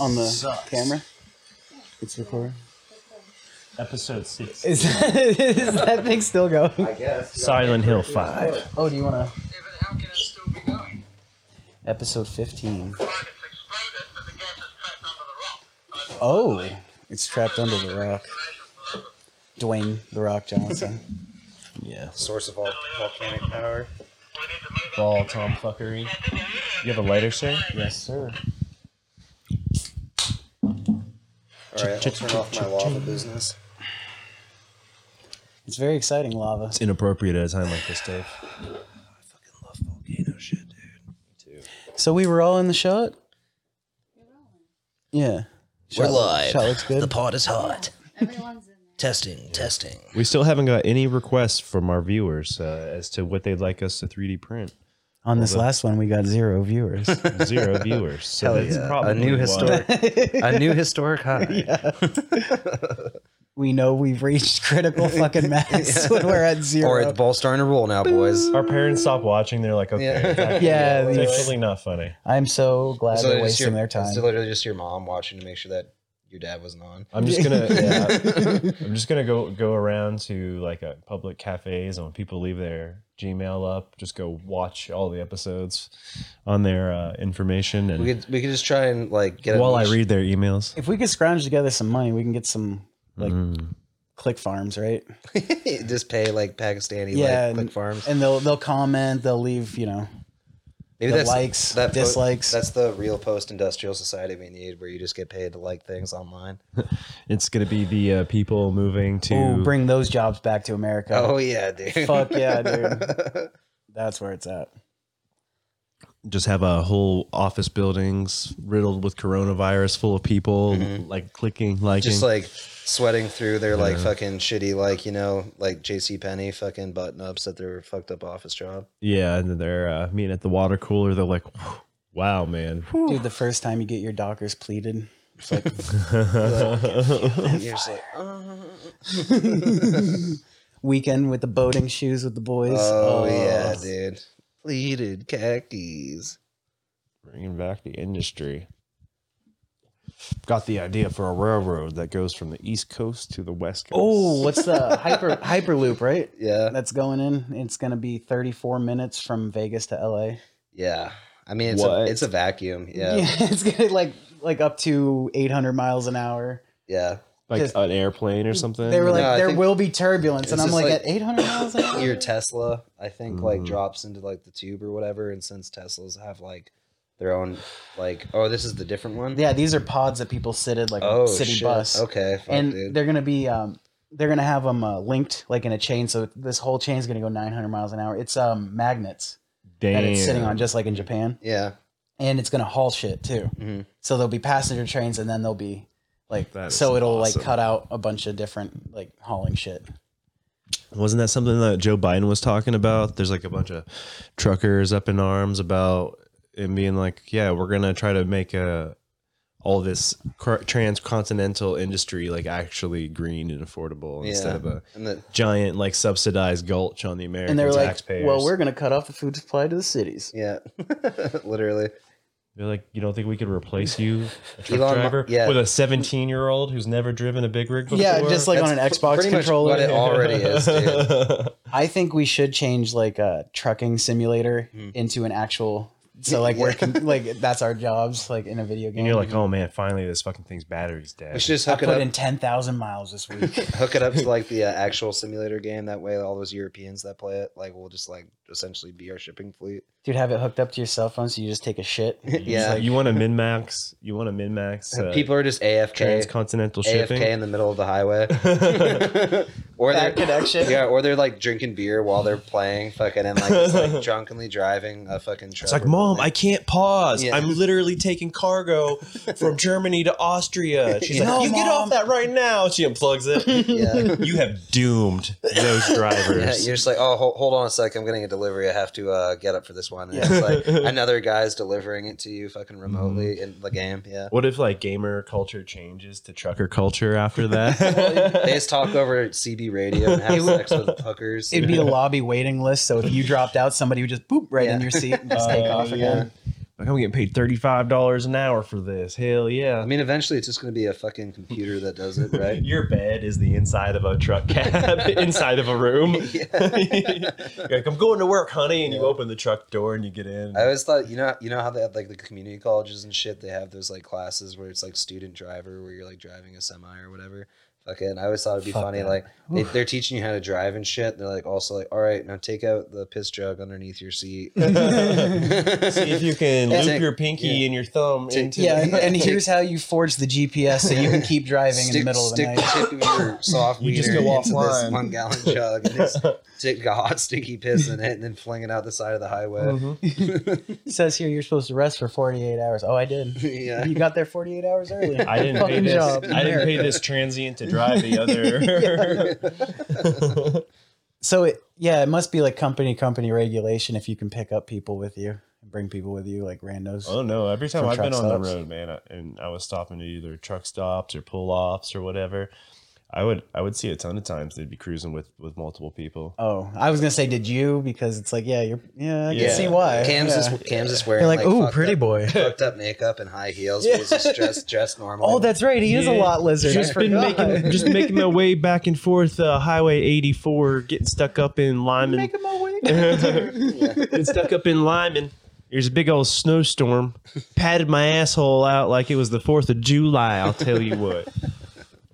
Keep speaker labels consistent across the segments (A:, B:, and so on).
A: on the
B: Sucks.
A: camera. It's recording.
C: Episode six.
D: Is that, is that thing still going?
B: I guess.
C: Silent Hill Five.
D: Oh, do you want to?
E: Yeah, but how can it still be going?
A: Episode 15.
E: Well, it's exploded, but the gas is trapped under the rock.
D: Oh, it's trapped under the rock. Dwayne the Rock Johnson.
C: Yeah.
B: Source of all volcanic power.
E: We need to move it.
C: Ball Tom fuckery. You have a lighter, sir?
D: yes, sir.
B: All right, I'll turn off my lava business.
D: It's very exciting, lava.
C: It's inappropriate at a time like this, Dave.
D: So we were all in the shot. Yeah.
F: We're
D: Shot look-
F: live.
D: Shot looks
F: The
D: good.
F: pot is hot.
G: Oh, Everyone's in there.
F: Testing, testing.
C: We still haven't got any requests from our viewers uh, as to what they'd like us to 3D print.
D: On this last one, we got zero viewers.
C: Zero viewers. So
F: Hell
C: that's
F: yeah.
C: probably
F: A new
C: why.
F: historic, a new historic high.
D: we know we've reached critical fucking mass when we're at zero.
F: All right, the ball's starting to roll now, boys.
C: Our parents stop watching. They're like, okay,
F: Yeah.
C: it's actually-
D: yeah,
C: it's
D: these-
C: actually not funny.
D: I'm so glad
F: It's
D: they're
F: literally just
D: wasting
F: your-
D: their
F: It's
D: time.
F: literally just your mom watching to make sure that your dad wasn't on.
C: I'm just gonna, yeah, I'm just gonna go go around to like uh public cafes and when people leave their Gmail up, just go watch all the episodes on their uh, information and
F: We could we could just try and like get. at
C: while I
F: least-
C: read their emails. Mm.
D: if we could scrounge together some money, we can get some like click farms, right?
F: just pay like Pakistani
D: Yeah,
F: like
D: and-
F: click farms.
D: And they'll they'll comment, they'll leave, you know.
F: Maybe
D: the
F: that's
D: likes,
F: po-
D: dislikes.
F: that's the real post-industrial society we need, where you just get paid to like things online.
C: It's gonna be the uh, people moving to
D: Ooh, bring those jobs back to America.
F: Oh yeah, dude.
D: Fuck yeah, dude. That's where it's at.
C: just have a whole office buildings riddled with coronavirus, full of people Mm-hmm. like clicking, liking.
F: just like sweating through their like fucking shitty like you know like JC Penney fucking button ups at their fucked up office job.
C: yeah, and then they're uh, meeting at the water cooler. They're like, "Wow, man,
D: Dude, the first time you get your dockers pleated, it's like
F: And you're just like, oh,
D: weekend with the boating shoes with the boys. Oh.
F: oh, yeah, dude. Pleated khakis.
C: bringing back the industry." Got the idea for a railroad that goes from the East Coast to the West Coast.
D: Oh, what's the hyper hyperloop, right?
F: Yeah,
D: That's going in. It's gonna be 34 minutes from Vegas to LA.
F: yeah. I mean, it's a
C: What?
F: it's a vacuum.
D: Yeah,
F: Yeah, yeah.
D: it's gonna like like up to 800 miles an hour.
C: like
D: just-
C: an airplane or something.
D: They were like,
F: No, I
D: there
F: think-
D: will be turbulence, and I'm
F: It's just
D: like,
F: like-
D: at 800 miles an hour.
F: Your Tesla, I think, like
D: Mm-hmm.
C: Mhm.
F: drops into like the tube or whatever. And since Teslas have like their own, like, oh, this is the different one.
D: Yeah, these are pods that people sit in, like
F: Oh,
D: a city
F: shit.
D: bus,
F: Okay, fuck,
D: and
F: dude.
D: they're gonna be um, they're gonna have them uh, linked like in a chain. So this whole chain's gonna go 900 miles an hour. It's um magnets
C: Damn.
D: that it's sitting on, just like in Japan,
F: yeah.
D: and it's gonna haul shit too.
F: Mhm.
D: So there'll be passenger trains, and then there'll be like
C: That is
D: so it'll
C: awesome.
D: like cut out a bunch of different like hauling shit.
C: Wasn't that something that Joe Biden was talking about? There's like a bunch of truckers up in arms about and being like, yeah, we're gonna try to make a all this cr- transcontinental industry like actually green and affordable instead
F: Yeah.
C: of a
F: And the,
C: giant like subsidized gulch on the American
D: and they're like,
C: taxpayers.
D: well, we're gonna cut off the food supply to the cities.
F: yeah, literally.
C: they're like, you don't think we could replace you, a truck
F: Elon Mu-
C: driver,
F: yeah.
C: with a 17 year old who's never driven a big rig before?
D: Yeah, just like on an
F: That's
D: Xbox
F: pretty much
D: controller.
F: what it already is, dude.
D: I think we should change like a trucking simulator
F: Hmm.
D: into an actual. So like we're con- like that's our jobs like in a video game.
C: and you're like, oh man, finally this fucking thing's battery's dead.
F: We should just
D: I
F: hook it
D: put
F: up,
D: in ten thousand miles this week.
F: hook it up to like the uh, actual simulator game. That way, all those Europeans that play it, like, will just like essentially be our shipping fleet.
D: Dude, have it hooked up to your cell phone so you just take a shit.
F: yeah,
C: you want a min max? You want a min max?
F: people are just AFK,
C: transcontinental
F: AFK
C: uh, shipping.
F: in the middle of the highway, or
D: Bad
F: they're
D: connection.
F: yeah, or they're like drinking beer while they're playing fucking and like, just, like drunkenly driving a fucking truck.
C: It's like, mom, I can't pause.
F: Yeah.
C: I'm literally taking cargo from Germany to Austria. She's
F: Yeah.
C: like,
D: No,
C: you get off
D: Mom.
C: that right now. She unplugs it.
F: Yeah.
C: you have doomed those
F: Yeah,
C: drivers.
F: you're just like, oh, hold, hold on a sec. I'm getting a delivery. I have to uh, get up for this one. And it's like another guy's delivering it to you, fucking remotely in the game. Yeah,
C: what if like gamer culture changes to trucker culture after that?
F: they just talk over CB radio and have sex with hookers.
D: It'd be a lobby waiting list, so if you dropped out, somebody would just boop right in
F: Yeah.
D: your seat and just take off again.
C: Like I'm getting paid thirty five dollars an hour for this. Hell
F: I
C: yeah.
F: mean, eventually it's just going to be a fucking computer that does it, right?
C: Your bed is the inside of a truck cab, inside of a room. You're like, I'm going to work, honey, and you open the truck door and you get in.
F: I always thought, you know, you know how they have like the community colleges and shit. They have those like classes where it's like student driver, where you're like driving a semi or whatever. Fucking, I always thought it'd be funny. Like they, they're teaching you how to drive and shit. They're like also like, all right, now take out the piss jug underneath your seat.
C: See if you can
F: Yeah.
C: loop
F: Take-
C: your pinky
F: yeah.
C: and your thumb into.
D: Yeah, and, and here's how you forge the GPS so you can keep driving in the
F: stick
D: middle of the
F: stick
D: night.
F: tip of your soft
C: You just
F: wiener
C: go
F: into this
C: offline.
F: one gallon jug and just stick a hot sticky piss in it and then fling it out the side of the highway.
D: Mm-hmm.
C: Mhm.
D: It says here you're supposed to rest for 48 hours. Oh, I did.
F: yeah.
D: You got there 48 hours early.
C: I didn't pay
D: Fucking
C: this.
D: job.
C: I didn't pay this transient to drive the other.
D: So it, yeah, it must be like company company regulation if you can pick up people with you and bring people with you like randos.
C: Oh no! Every time
D: From
C: I've been
D: truck
C: on the
D: stops.
C: road, man, I- and I was stopping at either truck stops or pull offs or whatever, I would I would see a ton of times they'd be cruising with with multiple people.
D: Oh, I was gonna say, did you? Because it's like, yeah, you're, yeah, I
C: Yeah.
D: can see why.
F: Cam's
D: yeah.
F: is Cam's is wearing
D: You're like, ooh,
F: fucked
D: pretty
F: up-
D: boy.
F: fucked up makeup and high heels. Yeah. Was just dressed dressed normal.
D: Oh, that's right. He is a
C: Yeah.
D: lot lizard. I forgot.
C: just making my way back and forth uh, Highway 84, getting stuck up in Lyman.
D: Make him away.
C: Getting stuck up in Lyman. There's a big old snowstorm. Patted my asshole out like it was the Fourth of July. I'll tell you what.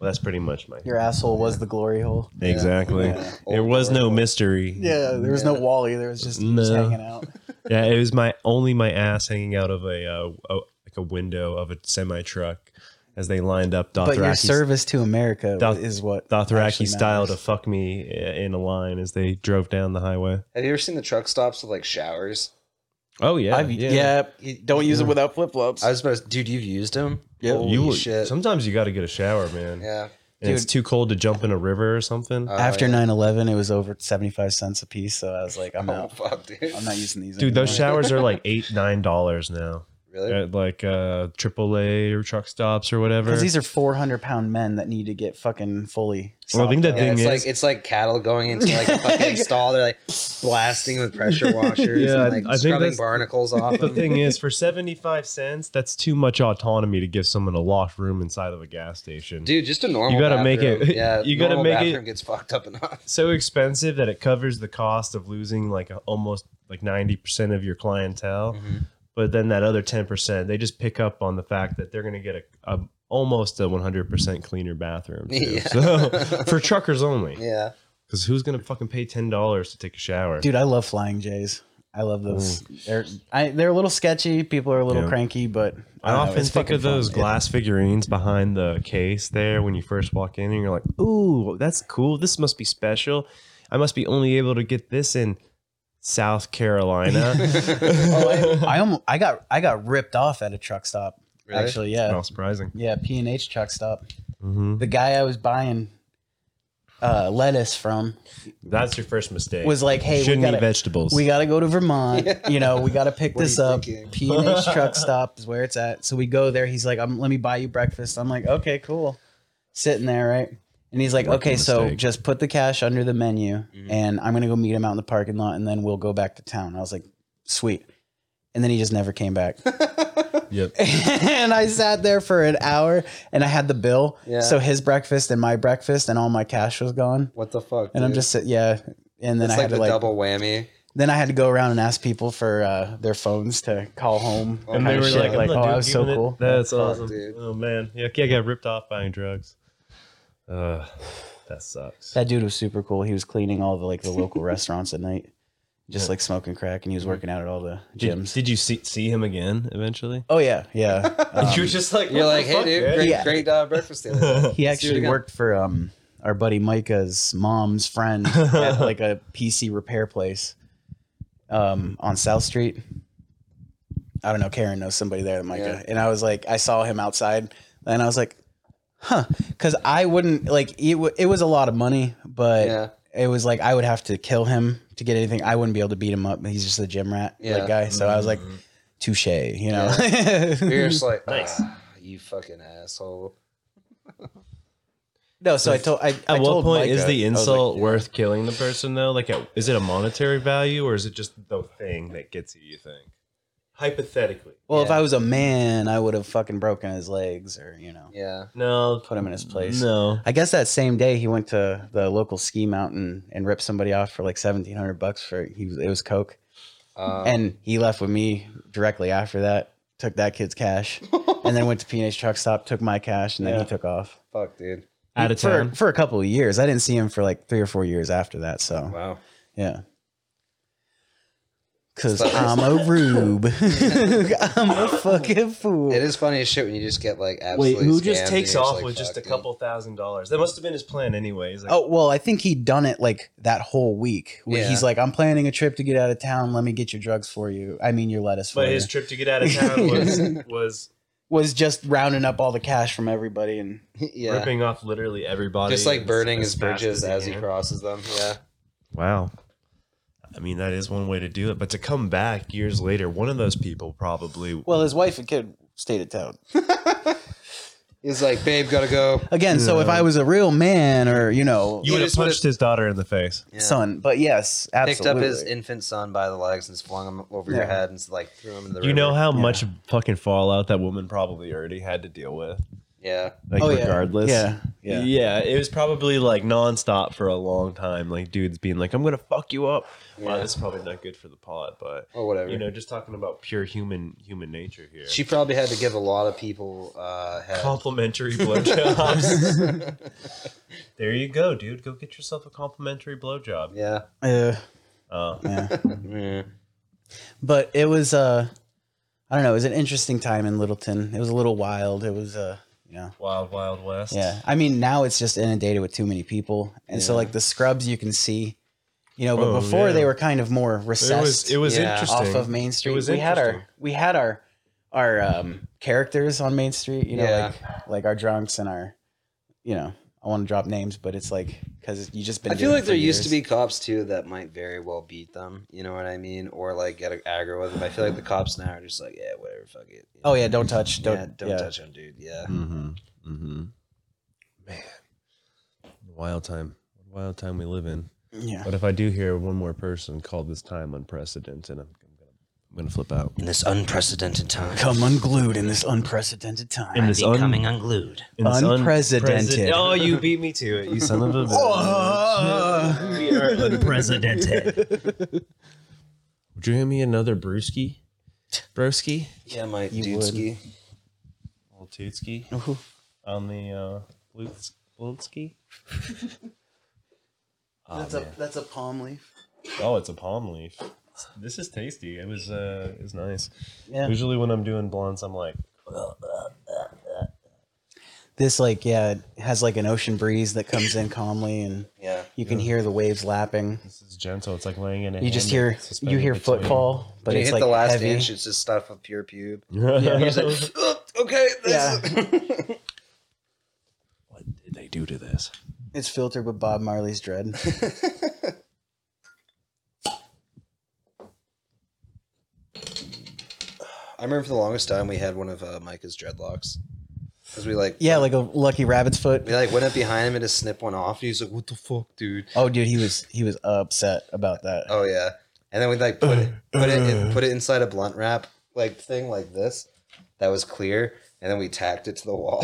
C: Well, that's pretty much my
D: Your asshole was the glory hole.
C: exactly. There was no mystery.
D: Yeah, there was no wall either. It was just,
C: No.
D: just hanging out.
C: Yeah, it was my only my ass hanging out of a, uh, a like a window of a semi truck as they lined up
D: But your
C: Dothraki
D: service to America
C: Doth-
D: is what actually
C: Dothraki style to
D: matters.
C: fuck me uh, in a line as they drove down the highway.
F: Have you ever seen the truck stops with like showers?
C: Oh yeah,
D: I've, yeah. you don't use it without flip flops.
F: I was about to, dude, you've used them. Yeah, holy
C: You
F: shit.
C: sometimes you got to get a shower, man.
F: yeah.
C: And it's too cold to jump in a river or something.
F: Oh,
D: After
F: yeah.
D: 9-11, it was over seventy five cents a piece. So I was like, I'm
F: Oh
D: out.
F: fuck, dude.
D: I'm not using these.
C: Dude, those
D: anymore.
C: showers are like eight nine dollars now
F: Really?
C: at like uh AAA or truck stops or whatever.
D: Because these are 400 pound men that need to get fucking fully.
C: Well, I think
D: sopped
C: the
D: up.
F: Yeah,
C: thing
F: it's
C: is,
F: like it's like cattle going into like a fucking stall. They're like blasting with pressure washers
C: Yeah,
F: and like
C: I think
F: scrubbing
C: that's-
F: barnacles off
C: the
F: them.
C: thing is, for 75 cents, that's too much autonomy to give someone a locked room inside of a gas station.
F: Dude, just a normal.
C: You gotta make it-
F: bathroom. Yeah,
C: you gotta
F: normal
C: make it-
F: bathroom Gets fucked up enough.
C: So expensive that it covers the cost of losing like a, almost like 90% of your clientele.
D: Mm-hmm.
C: But then that other 10%, they just pick up on the fact that they're going to get a, a almost a 100% cleaner bathroom. too.
F: Yeah.
C: So for truckers only.
F: Yeah.
C: Because who's going to fucking pay $10 to take a shower?
D: Dude, I love flying J's. I love those. They're I, they're a little sketchy. People are a little
C: Yeah.
D: cranky, but
C: I,
D: don't know,
C: often
D: it's
C: think
D: fucking
C: of those
D: fun.
C: glass figurines behind the case there when you first walk in, and you're like, "Ooh, that's cool. This must be special. I must be only able to get this in South Carolina."
D: It- I almost, I got I got ripped off at a truck stop.
F: Really?
D: Actually, yeah,
C: Not surprising.
D: yeah, P and H truck stop.
C: Mhm.
D: The guy I was buying uh, lettuce from
C: That's your first mistake.
D: was like, "Hey, we
C: shouldn't
D: gotta,
C: eat vegetables.
D: We got to go to Vermont. You know, we got to pick
F: What are
D: this
F: you
D: up.
F: thinking?
D: P and H truck stop is where it's at. So we go there. He's like, um, "Let me buy you breakfast." I'm like, "Okay, cool." Sitting there, right? And he's like,
C: Rookie
D: "Okay, so
C: mistake.
D: just put the cash under the menu,
F: Mm-hmm.
D: and I'm gonna go meet him out in the parking lot, and then we'll go back to town." I was like, "Sweet." And then he just never came back.
C: yep.
D: and I sat there for an hour and I had the bill.
F: Yeah.
D: So his breakfast and my breakfast and all my cash was gone.
F: What the fuck?
D: And I'm
F: dude?
D: just sit yeah. And then
F: It's
D: I
F: like
D: had
F: the
D: to like
F: double whammy.
D: then I had to go around and ask people for uh, their phones to call home.
F: And they
D: kinda
F: were
D: shit.
F: like,
C: "I'm
D: like, oh,
C: not
D: I
C: doing-
D: was so
C: giving it-
D: cool.
C: That's
F: Fuck,
C: awesome.
F: dude.
C: Oh man, yeah, I got ripped off buying drugs. Uh, that sucks.
D: That dude was super cool. He was cleaning all the like the local restaurants at night, just like smoking crack, and he was working out at all the
C: did,
D: gyms.
C: did you see see him again eventually?
D: oh yeah, yeah. Um,
C: you were just like,
F: You're
C: "What the
F: like, hey,
C: fuck,
F: dude,
C: man?"
F: great,
D: Yeah.
F: great uh, breakfast. the other
D: he
F: day." Let's do it
D: actually
F: again.
D: worked for um our buddy Micah's mom's friend at like a PC repair place um on South Street. I don't know, Karen knows somebody there, Micah. And I was like, I saw him outside and I was like, huh. Cause I wouldn't like it, w- it was a lot of money, but
F: Yeah.
D: it was like I would have to kill him to get anything. I wouldn't be able to beat him up. He's just a gym rat
F: Yeah.
D: like, guy. So I was like,
C: Mm-hmm.
D: touche, you know.
F: You're just like,
C: Nice.
F: "Ah, you fucking asshole.
D: no, so I told I, I
C: At what
D: told
C: point is
D: Micah,
C: the
D: I was like,
C: insult worth killing the person though? Like, at, is it a monetary value or is it just the thing that gets you? You think? hypothetically.
D: Well, if I was a man, I would have fucking broken his legs or, you know,
F: Yeah.
C: No,
D: put him in his place.
C: no.
D: I guess that same day he went to the local ski mountain and ripped somebody off for like 1700 bucks for he was, it was coke.
C: Oh.
F: Um,
D: and he left with me directly after that, took that kid's cash and then went to P&H truck stop, took my cash and then
A: Yeah.
D: he took off.
F: fuck, dude.
C: Out of
D: for,
C: town.
D: for a couple of years. I didn't see him for like 3 or 4 years after that, so
F: Wow.
D: yeah. Cause
F: It's the-
D: I'm a rube. I'm a fucking fool.
F: It is funny as shit when you just get like absolutely.
A: Wait,
C: Who just
F: scammed and
C: takes
F: you're
C: off
F: like,
C: with just
F: fuck,
C: a
F: dude.
C: couple thousand dollars? That must have been his plan, anyways. Like,
D: Oh well, I think he'd done it like that whole week. Where
F: Yeah.
D: He's like, "I'm planning a trip to get out of town. Let me get your drugs for you. I mean, your lettuce for
C: but
D: you."
C: his trip to get out of town was was
D: was just rounding up all the cash from everybody, and
F: yeah.
C: ripping off literally everybody.
F: Just like
C: as-
F: burning
C: as
F: his
C: fast
F: bridges as he
C: can.
F: crosses them. Yeah.
C: Wow. I mean, that is one way to do it. But to come back years later, one of those people probably.
D: well, his wife and kid stayed at town
F: He's like, babe, gotta go.
D: again. So if I was a real man, or you know,
C: You would have
F: just would've-
C: punched his daughter in the face.
F: Yeah.
D: son, but yes,
F: Picked
D: absolutely.
F: up his infant son by the legs and just flung him over your
D: Yeah.
F: head and like threw him in the river.
C: You know how much fucking fallout that woman probably already had to deal with,
F: Yeah.
C: like
D: Oh, yeah.
C: regardless.
D: yeah,
C: yeah,
D: yeah,
C: It was probably like nonstop for a long time. Like dudes being like, "I'm gonna fuck you up." Wow,
F: Yeah.
C: this is probably not good for the pod, but
F: Or whatever.
C: you know, just talking about pure human human nature here.
F: She probably had to give a lot of people uh, head.
C: complimentary blowjobs. there you go, dude. Go get yourself a complimentary blowjob.
F: Yeah.
D: Uh,
C: Uh,
D: yeah.
F: Yeah.
D: but it was uh, I don't know. It was an interesting time in Littleton. It was a little wild. It was uh, you know.
C: wild, wild west.
D: Yeah. I mean, now it's just inundated with too many people. And so, like, the scrubs you can see, you know,
C: Oh,
D: but before
C: yeah.
D: they were kind of more
C: It
D: recessed
C: was it was
F: Yeah.
C: interesting.
D: off of Main Street.
C: was
D: we had
C: interesting.
D: our, we had our, our um, characters on Main Street, you know,
F: Yeah.
D: like, like our drunks and our, you know, I want to drop names, but it's like, cause you just been,
F: I feel
D: doing it
F: like
D: for
F: there used to
D: years.
F: be cops too that might very well beat them. You know what I mean? Or like get aggro with them. I feel like the cops now are just like, yeah, whatever, fuck it.
D: Oh yeah. Don't touch.
F: don't,
D: Don't,
F: yeah, don't
D: yeah.
F: touch him, dude. Yeah.
C: Mm-hmm. Mm-hmm. Man, wild time. Wild time we live in.
D: Yeah.
C: But if I do hear one more person call this time unprecedented, I'm, I'm gonna I'm gonna flip out.
F: In this unprecedented time.
D: Come unglued in this unprecedented time.
C: this un-
E: unglued.
C: in this un-
D: Unprecedented.
C: presi- oh, you beat me to it, you son of a
D: Oh.
C: bitch. we are unprecedented. Would you hand me another brewski? Broski?
F: Yeah, my
D: You would.
F: dudeski.
C: Little tootski
D: Ooh.
C: on the uh, Blutes- Blutski?
D: that's a, that's a palm leaf.
C: Oh, it's a palm leaf. This is tasty. It was uh, it was nice.
D: Yeah.
C: Usually when I'm doing blondes, I'm like,
D: This like, yeah, it has like an ocean breeze that comes in calmly and
F: Yeah.
D: You can hear the waves lapping.
C: this is gentle. It's like laying in a.
D: You just
C: hammock
D: hear
C: suspended
D: you hear
C: between-
D: footfall, but
F: When you
D: it's
F: hit
D: like
F: the last
D: heavy.
F: inch, it's just stuff of pure pube.
C: Yeah.
F: He's like, "Oh, okay,
D: Yeah,
F: that's
C: what did they do to this?
D: it's filtered with Bob Marley's dread.
F: I remember for the longest time we had one of uh, Micah's dreadlocks. Because we like,
D: Yeah, like a lucky rabbit's foot.
F: we like went up behind him and just snip one off. And he's like, what the fuck, dude?
D: Oh, dude, he was he was upset about that.
F: Oh yeah. And then we like put it put it in, put it inside a blunt wrap like thing like this that was clear, and then we tacked it to the wall.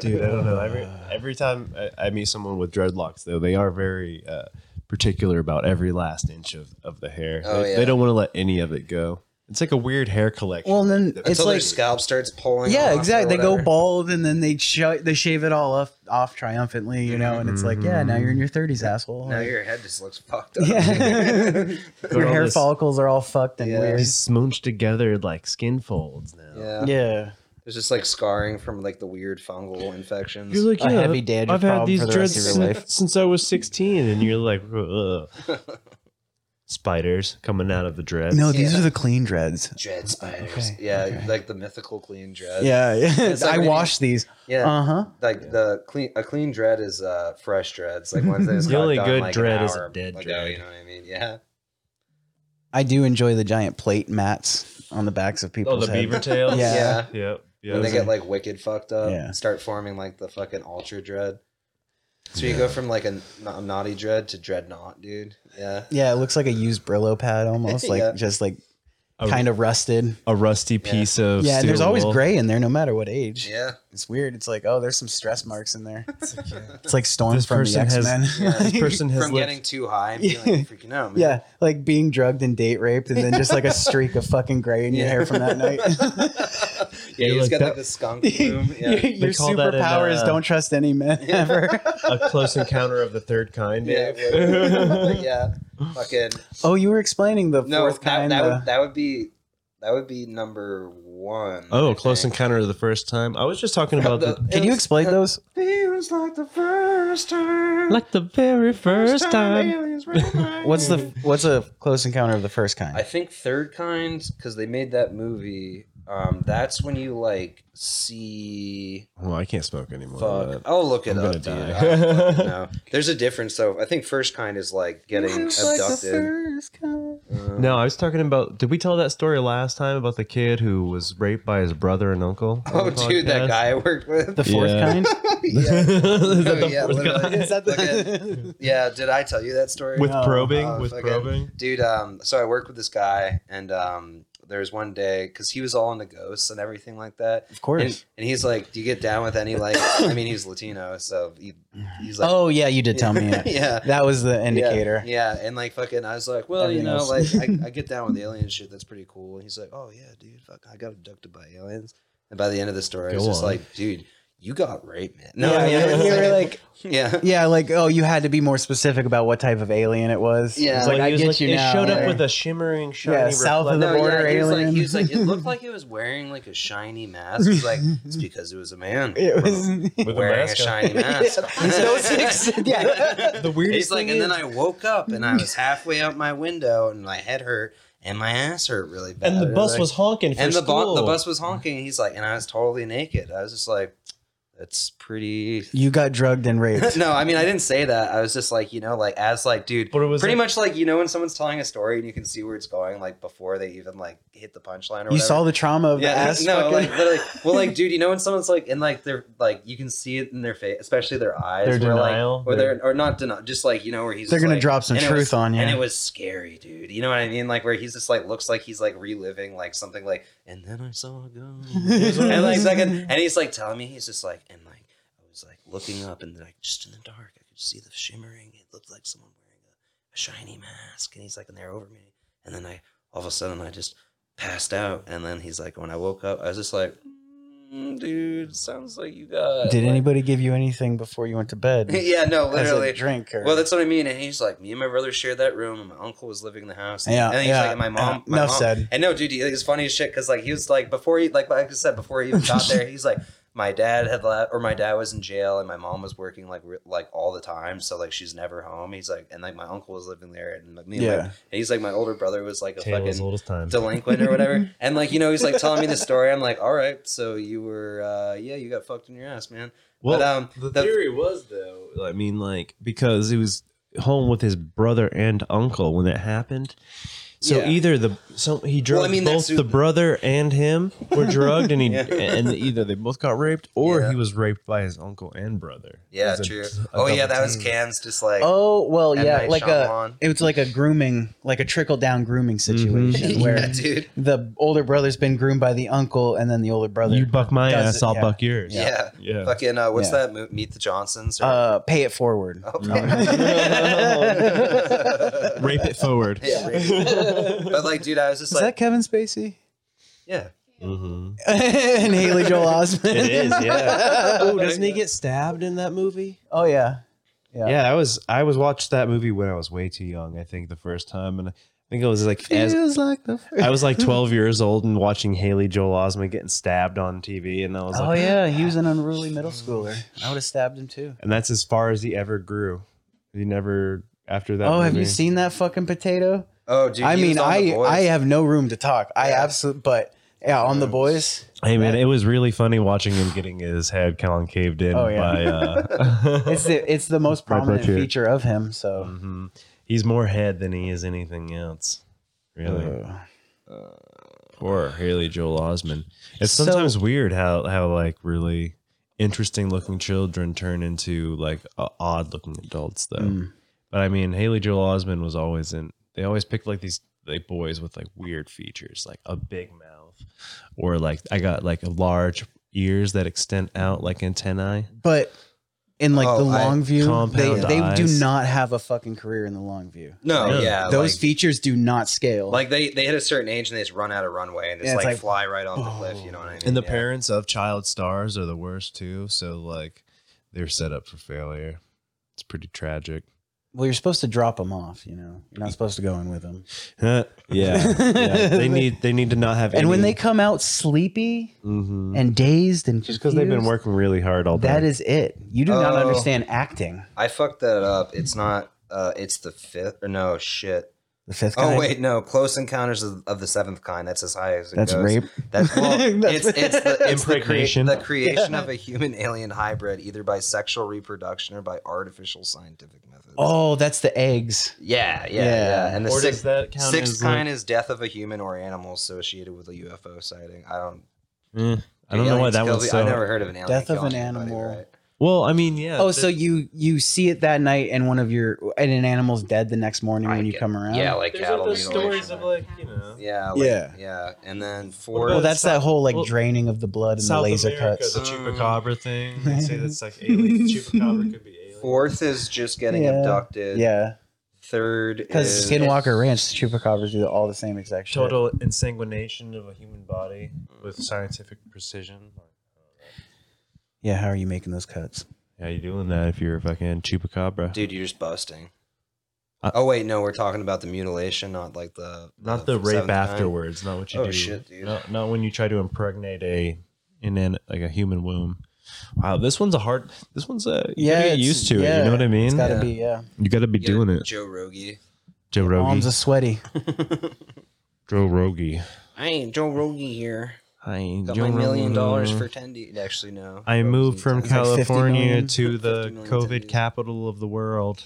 C: Dude, I don't know.
D: uh,
C: Every, every time I, I meet someone with dreadlocks, though, they are very uh, particular about every last inch of, of the hair.
F: Oh,
C: they,
F: yeah.
C: they don't want to let any of it go. It's like a weird hair collection.
D: Well, and then it's
F: Until their
D: like
F: scalp starts pulling.
D: yeah,
F: off or
D: exactly. They go
F: whatever.
D: bald and then they sh- they shave it all off off triumphantly, you know. And it's like, yeah, now you're in your thirties, asshole.
F: Mm-hmm. Now
D: Like,
F: your head just looks fucked up.
D: yeah, your
C: all
D: hair
C: this-
D: follicles are all fucked and
F: Yeah.
D: weird.
C: He's smooched together like skin folds now.
F: Yeah.
D: Yeah,
F: There's just like scarring from like the weird fungal infections.
C: You're like,
D: A
C: yeah,
D: heavy dandruff
C: I've had
D: problem
C: these
D: for the
C: dreads
D: rest of your
C: since, since I was 16, and you're like, Ugh. spiders coming out of the dreads.
D: no, these
F: Yeah.
D: are the clean dreads.
F: dread spiders.
D: Okay,
F: Yeah, like the mythical clean dread.
D: Yeah, yeah.
F: It's like
D: I
F: when you-
D: wash these.
F: Yeah.
D: Uh huh.
F: like the clean a clean dread is uh fresh dreads. Like ones that just
C: The
F: got
C: only
F: done,
C: good
F: like, an
C: dread is a
F: hour
C: dead
F: ago,
C: dread.
F: You know what I mean? Yeah.
D: I do enjoy the giant plate mats on the backs of
C: Oh,
D: people's
C: the
D: head.
C: beaver tails?
D: Yeah.
F: yeah.
C: Yep. Yeah.
F: when they get like wicked fucked up
D: Yeah.
F: and start forming like the fucking ultra dread. So you go from like a na- naughty dread to dreadnought, dude. Yeah.
D: Yeah, it looks like a used Brillo pad almost, like
F: Yeah.
D: just like
C: A-
D: kind of rusted.
C: A rusty piece of
D: Yeah, and there's
C: steel
D: always
C: wool.
D: gray in there, no matter what age.
F: Yeah.
D: It's weird. It's like, oh, there's some stress marks in there. It's like, storm
C: This
D: from
C: person
D: the
C: has-
D: X Men.
C: This person has
F: From
C: lived-
F: getting too high and feeling freaking out, man.
D: yeah, like being drugged and date raped, and then just like a streak of fucking gray in your hair from that night.
F: Yeah, you
C: You're
F: just
C: like
F: got like
C: that-
F: the skunk boom. Yeah.
D: your your
C: call that in,
D: superpower is
C: uh,
D: don't trust any man ever.
C: a close encounter of the third kind.
F: Yeah, yeah, yeah. Fucking
D: oh, you were explaining the
F: no.
D: fourth
F: That,
D: kind.
F: that,
D: uh,
F: would, that would be that would be number one.
C: Oh,
F: I
C: close
F: think.
C: encounter of the first time. I was just talking about
F: The-
C: the
D: can
F: it
D: you
F: was-
D: explain those?
F: Feels like the first time.
C: like the very first
F: aliens were mine.
D: What's the what's a close encounter of the first kind?
F: I think third kind because they made that movie. Um, that's when you like see.
C: Well, I can't smoke anymore.
F: Fuck,
C: but-
F: I'll look it
C: I'm
F: up,
C: gonna
F: dude.
C: die.
F: I don't fucking know. There's a difference though. I think first kind is like getting abducted. Uh,
C: No, I was talking about. Did we tell that story last time about the kid who was raped by his brother and uncle? on
F: Oh,
C: the
F: dude, that
C: podcast?
F: guy I worked with.
D: the fourth
C: Yeah.
D: kind?
F: yeah.
C: Is that
F: Oh,
C: the
F: yeah,
C: fourth
F: literally.
C: guy?
F: Is that the- yeah, did I tell you that story?
C: With probing,
F: Oh,
C: with
F: fucking-
C: probing.
F: Dude, um, so I worked with this guy, and um, there was one day because he was all into ghosts and everything like that.
D: Of course.
F: And, and he's like, "Do you get down with any like?" I mean, he's Latino, so he, he's like,
D: oh yeah, you did tell me. That.
F: yeah."
D: That was the indicator.
F: Yeah, yeah, and like fucking, I was like, well,
D: Everything
F: you know,
D: else.
F: like I, I get down with alien shit. That's pretty cool. And he's like, oh yeah, dude, fuck, I got abducted by aliens. And by the end of the story, I was
C: Go
F: just
C: on.
F: like, dude, you got raped, man.
D: yeah,
F: I mean,
D: you, you were like,
F: yeah,
D: yeah, like, oh, you had to be more specific about what type of alien it was.
F: Yeah.
D: It's like,
C: Like,
D: I
C: he was
D: get
C: like-
D: you
C: it
D: now.
C: showed
D: like-
C: up with a shimmering, shiny
D: Yeah, south of the
C: reflective-
D: border
F: he was
D: alien.
F: Like, he was like, it looked like he was wearing like a shiny mask. He's like, it's because it was a man.
D: It was.
C: with a
F: wearing a,
C: mask on.
F: shiny mask.
D: so six. Yeah.
C: The weirdest
F: He's like,
C: thing
F: and then
C: is-
F: I woke up and I was halfway out my window and my head hurt and my ass hurt really bad.
C: and the
F: It
C: bus
F: like-
C: was honking for
F: and the, bu-
C: school.
F: the bus was honking. And he's like, and I was totally naked. I was just like, that's pretty.
D: You got drugged and raped.
F: no, I mean I didn't say that. I was just like, you know, like as like, dude,
C: But it was
F: pretty
C: like-
F: much like you know when someone's telling a story and you can see where it's going, like before they even like hit the punchline or
D: You
F: whatever.
D: saw the trauma of
F: yeah,
D: the ass.
F: no,
D: fucking-
F: like literally. Well, like, dude, you know when someone's like, and like they're like, you can see it in their face, especially their eyes,
C: Their
F: where,
C: denial,
F: like, or
C: their-
F: they're or not denial, just like you know where he's.
D: They're
F: just,
D: gonna
F: like-
D: drop some
F: and it
D: truth
F: was-
D: on you.
F: and it was scary, dude. You know what I mean? Like where he's just like looks like he's like reliving like something like, and then I saw a ghost, and like second, and he's like telling me he's just like, and like I was like looking up and like just in the dark, I could see the shimmering. It looked like someone wearing a, a shiny mask, and he's like, and they're over me, and then I all of a sudden I just passed out, and then he's like, when I woke up, I was just like, mm, dude, sounds like you got.
D: Did
F: like-
D: anybody give you anything before you went to bed?
F: yeah, no,
D: As a
F: literally.
D: drink. Or,
F: Well, that's what I mean. And he's like, me and my brother shared that room, and my uncle was living in the house.
D: Yeah,
F: and he's
D: yeah,
F: like, and my mom.
D: yeah.
F: my
D: Enough
F: mom-
D: said.
F: And no, dude, it was funny as shit because like he was like before he like like I said before he even got there, he's like. My dad had left, or my dad was in jail, and my mom was working like re- like all the time, so like she's never home. He's like, and like my uncle was living there, and like, me, and my-
D: Yeah.
F: and he's like, my older brother was like a
C: Tale as
F: fucking
C: old as time.
F: delinquent or whatever. And like, you know, he's like telling me the story. I'm like, all right, so you were, uh, yeah, you got fucked in your ass, man.
C: Well,
F: but um,
C: the
F: the-
C: theory was though. I mean, like because he was home with his brother and uncle when it happened. So
F: Yeah.
C: either the so he drugged
F: I mean,
C: both
F: that's who-
C: the brother and him were drugged, and he
F: Yeah.
C: and either they both got raped or
F: Yeah.
C: he was raped by his uncle and brother.
F: Yeah,
C: It was a-
F: true.
C: a
F: oh yeah,
C: double
F: that was
C: team.
F: Cam's just like
D: oh well,
F: M.
D: yeah,
F: Night
D: like
F: Shyamalan.
D: a it was like a grooming, like a trickle down grooming
C: Mm-hmm.
D: situation
F: yeah,
D: where
F: dude.
D: the older brother's been groomed by the uncle, and then the older brother.
C: You buck my
D: does
C: ass,
D: it,
C: I'll
D: yeah.
C: buck yours.
F: Yeah.
C: yeah.
F: Fucking uh, what's
D: Yeah.
F: that? Mo- Meet the Johnsons. Or-
D: uh, pay it forward.
F: Oh,
C: Rape it forward.
F: yeah, right. but like, dude, I was just
D: Is that
F: like,
D: Kevin Spacey
F: yeah,
D: Mm-hmm.
C: Mhm.
D: and Haley Joel Osment?
C: It is. Yeah. oh, doesn't he get stabbed in that movie?
D: Oh yeah, Yeah.
C: Yeah, I was I was watched that movie when I was way too young. I think the first time, and I think it was like as
D: like the.
C: I was like 12 years old and watching Haley Joel Osment getting stabbed on TV, and I was
D: Oh
C: like,
D: yeah, he was an unruly middle schooler. I would have stabbed him too.
C: and that's as far as he ever grew. He never after that.
D: oh, have you
C: movie.
D: seen that fucking potato?
F: oh, dude.
D: I
F: he was
D: mean,
F: on The
D: I
F: Boys.
D: I have no room to talk. I
F: Yeah.
D: absolutely, but yeah, on the boys.
C: Hey man, it was really funny watching him getting his head concaved in
D: Oh, yeah.
C: by. Uh,
D: It's the it's the most
C: Right,
D: prominent
C: Butcher.
D: feature of him. So
C: Mhm. He's more head than he is anything else.
D: Uh,
C: Really. Poor Haley Joel Osment. It's
D: So-
C: sometimes weird how how like really interesting looking children turn into like odd looking adults though. But I mean, Haley Joel Osment was always in. They always picked like these like boys with like weird features, like a big mouth, or like I got like large ears that extend out like antennae.
D: But in like the
F: Oh, I-
D: long view, they,
C: Compound
D: they do
C: eyes.
D: not have a fucking career in the long view.
F: No,
C: Yeah.
F: yeah,
D: Those
F: like,
D: features do not scale.
F: like they they hit a certain age and they just run out of runway and just
D: Yeah, it's
F: like,
D: like, oh.
F: fly right off the cliff. You know what I mean?
C: And the
F: Yeah.
C: parents of child stars are the worst too. So like they're set up for failure. It's pretty tragic.
D: well, you're supposed to drop them off. You know, you're not supposed to go in with them.
C: yeah. yeah. They need they need to not have
D: And when
C: any-
D: they come out sleepy
C: Mhm.
D: and dazed and
C: just because they've been
D: confused,
C: working really hard all day.
D: that is it. You do not
F: Oh.
D: understand acting.
F: I fucked that up. It's not. Uh, it's the fifth. Or no, shit.
D: The fifth.
F: Oh
D: kind,
F: wait, no. Close Encounters of, of the Seventh Kind. That's as high as it
D: that's
F: goes.
D: rape.
F: That's well, it's, it's the it's the crea-
C: Impregnation.
F: the, creation of a human alien hybrid, either by sexual reproduction or by artificial scientific methods.
D: Oh, that's the eggs.
F: yeah, yeah,
D: Yeah.
F: yeah. And the
C: Or
F: sixth,
C: does that count
F: sixth
C: as, like-
F: kind is death of a human or animal associated with a UFO sighting. I don't.
C: Mm, I don't know why
F: aliens
C: that
F: kill
C: one's
F: the-
C: so.
F: I never heard of an alien.
D: Death of
F: killing
D: an
F: anybody,
D: animal.
F: right?
C: well, I mean, yeah.
D: Oh,
C: that-
D: so you you see it that night, and one of your and an animal's dead the next morning
F: I
D: when you
F: get-
D: come around.
F: Yeah, like cattle mutilation, right?
C: like you know.
F: Yeah, like,
D: Yeah.
F: yeah, yeah. And then four.
D: Well, that's that
C: South-
D: whole like
C: well,
D: draining of the blood and the
C: South
D: laser
C: America,
D: cuts.
C: the chupacabra thing. They say that's like alien. chupacabra could be alien.
F: Fourth is just getting
D: Yeah.
F: abducted.
D: Yeah,
F: Third
D: because
F: is
D: Skinwalker Ranch chupacabras do all the same exact shit.
C: Total ensanguination of a human body with scientific precision.
D: Yeah, how are you making those cuts?
C: How you doing that if you're a fucking chupacabra?
F: Dude, you're just busting.
C: Uh,
F: oh wait, no, we're talking about the mutilation, not like the
C: not the rape
F: seventh kind.
C: afterwards. Not what you
F: Oh,
C: do.
F: shit, dude.
C: Not, not when you try to impregnate a in an like a human womb. Wow, this one's a hard. This one's a you
D: Yeah,
C: gotta get
D: it's-
C: used to it.
D: yeah,
C: You know what I mean?
D: It's got to
F: Yeah.
D: be yeah.
C: you got to be
F: Yeah,
C: doing it.
F: Joe Rogie.
C: Joe
D: Arms are
C: Rogie.
D: sweaty.
C: Joe Rogie.
F: I ain't Joe Rogie here.
C: I
F: Got my million dollars for ten. D- Actually, no.
C: I
F: That
C: moved
F: wasn't
C: from
F: ten.
D: like 50
C: California
D: million.
C: to the
F: 50 million
C: COVID
F: attendees.
C: capital of the world.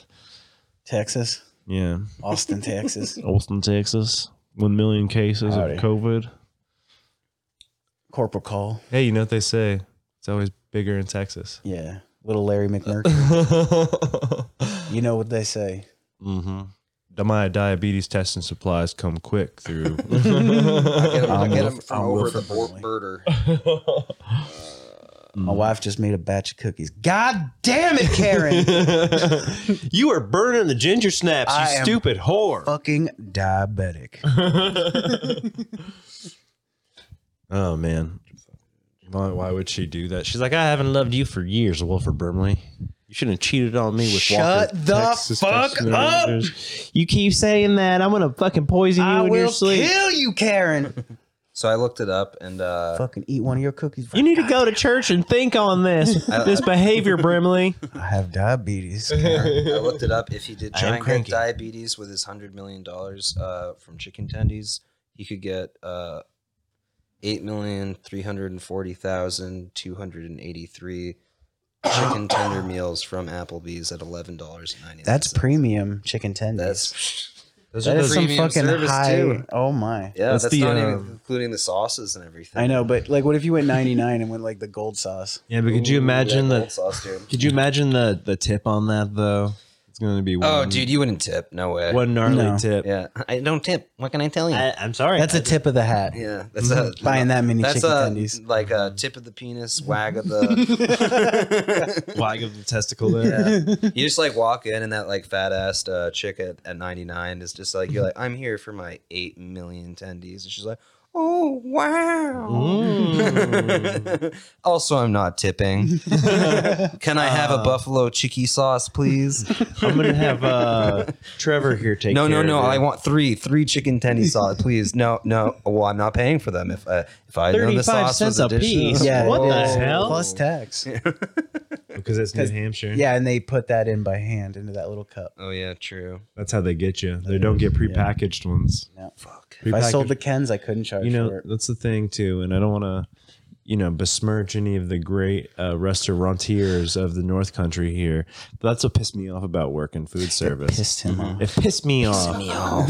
D: Texas,
C: Yeah,
D: Austin, Texas,
C: Austin, Texas. One million cases
D: Howdy.
C: of COVID.
D: Corporal Call.
C: Hey, you know what they say? It's always bigger in Texas.
D: Yeah, little Larry McMurphy.
C: mm-hmm.
D: you know what they say.
C: My diabetes testing supplies come quick through.
F: I get 'em- I
D: I'm
F: get
D: Wilf-
F: him from
D: I'm
F: over the
D: Wilford
F: bor-
D: Brimley.
F: birder.
D: My
C: Mm.
D: wife just made a batch of cookies. God damn it, Karen!
C: you are burning the ginger snaps,
D: I am
C: whore.
D: Fucking diabetic.
C: Oh man. Why, why would she do that? She's like, I haven't loved you for years, Wilford Brimley. You shouldn't have cheated on me with
D: Shut
C: Walker,
D: the
C: Texas
D: fuck
C: Texas
D: up!
C: Rangers. You keep saying that. I'm gonna fucking poison you
D: I
C: in your
D: will
C: sleep.
D: kill you, Karen.
F: So I looked it up, and uh,
D: Fucking eat one of your cookies.
C: you need to go to church and think on this this behavior, Brimley.
D: I have diabetes.
F: I looked it up. If he did
C: I
F: try
C: am
F: and
C: cranky.
F: get diabetes with his hundred million dollars uh, from chicken tendies, he could get uh, eight million three hundred and forty thousand two hundred and eighty-three chicken tender meals from Applebee's at eleven dollars ninety.
D: That's premium chicken tendies.
F: that's
C: Those
D: That
C: are
D: is
C: those-
D: some
F: premium
D: fucking
F: service,
D: high.
F: too.
D: Oh my!
F: yeah.
C: That's
F: That's,
C: the,
F: not
C: um,
F: even including the sauces and everything.
D: I know, but like, what if you went ninety nine and went like the gold sauce?
C: yeah, but could you
F: Ooh,
C: imagine
F: that
C: the
F: gold sauce, dude.
C: could you imagine the the tip on that though? It's gonna be one
F: Oh, dude, you wouldn't tip. No way.
C: one gnarly
D: No.
C: tip.
F: Yeah, I don't tip. What can I tell you?
C: I, am sorry.
D: That's a tip of the hat.
F: yeah, that's a
D: Buying that many
F: That's
D: chicken
F: a,
D: tendies.
F: like a tip of the penis, wag of the.
C: wag of the testicle there.
F: Yeah. You just like walk in and that like fat assed uh, chick at, at 99 is just like, you're like, I'm here for my 8 million tendies. And she's like, oh,
C: Mm.
F: wow. also, I'm not tipping. Can I have a buffalo chicky sauce, please?
C: I'm gonna have uh, Trevor here take.
F: no, no,
C: care of
F: no.
C: it.
F: I want three, three chicken tendies sauce, please. No, no. Well, I'm not paying for them. If I, if I know the sauce was additional-
D: Yeah,
C: What
D: it
C: the
D: is.
C: hell?
D: Plus tax.
C: because it's New Hampshire.
D: Yeah, and they put that in by hand into that little cup.
F: Oh yeah, true.
C: that's how they get you. They don't get prepackaged ones.
D: No.
F: Fuck.
D: If I
C: Prepackaged-
D: sold the Kens, I couldn't charge
C: you know,
D: for it.
C: that's the thing too. And I don't want to you know, besmirch any of the great uh, restaurateurs of the North Country here. But that's what pissed me off about working food service.
D: Pissed him off.
C: It pissed me off.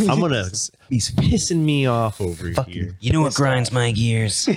C: I'm gonna. He's pissing me off over here.
G: You know what grinds my gears?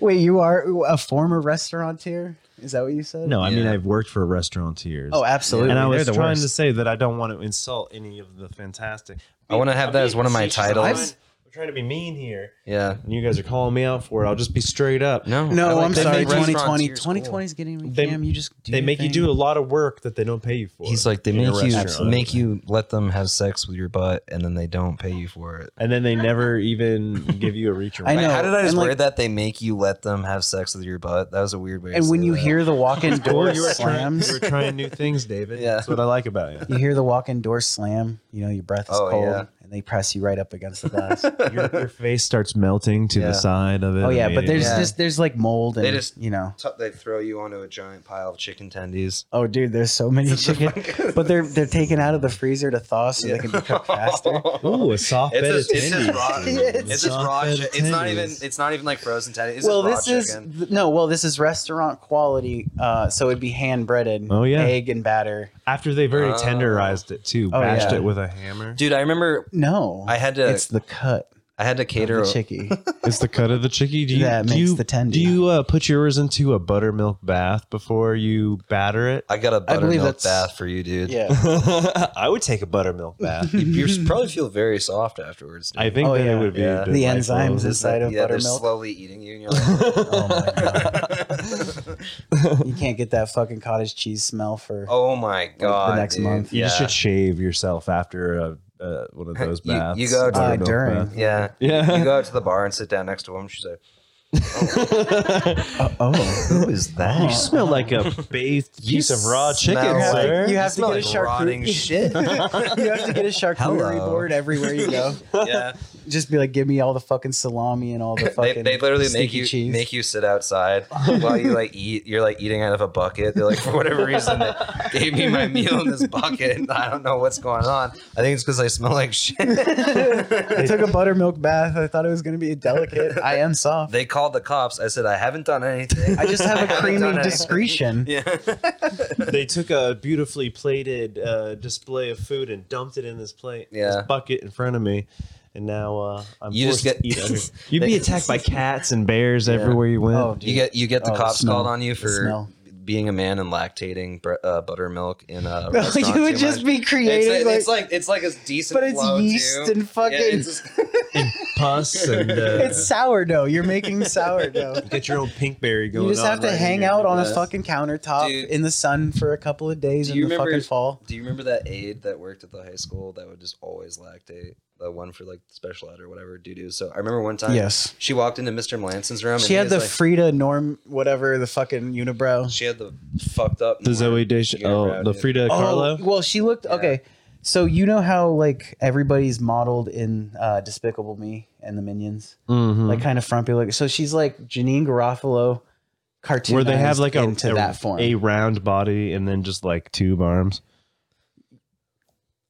D: Wait, you are a former restaurateur? Is that what you said?
C: No, I mean
F: Yeah.
C: I've worked for restaurateurs.
D: Oh, absolutely.
C: and I was
D: They're the
C: trying
D: worst.
C: to say that I don't want to insult any of the fantastic.
F: I wanna have that
C: being
F: as one of my
C: facetious. I'm
F: titles.
C: trying- I'm trying to be mean here,
F: Yeah.
C: and you guys are calling me out for it. I'll just be straight up.
G: No.
D: No,
F: Oh, like
D: I'm
F: they
D: sorry.
F: make
D: 2020.
F: restaurateurs
D: 2020 is getting me.
C: They-
D: Damn, you just do
C: they
D: your
C: make you
D: thing.
C: do a lot of work that they don't pay you for.
F: He's like they
C: in a
F: make you
C: restaurant.
F: make you let them have sex with your butt and then they don't pay you for it.
C: and then they never even give you a reach.
D: I
C: around.
D: know.
F: How did I just
D: and, like-
F: word that? They make you let them have sex with your butt. That was a weird way. to
D: And when
F: say
D: you
F: that.
D: hear the walk-in door
C: Oh, you were trying, you
D: slams,
C: were trying new things, David.
F: Yeah.
C: That's what I like about you.
D: you hear the walk-in door slam. You know your breath is
F: Oh,
D: cold,
F: yeah.
D: and they press you right up against the glass.
C: Your, your face starts melting to
F: Yeah.
C: the side of it.
D: oh yeah, but there's
C: immediately.
F: Yeah.
D: just there's like mold, and
F: They just-
D: you know.
F: T- they throw you onto a giant pile of chicken tendies.
D: Oh, dude, there's so many chicken, but they're they're taken out of the freezer to thaw so they can be cooked faster.
C: Ooh, a soft
F: It's
C: bed
F: just,
C: of
F: it's just
C: tendies.
F: raw.
D: dude.
F: It's, just
C: Soft
F: raw.
C: bed
F: chi-
C: of
F: It's not even.
C: tendies.
F: It's not even like frozen tendies. It's
D: well,
F: just
D: this
F: raw
D: is
F: chicken.
D: th- no. Well, this is restaurant quality. Uh, so it'd be hand breaded.
C: Oh, yeah.
D: egg and batter.
C: After they've already
F: Oh.
C: tenderized it too,
D: Oh,
C: bashed
D: yeah.
C: it with a hammer.
F: Dude, I remember
D: No,
F: I had to.
D: it's the cut
F: I had to cater.
D: of the chicky.
C: It's the cut of the chicky. Do you,
D: That
C: do
D: makes
C: you-
D: the tendy.
C: Do you uh, put yours into a buttermilk bath before you batter it?
F: I got a
D: I believe
F: buttermilk
D: that's-
F: bath for you, dude.
D: yeah,
C: I would take a buttermilk bath.
F: You, you s- probably feel very soft afterwards. Dude.
C: I think
D: Oh,
C: that
D: yeah.
C: it would be
F: Yeah.
C: delightful.
D: the enzymes
F: It's
D: inside
F: like-
D: of
F: yeah, They're
D: buttermilk.
F: slowly eating you, and you're like,
D: Oh my god, you can't get that fucking cottage cheese smell for.
F: oh my god.
D: next
F: dude.
D: month.
C: You
F: Yeah.
C: just should shave yourself after a, uh, one of those
F: You-
C: baths.
F: you go to-
C: Buttermilk
D: Uh, during.
F: yeah.
C: Yeah.
F: You go out to the bar and sit down next to him. She's like,
D: Uh, oh,
F: "Who is that?
C: You smell like a bathed piece of raw chicken,
F: smell like-
C: sir.
D: you have to
F: smell
D: get a
F: like
D: charcuterie-
F: rotting shit.
D: you have to get a charcuterie
F: Hello.
D: board everywhere you go.
F: yeah.
D: Just be like, give me all the fucking salami and all the
F: They,
D: fucking.
F: they literally make
D: sneaky
F: you
D: cheese.
F: make you sit outside while you like eat. You're like eating out of a bucket. They're like, for whatever reason, they gave me my meal in this bucket. And I don't know what's going on. I think it's because I smell like shit.
D: I took a buttermilk bath. I thought it was gonna be delicate. I am soft.
F: They called the cops. I said, I haven't done anything.
D: I just have a
F: haven't done
D: creamy
F: anything."
D: discretion.
F: Yeah.
C: they took a beautifully plated uh, display of food and dumped it in this plate,
F: Yeah.
C: this bucket in front of me, and now uh, I'm
F: You just
C: forced to
F: get-
C: eat. Under. You'd be
F: They-
C: attacked by cats and bears everywhere you went.
D: Oh, dude.
F: You get you get the
D: Oh, the
F: cops
D: smell.
F: called on you
D: The
F: for
D: smell.
F: being a man and lactating br- uh, buttermilk in a restaurant
D: you would
F: too
D: just
F: much.
D: be
F: It's,
D: creative,
F: it's
D: like,
F: like, it's like a decent,
D: but it's
F: flow,
D: yeast
F: too.
D: and fucking.
F: Yeah,
D: it's,
F: it's just-
C: Pus and uh,
D: sourdough. You're making sourdough.
C: get your own pink berry going.
D: You just
C: on
D: have to
C: right
D: hang
C: here.
D: out on a
F: Yes.
D: fucking countertop
F: Dude.
D: in the sun for a couple of days
F: Do
D: in
F: you
D: the
F: remember-
D: fucking fall.
F: Do you remember that aide that worked at the high school that would just always lactate? The one for like special ed or whatever doo doo. So I remember one time
D: Yes.
F: she walked into Mr. Melanson's room and
D: She
F: he
D: had
F: was
D: the
F: like,
D: Frida Norm, whatever the fucking unibrow.
F: she had the fucked up
C: The Zoe
F: Norm
C: Desch-
F: unibrow,
C: oh, the
F: dude.
C: Frida Carlo.
D: Oh, well, she looked
F: Yeah.
D: okay. So you know how like everybody's modeled in uh, Despicable Me and the Minions,
C: Mhm.
D: like kind of frumpy look. So she's like Janine Garofalo, cartoon.
C: Where they have like a,
D: into
C: a-
D: that form.
C: a round body and then just like tube arms.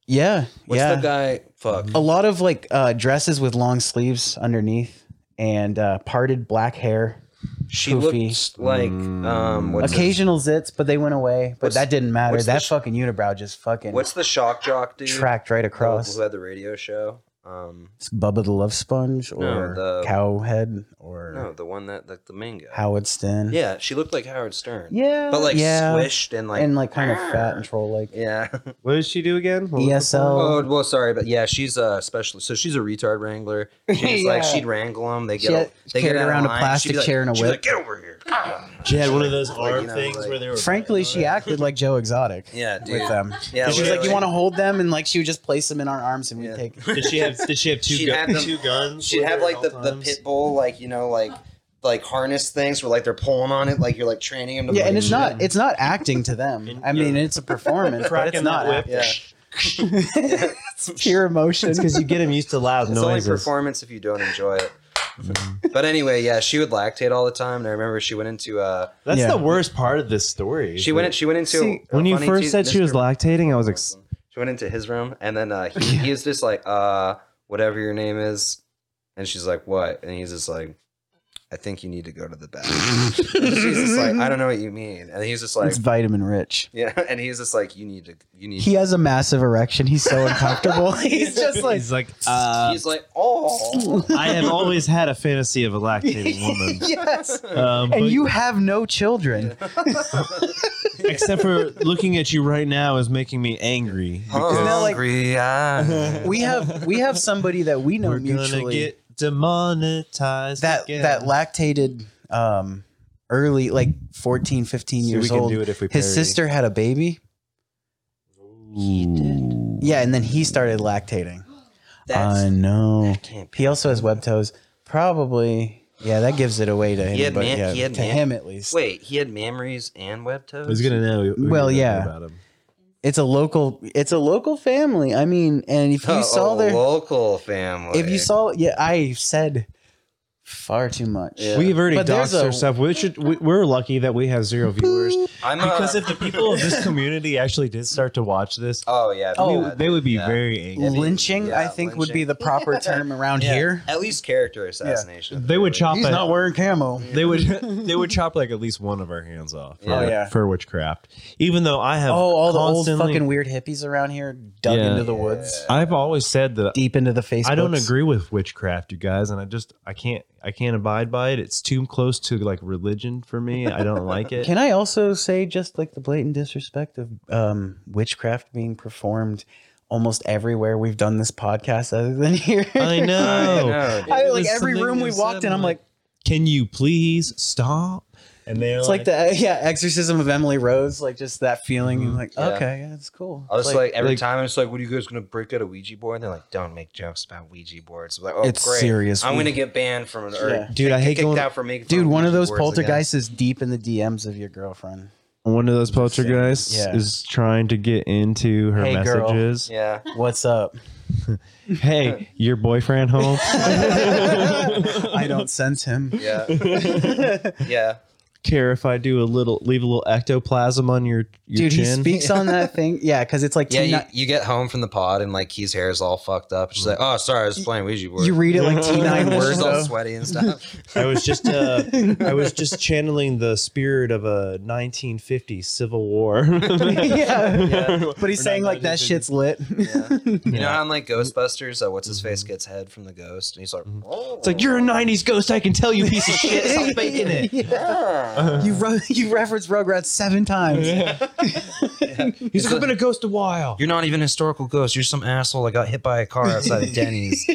D: yeah,
F: What's
D: yeah.
F: the guy? Fuck.
C: Mm-hmm.
D: a lot of like uh, dresses with long sleeves underneath and uh, parted black hair.
F: She
D: Poofy.
F: looked like
C: Mm.
F: um. What's his-
D: Occasional zits, but they went away. But
F: What's-
D: that didn't matter.
F: what's the
D: That
F: sh-
D: fucking unibrow just fucking
F: What's the shock jock dude?
D: tracked right across.
F: Who had the radio show? Um,
D: It's Bubba the Love Sponge or
F: the-
D: Cowhead or
F: no, the one that like the main guy.
D: Howard Stern.
F: Yeah, she looked like Howard Stern.
D: Yeah.
F: but like
D: yeah.
F: squished and like
D: and like kind of fat and troll like. E
F: yeah.
C: What did she do again? What was the
D: ESL.
F: Oh well, sorry, but yeah, she's a specialist. So she's a retard wrangler. She's like
D: Yeah.
F: she'd wrangle them. They
D: She
F: get
D: had-
F: a- they get
D: carried
F: out of
D: around a
F: line,
D: plastic
F: she'd be like-
D: chair and a
F: she'd be
D: whip.
F: like, get over here.
C: form? She had one of those
F: Like,
C: arm
F: you know,
C: things
F: like-
C: where they were.
D: Frankly, she acted like Joe Exotic
F: Yeah, dude.
D: with them.
F: Yeah,
D: And she's like,
F: literally.
D: "You want to hold them?" And like, she would just place them in our arms, and we'd
F: Yeah.
D: take.
C: Did she have? Did she have two,
F: She'd
C: gu-
F: have them-
C: two guns?
F: She'd
C: with
F: have
C: her
F: like
C: at
F: the,
C: all
F: the
C: times?
F: pit bull, like you know, like like harness things where like they're pulling on it, like you're like training them. To
D: Yeah,
F: like,
D: and it's
F: shit.
D: not it's not acting to them. I mean, it's a performance, but it's
C: Cracking that
D: not
C: whip.
D: act-
F: Yeah,
D: it's pure emotion.
C: because you get him used to loud
F: It's
C: noises. Mm-hmm.
F: only performance if you don't enjoy it. but anyway, yeah, she would lactate all the time, and I remember she went into uh
C: That's
D: Yeah.
C: the worst part of this story.
F: she went she went into
D: See,
F: a
C: when you
F: funny
C: first
F: te-
C: said she was
F: Mr.
C: lactating, I was ex-
F: she went into his room, and then uh, he, he was just like uh whatever your name is, and she's like what, and he's just like I think you need to go to the bathroom. She's just like, I don't know what you mean. And he's just like,
D: it's vitamin rich.
F: yeah. And he's just like, you need to, you need.
D: He has a massive erection. He's so uncomfortable. he's just like,
C: He's like,
D: uh,
F: he's like, oh,
C: I have always had a fantasy of a lactating woman.
D: yes.
C: Um, but-
D: And you have no children.
C: except for looking at you right now is making me angry.
D: that like- Uh-huh.
F: hungry eyes.
D: We have we have somebody that we know
C: We're gonna
D: mutually
C: get demonetized.
D: that
C: again.
D: that lactated um early like 14 15
C: See,
D: years
C: we can
D: old
C: do it if we
D: his
C: parody.
D: sister had a baby yeah and then he started lactating
F: That's-
D: i know
F: can't
D: he also has web toes probably yeah that gives it away to him
F: He had
D: but
F: man-
D: yeah,
F: he had
D: to
F: man-
D: him at least
F: Wait, he had mammaries and web toes.
C: He's gonna know. we know
D: Well, yeah.
C: About him.
D: it's a local it's a local family i mean and if you
F: Oh,
D: saw their
F: local family.
D: if you saw yeah i said far too much
F: Yeah.
C: We've already
D: But there's
C: doxed
D: a-
C: ourselves. We should. We, we're lucky that we have zero viewers
F: I'm
C: because
F: a,
C: if the people of this community actually did start to watch this,
F: oh yeah,
D: Oh,
F: yeah,
C: they would be
F: yeah.
C: very angry.
D: lynching
F: Yeah,
D: i think would be
F: lynching.
D: the proper term around
F: Yeah,
D: here
F: At least character assassination.
C: They would chop.
D: He's
C: a-
D: not wearing camo.
C: they would. They would chop like at least one of our hands off. For,
D: Oh, yeah.
C: For witchcraft, even though I have
D: Oh, all the old
C: constantly-
D: fucking weird hippies around here dug
C: Yeah.
D: into the woods,
C: I've always said that
D: deep into the face.
C: I don't agree with witchcraft, you guys, and I just I can't I can't abide by it. It's too close to like religion for me. I don't like it.
D: Can I also say just like the blatant disrespect of um, witchcraft being performed almost everywhere we've done this podcast other than here?
C: I know.
F: No, dude.
D: I-
C: It
D: like
C: was
D: every
C: something
D: room
C: they
D: we
C: said,
D: walked in, I'm like,
C: can you please stop? And they're
D: it's like the yeah exorcism of Emily Rose, like just that feeling.
C: Mm-hmm.
D: and like,
F: Yeah.
D: okay, yeah, it's cool.
F: I was
D: It's
F: like, every
C: like-
F: time, I'm just like, "What are you guys gonna break out a Ouija board?" And they're like, "Don't make jokes about Ouija boards." I'm like, "Oh,
D: It's
F: great.
D: serious.
F: I'm
D: We-
F: gonna get banned from an or
D: Yeah.
C: dude. I hate
F: kicked
C: going
F: out for making. fun
D: dude,
F: of
D: one of
F: Ouija
D: those
F: boards again.
D: poltergeists is deep in the DMs of your girlfriend.
C: one of those poltergeists
D: Yeah.
C: is trying to get into her
D: Hey, girl.
C: messages.
F: Yeah,
D: What's up?
C: Hey, your boyfriend home?
D: I don't sense him.
F: yeah, yeah.
C: Care if I do a little leave a little ectoplasm on your, your
D: Dude,
C: chin?
D: he speeks on that thing. Yeah, because it's like
F: Yeah,
D: Teen
F: you,
D: Ni-
F: you get home from the pod and like Key's hair is all fucked up. She's like, "Oh, sorry, I was playing Ouija board."
D: you read it like T nine
F: She's
D: words
F: all
D: though.
F: sweaty and stuff.
C: I was just uh, I was just channeling the spirit of a 1950 Civil War.
D: yeah. But he's
C: Or
D: saying
C: not
D: like that
C: 1950s.
D: shit's lit.
F: Yeah. You know how in like Ghostbusters, uh, what's his face
D: Mm-hmm.
F: gets head from the ghost, and he's like,
C: It's like you're a '90s ghost. I can tell you, piece of shit. Stop faking it.
D: You re- you reference Rugrats seven times.
C: He's like, I've been a ghost a while.
F: You're not even a historical ghost. You're some asshole that got hit by a car outside of Denny's.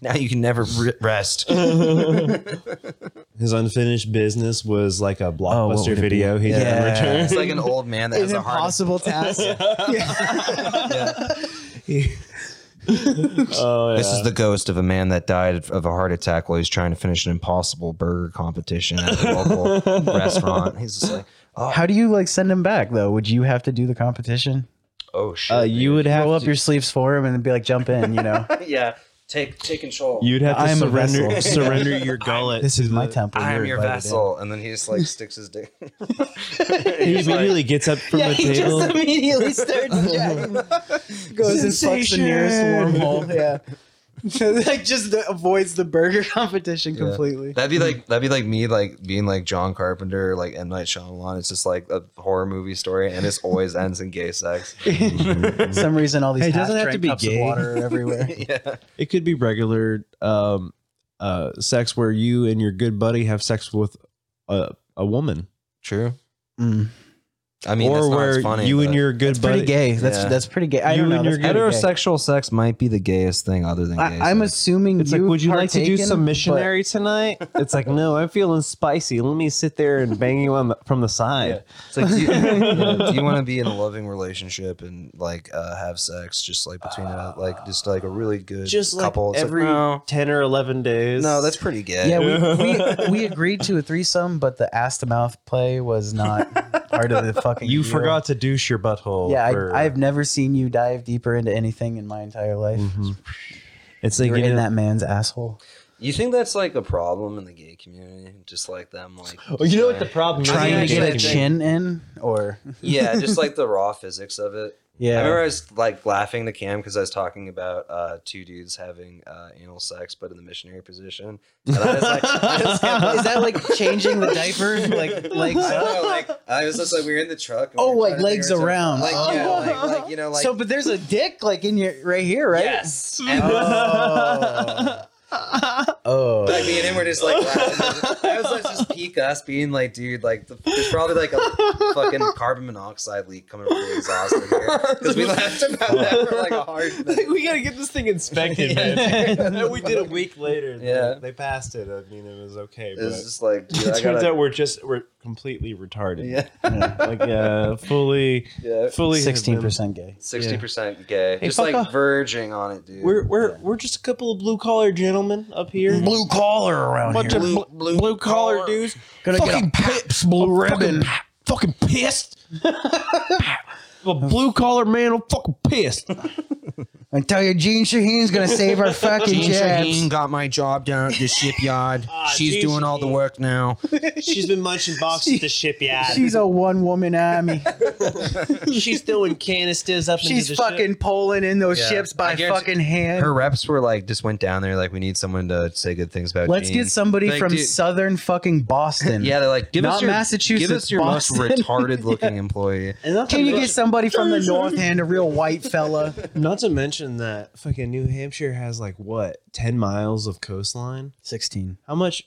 F: now you can never re- rest.
C: His unfinished business was like a
D: what
C: blockbuster
D: would it
C: video. He
D: Yeah.
C: never
F: It's
C: returned.
F: like an old man that
D: It's an
F: has a heart.
D: impossible task.
C: Oh, yeah.
F: This is the ghost of a man that died of a heart attack while he's trying to finish an impossible burger competition at a local restaurant. He's just like, oh,
D: How do you like send him back though? Would you have to do the competition?
F: oh shit.
C: Uh, you would have
D: Roll up
C: to,
D: your sleeves for him and be like, jump in. You know,
F: yeah, take take control.
C: You'd have to
D: I am a
C: surrender
D: vessel.
C: surrender your gullet.
D: this is
C: to
D: my
C: the-
D: temple.
F: I am
D: You're
F: your
D: invited in.
F: vessel, and then he just like sticks his dick.
C: He immediately gets up from the table.
D: immediately starts jacking. Goes and fucks the nearest wormhole. Yeah. like just the, avoids the burger competition completely.
F: That'd be like that'd be like me like being like John Carpenter, like M Night Shyamalan. It's just like a horror movie story, and it always ends in gay sex.
D: For some reason, all these
C: Hey, it doesn't have to
D: half-drank
C: be
D: cups of
C: gay.
D: water are everywhere.
F: yeah,
C: It could be regular um, uh, sex where you and your good buddy have sex with a, a woman,
F: true.
D: Mm.
F: I mean,
C: or
F: that's not
C: where
F: as funny.
C: you
F: but
C: and your good
D: It's pretty
C: buddy.
D: gay. That's
F: Yeah.
D: that's pretty gay. I
C: You
D: don't know.
C: and your
D: that's
C: gay-
D: pretty gay.
F: heterosexual sex might be the gayest thing other than gay.
D: I, I'm
F: sex.
D: assuming
C: It's like, would you like to do
D: partaken,
C: some
D: but-
C: missionary tonight? It's like, no, I'm feeling spicy. Let me sit there and bang you on the, from the side.
F: It's like, do you, yeah, do you want to be in a loving relationship and like uh, have sex just like between a, like just like a really good couple? It's
C: every
F: no,
C: 10 or 11 days.
F: no, that's pretty gay.
D: Yeah, we, we, we agreed to a threesome, but the ass to mouth play was not part of the fucking.
C: You
D: deal.
C: forgot to douche your butthole.
D: Yeah,
C: for-
D: I, I've never seen you dive deeper into anything in my entire life.
C: It's like
D: You're
C: you
D: in
C: know,
D: that man's asshole.
F: You think that's like a problem in the gay community? Just like them, like
C: Oh, you know what the problem is?
D: Trying
F: I
D: to
F: mean,
D: get a
F: actually, I
D: chin in, or
F: yeah, just like the raw physics of it. I remember I
D: yeah,
F: was like laughing to Cam because I was talking about uh, two dudes having uh, anal sex, but in the missionary position. And I was like, I just kept,
G: Is that like changing the diaper? Like, like
F: I don't know, like I was just like we were in the truck. and we
D: Oh,
F: were
D: like,
F: trying to
D: legs
F: figure it out.
D: around.
F: Like, yeah, like, like you know, like
D: so, but there's a dick like in your right here, right?
F: yes. And
D: Oh. oh.
F: like me and him were just like laughing. I was like just peak us being like, dude, like the, there's probably like a fucking carbon monoxide leak coming from the exhaust in here because we laughed about that for like a hard minute.
C: we gotta get this thing inspected, man. and we did a week later. They-
F: Yeah.
C: they passed it. I mean, it was okay,
F: It
C: but
F: was just like, dude,
C: it
F: I
C: turns
F: gotta,
C: out we're just we're completely retarded.
F: yeah,
C: like uh, fully,
F: yeah,
C: fully have been-
D: Sixteen percent gay.
F: sixty percent gay,
C: Hey,
F: just
C: fuck
F: like
C: off.
F: verging on it, dude.
C: We're we're we're just a couple of blue collar gentlemen up here.
D: Blue collar around
C: bunch of blue, blue collar dudes.
D: Gonna get a pips blue ribbon.
C: Fucking pissed. a blue collar man, I'm fucking pissed.
D: And tell you, Gene Shaheen's gonna save our fucking jabs.
B: got my job down at the shipyard.
C: She's Gene doing all the Shaheen.
B: work now.
C: She's been munching boxes at the shipyard.
D: She's a one woman army.
C: She's throwing canisters up
D: She's fucking pulling in those
F: Yeah.
D: ships
F: I
D: by
F: guarantee-
D: fucking hand.
F: her reps were like, just went down there, like, we need someone to say good things about.
D: Let's
F: Gene.
D: get somebody
F: Like,
D: from
F: dude-
D: southern fucking Boston.
F: Yeah, they're like, give us
D: Not
F: your
D: Massachusetts,
F: give us your most
D: Boston.
F: retarded looking employee.
D: Can you get somebody from the north hand, a real white fella?
C: Not to mention that fucking New Hampshire has like what ten miles of coastline.
D: Sixteen.
C: How much?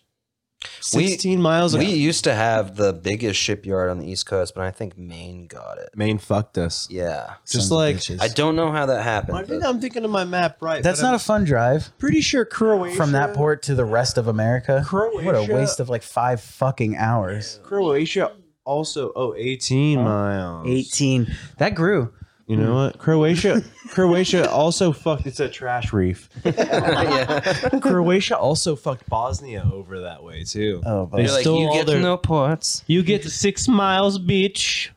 F: We-
C: Sixteen miles.
F: We
C: of
F: used to have the biggest shipyard on the East Coast, but I think Maine got it.
C: Maine fucked us.
F: Yeah.
C: Just like
F: I don't know how that happened.
C: I think
F: but-
C: I'm thinking of my map right.
D: That's not a fun drive
C: pretty sure Croatia
D: from that port to the rest of America. What a
C: Croatia-
D: waste of like five fucking hours.
C: Croatia also oh 18 miles.
D: 18. That grew.
C: You know what? Croatia Croatia also fucked it's a trash reef.
F: yeah.
C: Croatia also fucked Bosnia over that way too.
D: Oh,
C: They
D: but
F: You're like,
C: stole
F: you
C: all
F: get
C: their-
F: no ports.
C: You get to 6 miles beach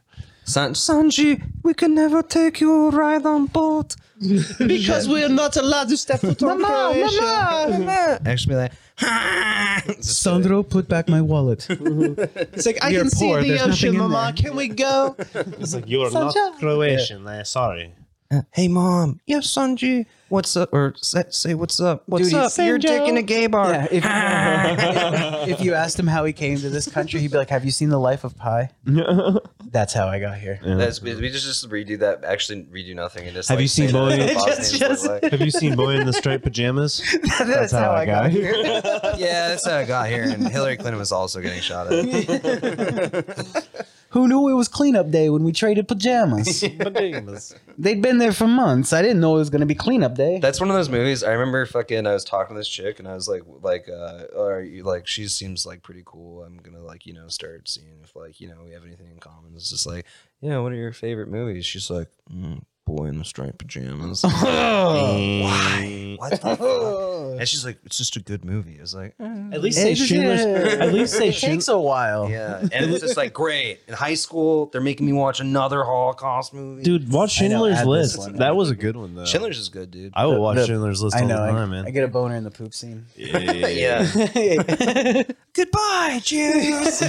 F: San- Sanji, we can never take you a ride on boat.
C: because we are not allowed to step foot on
F: Actually, like,
D: Sandro, put back my wallet.
C: It's like I
D: We are
C: can
D: poor,
C: see
D: there's
C: the ocean
D: nothing in
C: mama.
D: there.
C: Can we go? It's like you are not Croatian. eh, Sorry.
F: hey mom, yeah, Sanji, what's up? Or say, say what's up? What's
C: Dude,
F: up?
C: he's
F: You're
C: Sanjo.
F: taking a gay bar.
D: Yeah, if, if you asked him how he came to this country, he'd be like, Have you seen The Life of Pi? That's how I got here.
F: That's, we we just, just redo that. Actually, redo nothing and just.
C: Have
F: like,
C: you seen
F: say that
C: Boy-
F: in
C: Just-
F: Bosnian,
D: just-
F: like-
C: Have you seen Boy in the Striped Pajamas?
D: That's,
C: how I got
D: here.
F: yeah, that's how I got here. And Hillary Clinton was also getting shot at.
D: Who knew it was cleanup day when we traded pajamas?
C: Pajamas.
D: They'd been there for months. I didn't know it was going to be cleanup day.
F: That's one of those movies. I remember fucking. I was talking to this chick, and I was like, like, uh, are you like? She seems like pretty cool. I'm gonna like, you know, start seeing if like, you know, we have anything in common. It's just like, you know, what are your favorite movies? She's like, mm, Boy in the Striped Pajamas.
C: Oh,
F: Why? What? the fuck? And she's like, it's just a good movie. I was like, "Eh,
C: At least
D: Yeah,
C: say
D: just-
C: Schindler's.
D: yeah.
C: At least say
D: it takes
C: Schindler's.
D: a while.
F: yeah. And it's just like, great. In high school, they're making me watch another Holocaust movie.
C: Dude, watch
D: I know,
C: Schindler's
D: add this
C: List.
D: one.
C: That was a good one though.
F: Schindler's is good, dude.
C: I will watch
D: the-
C: Schindler's List
D: I
C: all
D: know.
C: the
D: I,
C: time, man.
D: I get a boner in the poop scene.
F: yeah. Goodbye, Jews.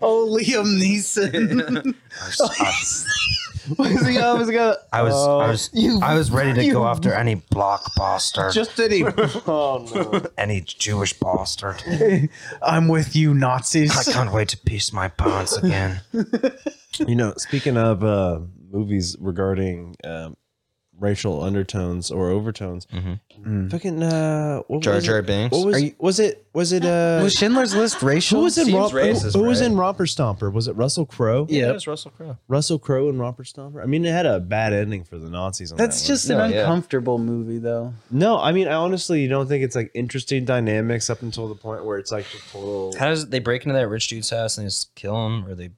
D: Oh, Liam Neeson. What is he always got?
F: I was, I was,
D: Oh, You,
F: I was ready to go after any blockbuster,
D: just oh, did he?
F: any Jewish bastard.
D: I'm with you, Nazis.
F: I can't wait to piss my pants again.
C: You know, speaking of uh, movies regarding um, racial undertones or overtones,
F: Mhm.
C: fucking uh, what
F: Jar
C: was
F: Jar
C: it?
F: Binks.
C: What was,
D: Are you-
C: was it? Was it? Uh,
D: Was Schindler's List racial?
C: who was in
F: Seems
C: Romper? Who,
F: racist,
C: who was
F: right?
C: in Romper Stomper? Was it Russell Crowe?
D: Yeah.
F: was Russell Crowe.
C: Russell Crowe and Romper Stomper. I mean, it had a bad ending for the Nazis. On
D: That's
C: that
D: just
F: No,
D: an
F: yeah.
D: uncomfortable movie, though.
C: one. no. I mean, I honestly don't think it's like interesting dynamics up until the point where it's like the total.
F: How does they break into that rich dude's house and just kill him, or they?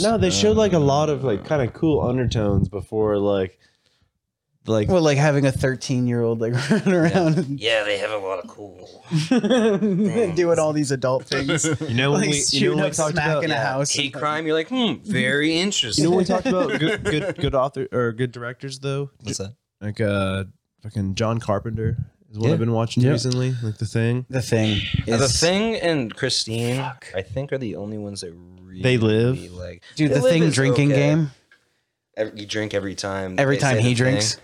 C: No, they showed like a lot of like kind of cool undertones before like, like
D: Well, like having a 13 year old like running around
E: Yeah, they have a lot of cool.
D: and doing all these adult things,
C: you know when
D: like
C: we you know
D: shooting
C: when we
D: up
C: talked
D: smack
C: about
D: in a house.
F: Hate crime. You're like, hmm, very interesting.
C: You know when we talked about good, good, good author or good directors though,
F: What's that?
C: like uh, fucking John Carpenter is what
D: Yeah.
C: I've been watching
D: Yeah.
C: recently, like the thing.
D: The thing is
F: the thing and Christine, I think, are the only ones that really
C: live.
F: like
D: Dude,
F: They
D: the
F: Live
D: thing
F: is
D: drinking
F: okay.
D: game.
F: Every, you drink every time.
D: Every
F: they
D: time
F: say
D: he
F: the thing.
D: drinks,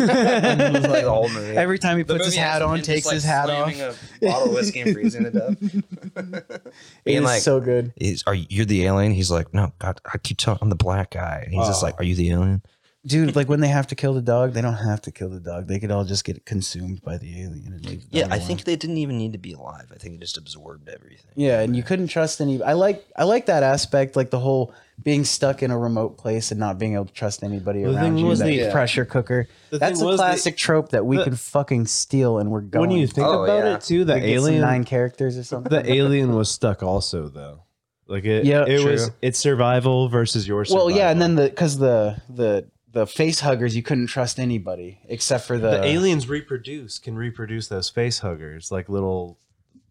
F: It's like the whole movie.
D: every time he
F: The
D: puts his
F: movie has
D: hat
F: him
D: on,
F: just,
D: takes
F: like,
D: his hat off.
F: slamming A bottle of whiskey and freezing it up.
D: It
F: Being
D: is
F: like,
D: so good.
F: is, "Are you you're the alien?" He's like, "No, God, I keep telling I'm the black guy." And he's just like, "Are you the alien?"
D: Dude, like when they have to kill the dog, they don't have to kill the dog. They could all just get consumed by the alien and leave. the
F: Yeah,
D: dog
F: I
D: alone.
F: think they didn't even need to be alive. I think it just absorbed everything.
D: Yeah, and you couldn't trust any. I like I like that aspect, like the whole being stuck in a remote place and not being able to trust anybody
C: The
D: around
C: thing
D: you.
C: was
D: that
C: the-
D: pressure cooker.
C: The
D: That's
C: thing
D: a
C: was that-
D: classic trope that we
C: the-
D: can fucking steal, and we're going.
C: When you think
F: Oh,
C: about
F: yeah.
C: it, too, the
D: we get some
C: alien
D: nine characters or something.
C: the alien was stuck also though. Like it,
D: Yeah,
C: it
D: true.
C: was it's survival versus your survival.
D: well, yeah, and then the because the the the face huggers, you couldn't trust anybody except for the,
C: the aliens reproduce can reproduce those face huggers like little.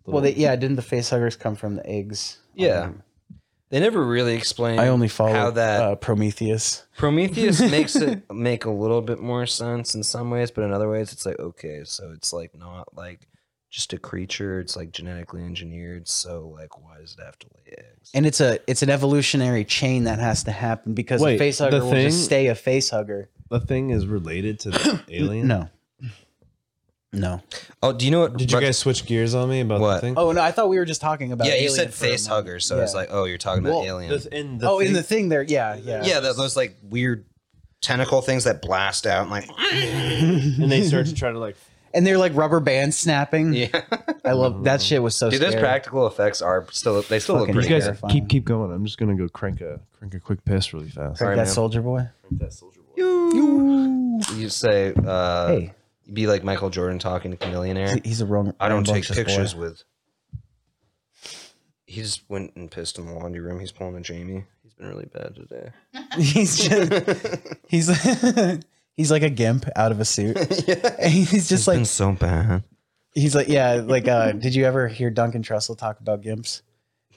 D: Well, they, yeah, didn't the face huggers come from the eggs?
F: Yeah.
D: Um,
F: They never really explained.
D: I only follow
F: how that
D: uh, Prometheus.
F: Prometheus makes it make a little bit more sense in some ways, but in other ways, it's like okay, so it's like not like just a creature. It's like genetically engineered. So like, why does it have to lay eggs?
D: And it's a it's an evolutionary chain that has to happen because
C: Wait,
D: a face
C: the
D: hugger will
C: thing-
D: just stay a face hugger.
C: the thing is related to the alien.
D: No. No.
F: oh, do you know what?
C: Did you
F: Rex-
C: guys switch gears on me about
F: What?
C: the thing?
D: Oh no, I thought we were just talking about
F: Yeah, you
D: alien
F: said
D: for a
F: face
D: moment.
F: hugger, so it's
D: Yeah.
F: like, oh, you're talking about
D: Well,
F: alien.
C: in
D: Oh, in the thing there, yeah, yeah.
F: yeah, tho- those like weird tentacle things that blast out and like,
C: and they start to try to like
D: And they're like rubber bands snapping.
F: yeah.
D: I love that shit was so
F: Dude, those
D: scary.
F: practical effects are still they
D: Fucking
F: still look
C: You
F: pretty
C: guys
F: good.
D: Terrifying.
C: keep keep going. I'm just gonna go crank a crank a quick piss really fast.
D: Like
F: Sorry,
D: that
F: man.
D: soldier boy.
F: You say, uh,
D: Hey.
F: be like Michael Jordan talking to Chameleonaire.
D: He- He's a wrong.
F: I don't take
D: rambunctious boy.
F: pictures with. He just went and pissed in the laundry room. He's pulling a Jamie. He's been really bad today.
D: he's just he's he's like a gimp out of a suit. And he's just like
F: so bad.
D: He's like, yeah, like, uh, did you ever hear Duncan Trussell talk about gimps?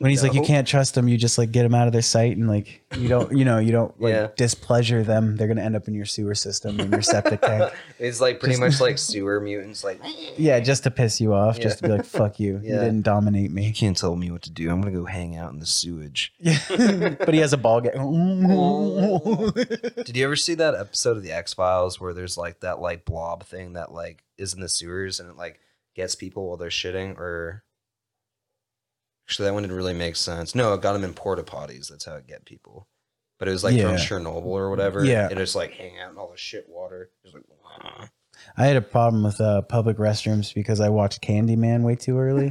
D: When he's like, you
F: No.
D: can't trust them, you just like get them out of their sight, and like, you don't, you know, you don't like
F: Yeah.
D: displeasure them. They're gonna end up in your sewer system and your septic tank.
F: It's like pretty much like sewer mutants. Like
D: Yeah, just to piss you off, just to be like, fuck you, you
F: Yeah.
D: didn't dominate me.
F: can't tell me what to do. I'm gonna go hang out in the sewage.
D: Yeah, but he has a ball
F: Oh.
D: game.
F: Did you ever see that episode of the X Files where there's like that like blob thing that like is in the sewers and it like gets people while they're shitting? Or actually, that one didn't really make sense. No, it got them in porta potties. That's how it get people. But it was like
D: Yeah.
F: from Chernobyl or whatever.
D: Yeah.
F: and it's like hang out in all the shit water. Just like "Wah."
D: I had a problem with uh, public restrooms because I watched Candyman way too early,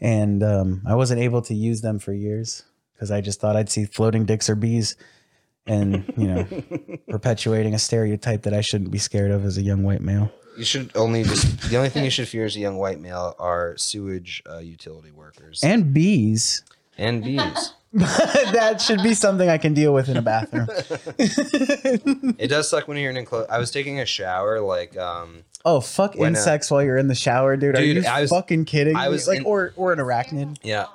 D: and um, I wasn't able to use them for years because I just thought I'd see floating dicks or bees, and you know, perpetuating a stereotype that I shouldn't be scared of as a young white male.
F: you should only just the only thing you should fear as a young white male are sewage uh, utility workers and,
D: And bees,
F: bees.
D: that should be something I can deal with in a bathroom.
F: it does suck when you're in enclosed. I was taking a shower like um.
D: Oh fuck,
F: Why not?
D: insects while you're in the shower, dude. Are
F: Dude,
D: you
F: I was-
D: fucking kidding?
F: I
D: me?
F: was
D: like,
F: in-
D: or or an arachnid.
F: Yeah.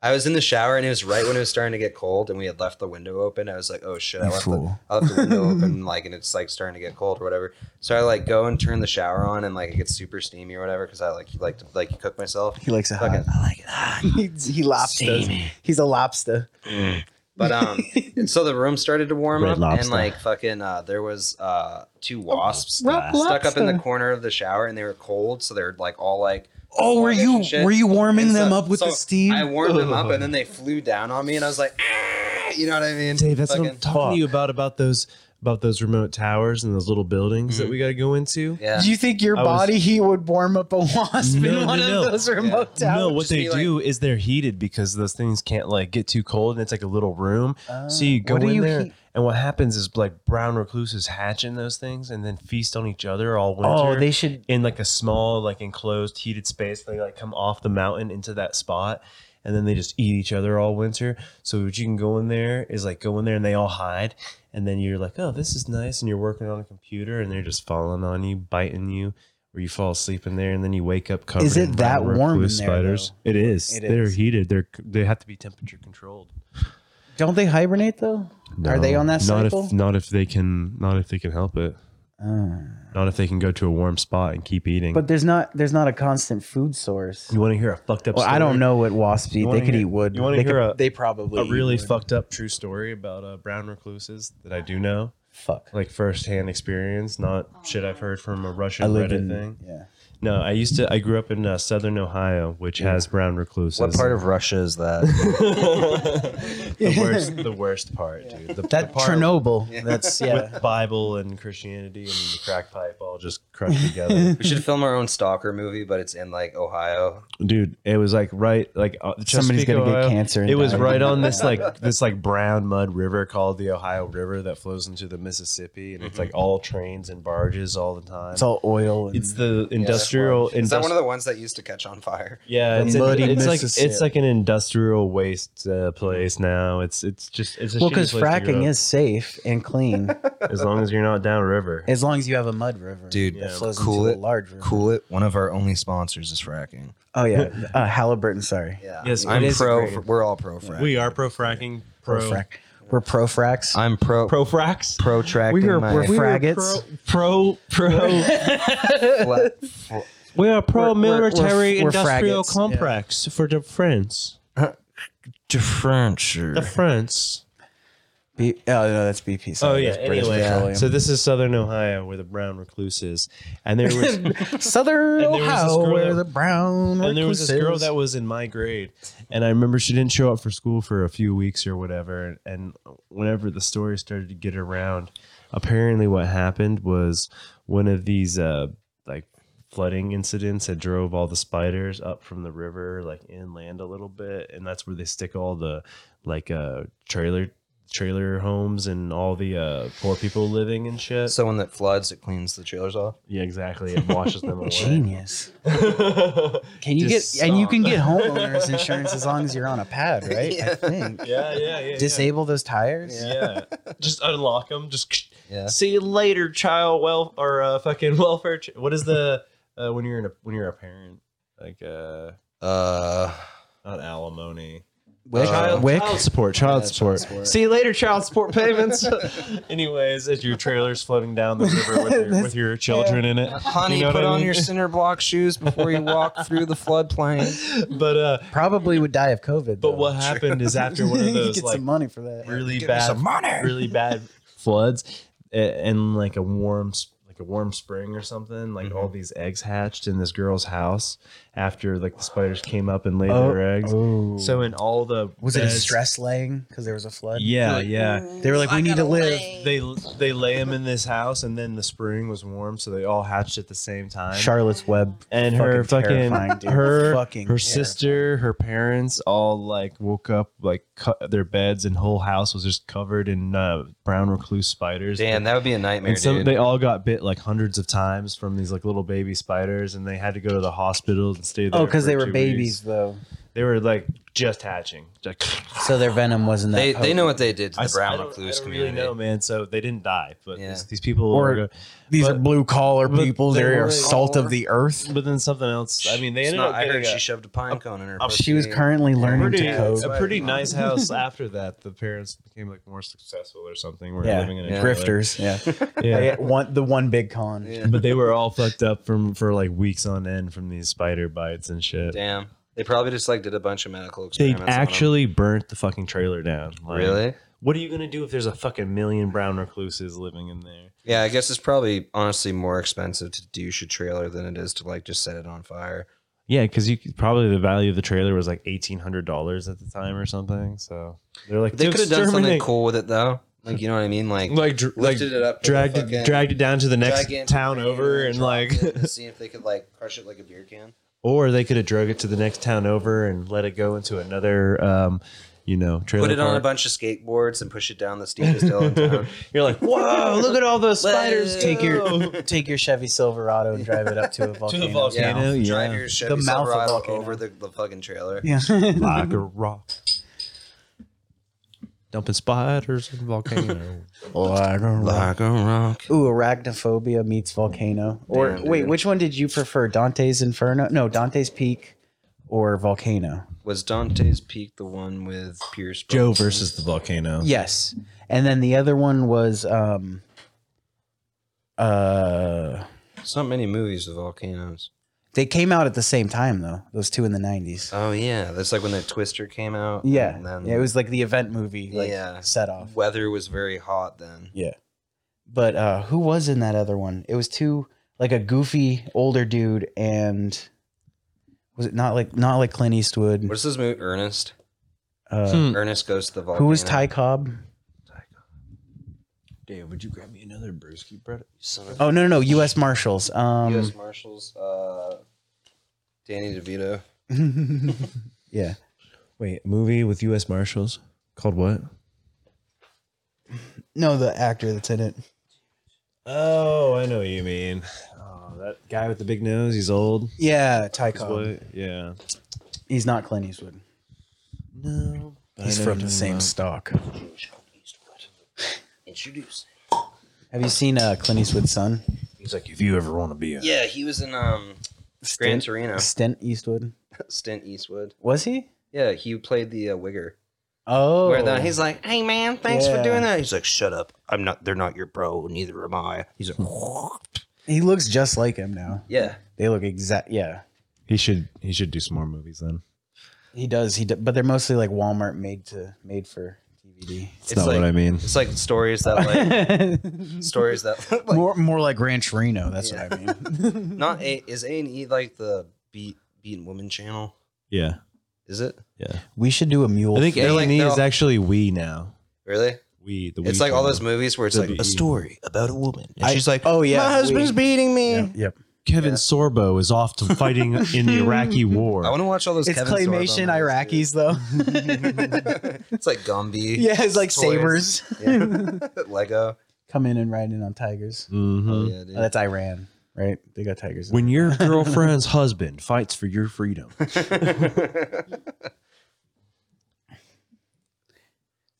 F: I was in the shower and it was right when it was starting to get cold and we had left the window open. I was like, oh shit, I
D: You
F: left, the,
D: fool.
F: I left the window open like and it's like starting to get cold or whatever. So I like go and turn the shower on and like it gets super steamy or whatever because I like like to like cook myself.
D: He likes it hot.
F: Fucking-
D: I like it hot. he, he lobsters. He's a lobster.
F: But um, and so the room started to warm
C: Red
F: up
C: Lobster. Oh,
F: and like fucking uh, there was uh two wasps stuck up in the corner of the shower and they were cold, so they're like all like.
D: Oh, were
F: sluggish
D: you
F: and shit.
D: were you warming
F: And so-
D: them up with
F: so
D: the steam?
F: I warmed them up, and then they flew down on me, and I was like, "Ah," you know what I mean?
C: Dave, that's what
F: Fucking-
C: I'm talking to you about about those about those remote towers and those little buildings that we got to go into.
F: Mm-hmm. yeah.
D: Do you think your
C: I was-
D: body heat would warm up a wasp
C: No,
D: in one
C: no, no.
D: of those remote
C: No,
D: towers?
C: what
F: Just
C: they
F: be like-
C: do is they're heated because those things can't like get too cold, and it's like a little room. so you go
D: what do
C: in
D: you
C: there,
D: heat-
C: and what happens is like brown recluses hatch in those things and then feast on each other all winter.
D: Oh, they should.
C: in like a small like enclosed heated space they like come off the mountain into that spot and then they just eat each other all winter so what you can go in there is like go in there and they all hide and then you're like oh this is nice and you're working on a computer and they're just falling on you biting you or you fall asleep in there and then you wake up covered
D: Is it
C: in
D: that
C: brown
D: warm in
C: recluse
D: there,
C: spiders it is
D: It
C: they're
D: is.
C: heated they're they have to be temperature controlled
D: Don't they hibernate though? Are they on that
C: not
D: cycle?
C: if not if they can not if they can help it Not if they can go to a warm spot and keep eating.
D: Ah. But there's not there's not a constant food source.
C: you want to hear a fucked up?
D: Well, I
C: story?
D: don't know what wasps eat.
C: wanna
D: They could
C: hear-
D: eat wood.
C: you wanna
D: they
C: hear
D: could-
C: a-
D: they probably
C: a
D: eat
C: really
D: wood.
C: fucked up true story about uh, brown recluses that I do know,
D: fuck.
C: like firsthand experience, not shit I've heard from a Russian
D: I lived
C: Reddit
D: in
C: thing.
D: yeah.
C: No, I used to. I grew up in uh, southern Ohio, which has brown recluses.
F: What part of Russia is that?
C: the worst? The worst part, dude. The,
D: That
C: the part
D: Chernobyl. That's yeah.
C: with Bible and Christianity and the crack pipe all just crushed together.
F: we should film our own stalker movie, but it's in like Ohio.
C: dude it was like right like uh,
D: Somebody's
C: Chesapeake,
D: gonna get
C: Ohio.
D: cancer and
C: it was
D: die.
C: right on this like this like brown mud river called the ohio river that flows into the mississippi and it's like all trains and barges all the time
D: Mm-hmm. It's all oil. And
C: it's the industrial
B: Is that
C: industri-
B: one of the ones that used to catch on fire?
C: yeah it's,
D: muddy
C: it's like
D: Mississippi.
C: it's like an industrial waste uh, place now it's it's just it's a
D: well,
C: shitty
D: because
C: place to
D: fracking
C: grow.
D: is safe and clean
C: as long as you're not downriver
D: as long as you have a mud river,
F: Dude,
D: That
C: Yeah.
D: flows
F: cool
D: into
F: it.
D: a large river.
F: Cool it. One of our only sponsors is fracking.
D: Oh yeah, uh, Halliburton. Sorry,
F: Yeah.
C: Yes, it
F: I'm
C: is
F: pro.
C: great.
F: we're all pro fracking.
C: we are pro fracking
D: pro frac. We're pro fracs.
F: I'm pro pro,
C: pro fracs
F: tracking
D: We were-
F: my
D: we're-
F: flat-
D: Fraggots.
C: pro pro, pro
F: fl-
C: We are pro military
D: we're- we're
C: industrial
D: faggots, yeah.
C: complex for the France.
F: differential.
C: The France.
D: B- oh no, that's BP.
C: Oh
D: Sorry,
C: yeah.
D: that's British
C: Anyway,
D: Petroleum.
C: so this is Southern Ohio where the brown recluse is, and there was
D: Southern
C: And there was this
D: Ohio,
C: girl
D: where
C: that-
D: the brown
C: and there was this girl
D: recluses.
C: that was in my grade, and I remember she didn't show up for school for a few weeks or whatever, and whenever the story started to get around, apparently what happened was one of these uh like flooding incidents that drove all the spiders up from the river like inland a little bit and that's where they stick all the like uh trailer trailer homes and all the uh poor people living and shit
F: So when that floods, it cleans the trailers off.
C: yeah exactly it washes them away
D: genius.
C: can
D: Can you get and you can get homeowners insurance as long as you're on a pad, right? I think.
C: yeah yeah yeah
D: Disable those tires.
C: yeah, yeah. just unlock them just
F: Yeah.
C: see you later child well or uh fucking welfare ch- what is the uh when you're in a when you're a parent like uh
F: Uh,
C: not alimony
D: Wick,
C: child,
D: Wick.
C: child Uh, support, child support.
F: support.
C: See you later, child support payments. Anyways, as your trailer's floating down the river with your, with your children in it,
F: honey,
C: You know
F: put
C: what I
F: on
C: mean?
F: your cinder block shoes before you walk through the floodplain.
C: But uh,
D: Probably would die of COVID.
C: but
D: though.
C: what happened is after one of
D: You
C: those
D: get
C: like
D: some money for that.
C: really
F: Give me
C: bad,
F: some money.
C: really bad floods, a- and like a warm, s- like a warm spring or something, like
D: Mm-hmm.
C: all these eggs hatched in this girl's house after like the spiders came up and laid their eggs. So in all the
D: Oh, was it a
C: beds-
D: stress laying because there was a flood?
C: Yeah, yeah.
D: They were like, mm. we need to live.
C: they they lay them in this house, and then the spring was warm, so they all hatched at the same time.
D: Charlotte's Web.
C: and her fucking,
D: terrifying, dude.
C: her
D: Fucking
C: her sister, her parents all like woke up like cut their beds, and whole house was just covered in uh, brown recluse spiders.
F: Damn, that would be a nightmare,
C: and some,
F: dude.
C: they all got bit like hundreds of times from these like little baby spiders, and they had to go to the hospital and stay there.
D: Oh, because
C: for
D: they were
C: two weeks.
D: babies though,
C: They were like just hatching. Like,
D: so their venom wasn't that.
F: they, they
D: potent.
F: know what they did to the
C: Oh, I
F: brown
C: don't- I
F: recluse
C: don't really
F: community.
C: know, man. So they didn't die, but
F: Yeah.
C: these, these people
D: Or-
C: were-
D: these
C: but-
D: are blue collar
C: but
D: people.
C: they
D: They
C: were
D: are
C: like-
D: salt of the earth.
C: But then something else. I mean, they
F: It's
C: ended
F: not-
C: up
F: I
C: getting
F: heard
C: a,
F: she shoved a pine cone in her.
C: a-
D: She was
F: pussy.
D: currently
C: a
D: learning
C: pretty,
D: to code.
C: a pretty nice house after that. The parents became like more successful or something. We're
D: Yeah,
C: living in a trailer.
D: grifters. Yeah,
C: Yeah.
D: They- one the one big con.
C: but they were all fucked up from for like weeks on end from these spider bites and shit.
F: Damn, they probably just like did a bunch of medical
C: They
F: experiments. on 'em.
C: actually burnt the fucking trailer down. Like,
F: really?
C: What are you gonna do if there's a fucking million brown recluses living in there?
F: Yeah, I guess it's probably honestly more expensive to douche a trailer than it is to like just set it on fire.
C: Yeah, because you could- probably the value of the trailer was like eighteen hundred dollars at the time or something. So they're like
F: They
C: "To
F: could have done something
C: exterminate."
F: cool with it though. Like you know what I mean? Like
C: like dr- like
F: lifted it up, to
C: dragged
F: the
C: it
F: fucking
C: dragged it down to the next
F: gigantic
C: town
F: crane
C: over and like
F: dropped it and seeing if they could like crush it like a beer can.
C: or they could have drug it to the next town over and let it go into another um you know trailer
F: Put it on a
C: park.
F: bunch of skateboards and push it down the steepest hill in town.
C: you're like
D: Oh,
C: whoa look at all those spiders
F: Let it
D: Take your take your Chevy Silverado and drive it up to a volcano.
C: volcano.
F: Yeah,
C: yeah.
F: drive your Chevy
D: The mouth of
F: Silverado
D: volcano.
F: over the, the fucking trailer.
D: Yeah.
C: like a rock dumping spiders in volcano
F: Like a rock.
D: Ooh, arachnophobia meets volcano. Or
F: Damn,
D: wait,
F: dude.
D: which one did you prefer? Dante's Inferno? No, Dante's Peak or Volcano?
F: Was Dante's Peak the one with Pierce
C: Joe
F: Brosnan?
C: versus the volcano
D: Yes. And then the other one was um Uh,
F: There's not many movies with volcanoes.
D: they came out at the same time though. Those two in the nineties.
F: Oh yeah, that's like when that Twister came out.
D: yeah.
F: Oh, and then
D: yeah, it was like the event movie. Like,
F: Yeah.
D: Set off.
F: weather was very hot then.
D: But uh, who was in that other one? It was two like a goofy older dude and was it not like not like Clint Eastwood?
F: What's this movie? Ernest.
D: Uh,
C: Hmm.
F: Ernest goes to the volcano.
D: Who was Ty Cobb?
C: Dave, would you grab me another brewski, Brett?
F: Son of
D: Oh no no no! U.S. Marshals. Um,
F: U.S. Marshals. Uh, Danny DeVito.
D: yeah.
C: Wait, a movie with U.S. Marshals called what?
D: No, the actor that's in it.
C: Oh, I know what you mean. Oh, that guy with the big nose. He's old.
D: Yeah, Ty
C: He's
D: Cobb.
C: what? Yeah.
D: He's not Clint Eastwood.
C: No.
D: He's from the same stock.
F: Introduce.
D: Have you seen uh, Clint Eastwood's son,
C: He's like, if you ever want to be a.
F: Yeah, he was in um, Gran Torino.
D: Stent Eastwood?
F: Stint Eastwood.
D: Was he?
F: Yeah, he played the uh, Wigger.
D: Oh,
F: Where the, he's like, "Hey man, thanks
D: Yeah.
F: for doing that." He's like, "Shut up! I'm not. They're not your bro. Neither am I." He's like,
D: he looks just like him now.
F: "Yeah,
D: They look exact. Yeah,
C: He should. He should do some more movies then.
D: he does. He, do, but they're mostly like Walmart made to made for DVD.
C: It's,
F: It's
C: not
F: like-
C: what I mean.
F: it's like stories that like stories that like,
D: more more like Rancherino. That's what I mean.
F: not a is A and E like the beat beaten woman channel?
C: Yeah.
F: Is it
C: Yeah.
D: we should do a mule.
C: I think
F: they're
C: A
F: like-
C: and E
F: they're
C: is
F: all-
C: actually we now.
F: really?
C: We. The
F: It's
C: Wii
F: like all
C: channel.
F: those movies where it's
C: The
F: like
C: beat.
F: a story about a woman, and
D: I-
F: she's like,
D: oh, yeah,
F: my husband's
D: we-
F: beating me."
D: Yep. yep.
C: Kevin Sorbo is off to fighting in the Iraqi War.
F: I want to watch all those.
D: It's
F: Kevin Sorbo
D: claymation Iraqis
F: movies,
D: though.
F: dude. it's like Gumby.
D: yeah, it's like
F: Toys.
D: sabers.
F: Yeah. Lego.
D: Come in and ride in on tigers.
C: Mhm.
F: Oh, yeah, dude.
D: Oh, that's Iran, right? They got tigers.
C: When your girlfriend's husband fights for your freedom.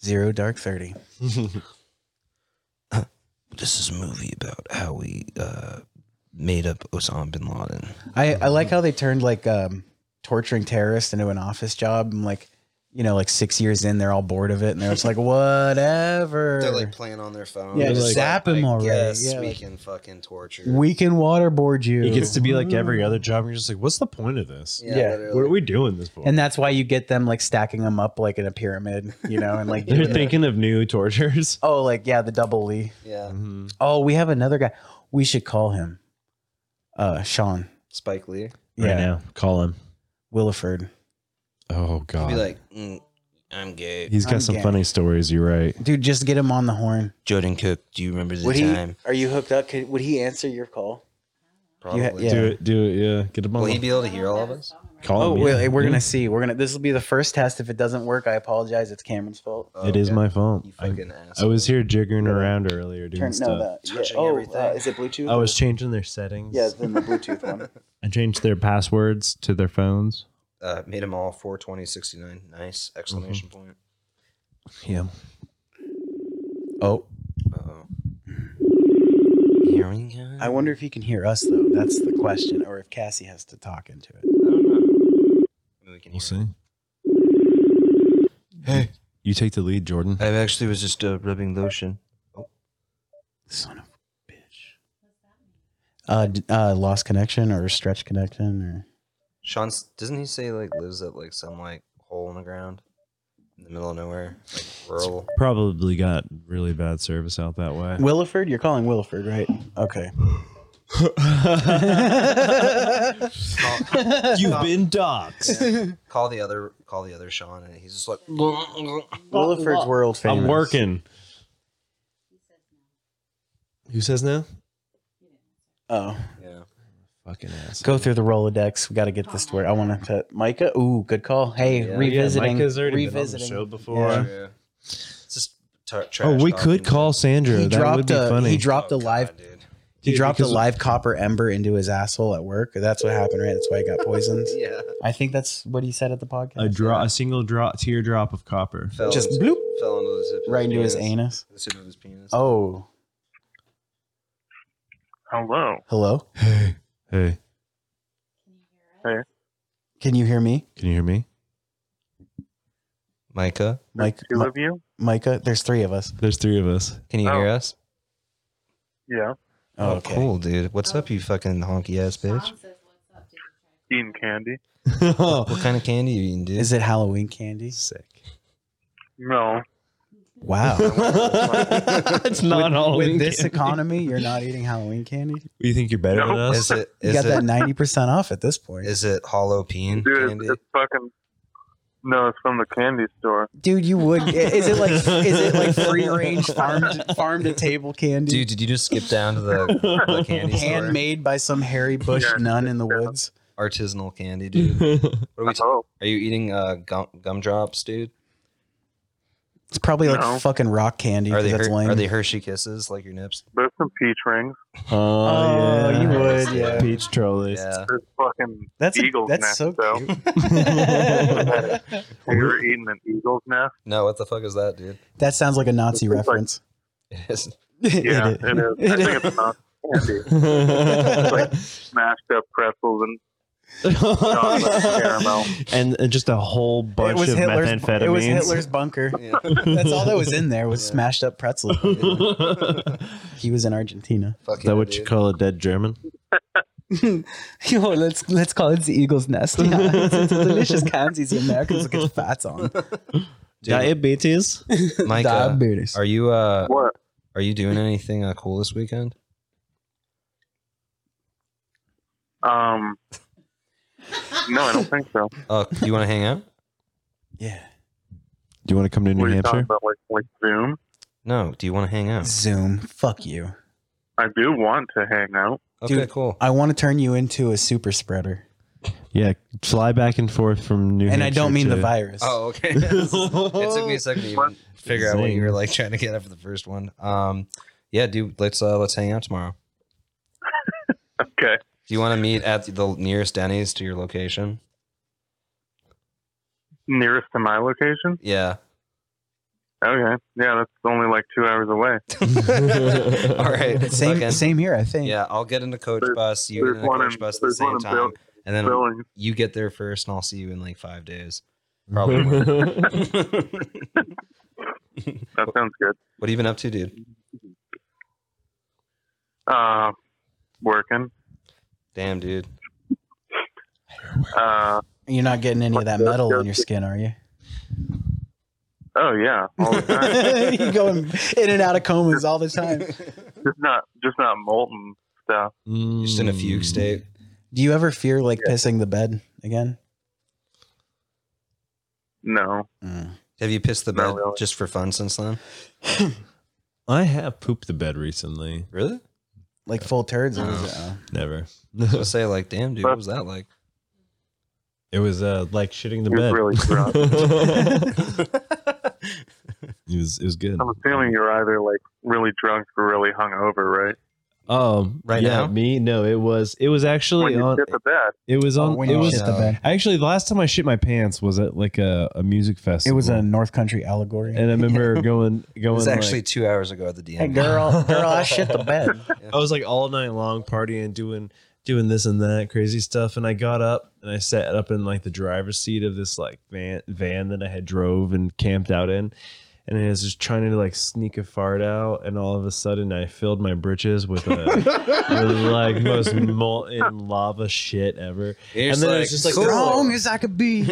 D: Zero Dark Thirty.
F: this is a movie about how we uh, made up Osama bin Laden.
D: I, I like how they turned like um, torturing terrorists into an office job. And like, you know, like six years in, they're all bored of it, and they're just like, whatever.
F: They're like playing on their phone.
D: yeah,
C: they're
D: just
C: like-
D: zap him
F: I
D: already.
F: guess
D: yeah,
F: we
D: like,
F: can fucking torture.
D: we can waterboard you.
C: It gets to be like every other job. And you're just like, what's the point of this?
D: yeah.
F: literally.
C: Mm-hmm. What are we doing this for?
D: and that's why you get them like stacking them up like in a pyramid, you know, and like
C: They're
D: doing-
C: thinking of new tortures.
D: oh, like yeah, the double Lee.
F: Yeah,
C: Mm-hmm.
D: Oh, we have another guy. We should call him, uh, Sean.
F: Spike Lee.
C: Right
D: yeah,
C: now, call him.
D: Williford.
C: Oh
F: He'd
C: God,
F: be like, mm, I'm gay.
C: he's got
D: I'm
C: some
D: gay.
C: funny stories. You're right.
D: Dude, just get him on the horn.
F: Jordan Cook. Do you remember the
D: Would he-
F: time?
D: Are you hooked up? Could, would he answer your call?
F: Probably.
D: ha- yeah.
C: Do it, do it. Yeah, get him on.
F: Will he
C: the-
F: be able to hear all of us?
C: call
D: Oh,
C: him.
D: wait,
C: yeah.
D: we're
C: Yeah.
D: gonna see. We're gonna. This will be the first test. If it doesn't work, I apologize. It's Cameron's fault.
F: Oh,
C: It is
F: okay.
C: my fault.
F: You
C: I,
F: fucking ass.
C: I was here jiggering around earlier doing
D: Turn no,
C: stuff.
D: that. Yeah.
F: Touching
D: Oh,
F: everything.
D: uh, is it Bluetooth?
C: I was changing their settings.
D: Yeah, it's been the Bluetooth one.
C: I changed their passwords to their phones.
F: Uh, made them all 420 69. Nice exclamation point.
C: Yeah.
D: Oh,
F: Uh oh. Hearing guy?
D: I wonder if he can hear us though. That's the question, or if Cassie has to talk into it.
F: I don't know. Maybe we can
C: We'll
F: hear
C: see. Hey, you take the lead, Jordan.
F: I actually was just uh, rubbing lotion.
D: Son of a bitch. Uh, d- uh, lost connection or stretch connection or
F: Sean, doesn't he say like lives at like some like hole in the ground in the middle of nowhere, like rural?
C: Probably got really bad service out that way.
D: Williford? You're calling Williford, right? Okay.
F: Call,
C: You've been doxxed.
F: call the other, call the other Sean, and he's just like,
D: Williford's world famous.
C: I'm working. Who says no?
D: Oh,
F: yeah,
C: Fucking ass.
D: go through the Rolodex. We got to get this to where I want to. Micah. Ooh, good call. Hey,
F: Yeah.
D: revisiting.
C: Mike has already been on the
D: revisiting.
C: show before.
D: Yeah.
F: true. It's just tar-
C: Oh,
F: trash
C: we
F: talking,
C: could
F: dude.
C: call Sandra.
D: He
C: that would
D: dropped
C: be
D: a
C: funny.
D: he dropped a
F: God,
D: live
F: dude.
D: he
C: Yeah,
D: dropped a
C: because-
D: live copper ember into his asshole at work. That's what happened, right? That's why he got poisoned.
F: Yeah,
D: I think that's what he said at the podcast.
C: a draw, a single draw, teardrop of copper.
F: fell
D: Just
F: into,
D: bloop
F: fell into the tip of
D: right into his anus.
F: penis. The tip of his penis.
D: Oh,
E: Hello.
D: hello.
C: Hey, hey,
D: Can you hear me,
C: can you hear me?
F: Micah,
D: Mike?
E: Two of you?
D: Mi- Micah, there's three of us.
C: There's three of us.
F: can you
E: Oh.
F: hear us?
E: Yeah.
D: Oh, okay.
F: cool, dude. What's up, you fucking honky ass bitch?
E: Eating candy.
F: What kind of candy you eating, dude?
D: Is it Halloween candy?
C: Sick.
E: No.
D: Wow.
C: it's not all
D: With this economy, you're not eating Halloween candy.
C: You think you're better than
E: Nope.
C: us?
F: Is it
D: You
F: is
D: got that
F: it
D: ninety percent off at this point,
F: is it hollow peen
E: Dude,
F: candy?
E: it's, it's fucking. No, it's from the candy store.
D: dude. You would. Is it like? Is it like free range farm farm to table candy?
F: Dude, did you just skip down to the, the candy store?
D: handmade by some hairy bush
E: Yeah.
D: nun in the woods.
F: artisanal candy, dude? What are we?
E: I
F: T-
E: hope.
F: are you eating uh, gum gumdrops, dude?
D: It's probably like
E: No.
D: fucking rock candy.
F: Are
D: 'cause
F: they
D: that's
F: Her-
D: lame.
F: are they Hershey kisses like your nips?
E: There's some peach rings.
C: Oh,
D: Oh,
C: yeah.
D: you would, yeah.
C: Peach trolleys.
F: Yeah.
E: There's fucking
D: that's a,
E: eagle's
D: that's
E: nest,
D: so
E: though.
D: cute.
E: We were eating an eagle's nest.
F: No, what the fuck is that, dude?
D: That sounds like a Nazi
E: It's like-
D: reference. It
E: Yeah,
D: is.
E: it is. I think it's not candy. It's like smashed up pretzels and chocolate caramel.
C: and, and just a whole bunch
D: it was
C: of
D: Hitler's.
C: methamphetamines.
D: It was Hitler's bunker. That's all that was in there was smashed up pretzel. he was in Argentina.
F: Fuck
C: Is that
F: yeah,
C: what
F: dude.
C: you call a dead German?
D: Yo, let's let's call it the Eagle's Nest. Yeah, it's, it's a delicious candy. The Americans will get fats on.
C: Diabetes.
F: Mike, uh,
D: Diabetes.
F: are you uh,
E: What?
F: are you doing anything uh, cool this weekend?
E: Um. No, I don't think so.
F: Uh, you want to hang out?
D: yeah.
C: Do you want to come to New
E: what are you talking
C: Hampshire?
E: about? Like, like Zoom?
F: No. Do you want to hang out?
D: Zoom. Fuck you.
E: I do want to hang out.
F: Okay,
D: Dude,
F: cool.
D: I want to turn you into a super spreader,
C: Yeah, fly back and forth from New
D: and
C: Hampshire.
D: I don't mean
C: to-
D: the virus.
F: Oh, okay. it took me a second to even figure out what you were like trying to get after the first one. Um, yeah, dude, let's uh, let's hang out tomorrow.
E: Okay.
F: Do you want to meet at the nearest Denny's to your location?
E: Nearest to my location?
F: Yeah.
E: Okay. Yeah, that's only like two hours away.
F: All right.
D: Same
F: fucking-
D: same here, I think.
F: Yeah, I'll get in the coach
E: There's-
F: bus. You
E: there's
F: get in the
E: one
F: coach
E: in-
F: bus at the
E: there's one
F: same time,
E: in Bill-
F: and then
E: Billings.
F: you get there first, and I'll see you in like five days. Probably. more.
E: That sounds good.
F: what have you been up to, dude?
E: Uh, working.
F: Damn, dude.
E: Uh,
D: You're not getting any of that metal on your skin, are you?
E: oh yeah, all the time.
D: you going in and out of comas all the time.
E: just not, just not molten stuff.
C: Mm.
F: You're just in a
C: Hmm.
F: fugue state.
D: Do you ever fear like pissing the bed again?
E: No.
F: Have you pissed the bed
E: Not really.
F: just for fun since then?
C: I have pooped the bed recently.
F: Really?
D: Like full turds? Or is it, uh,
C: Never.
F: So say like, damn, dude, what was that like?
C: It was uh, like shitting the
E: It was
C: bed.
E: really gross.
C: it was it was good.
E: I'm assuming you're either like really drunk or really hungover, right?
C: Um,
F: Right
C: yeah,
F: now?
C: me no, it was it was
E: When
C: actually
E: you
C: on.
E: get to bed,
C: It was on.
D: Oh, when
C: it
D: you
C: was
D: shit the bed.
C: actually the last time I shit my pants was at like a, a music
D: It
C: festival.
D: was a North Country allegory.
C: and I remember going
F: It
C: going
F: was actually
C: like,
F: two hours ago at the DM.
D: Hey, girl, girl, I shit the bed.
C: I was like all night long partying, doing doing this and that crazy stuff. And I got up and I sat up in like the driver's seat of this like van van that I had drove and camped out in. And I was just trying to like sneak a fart out, and all of a sudden I filled my britches with a with, like most molten lava shit ever. and then it was just like
D: Strong as I could be.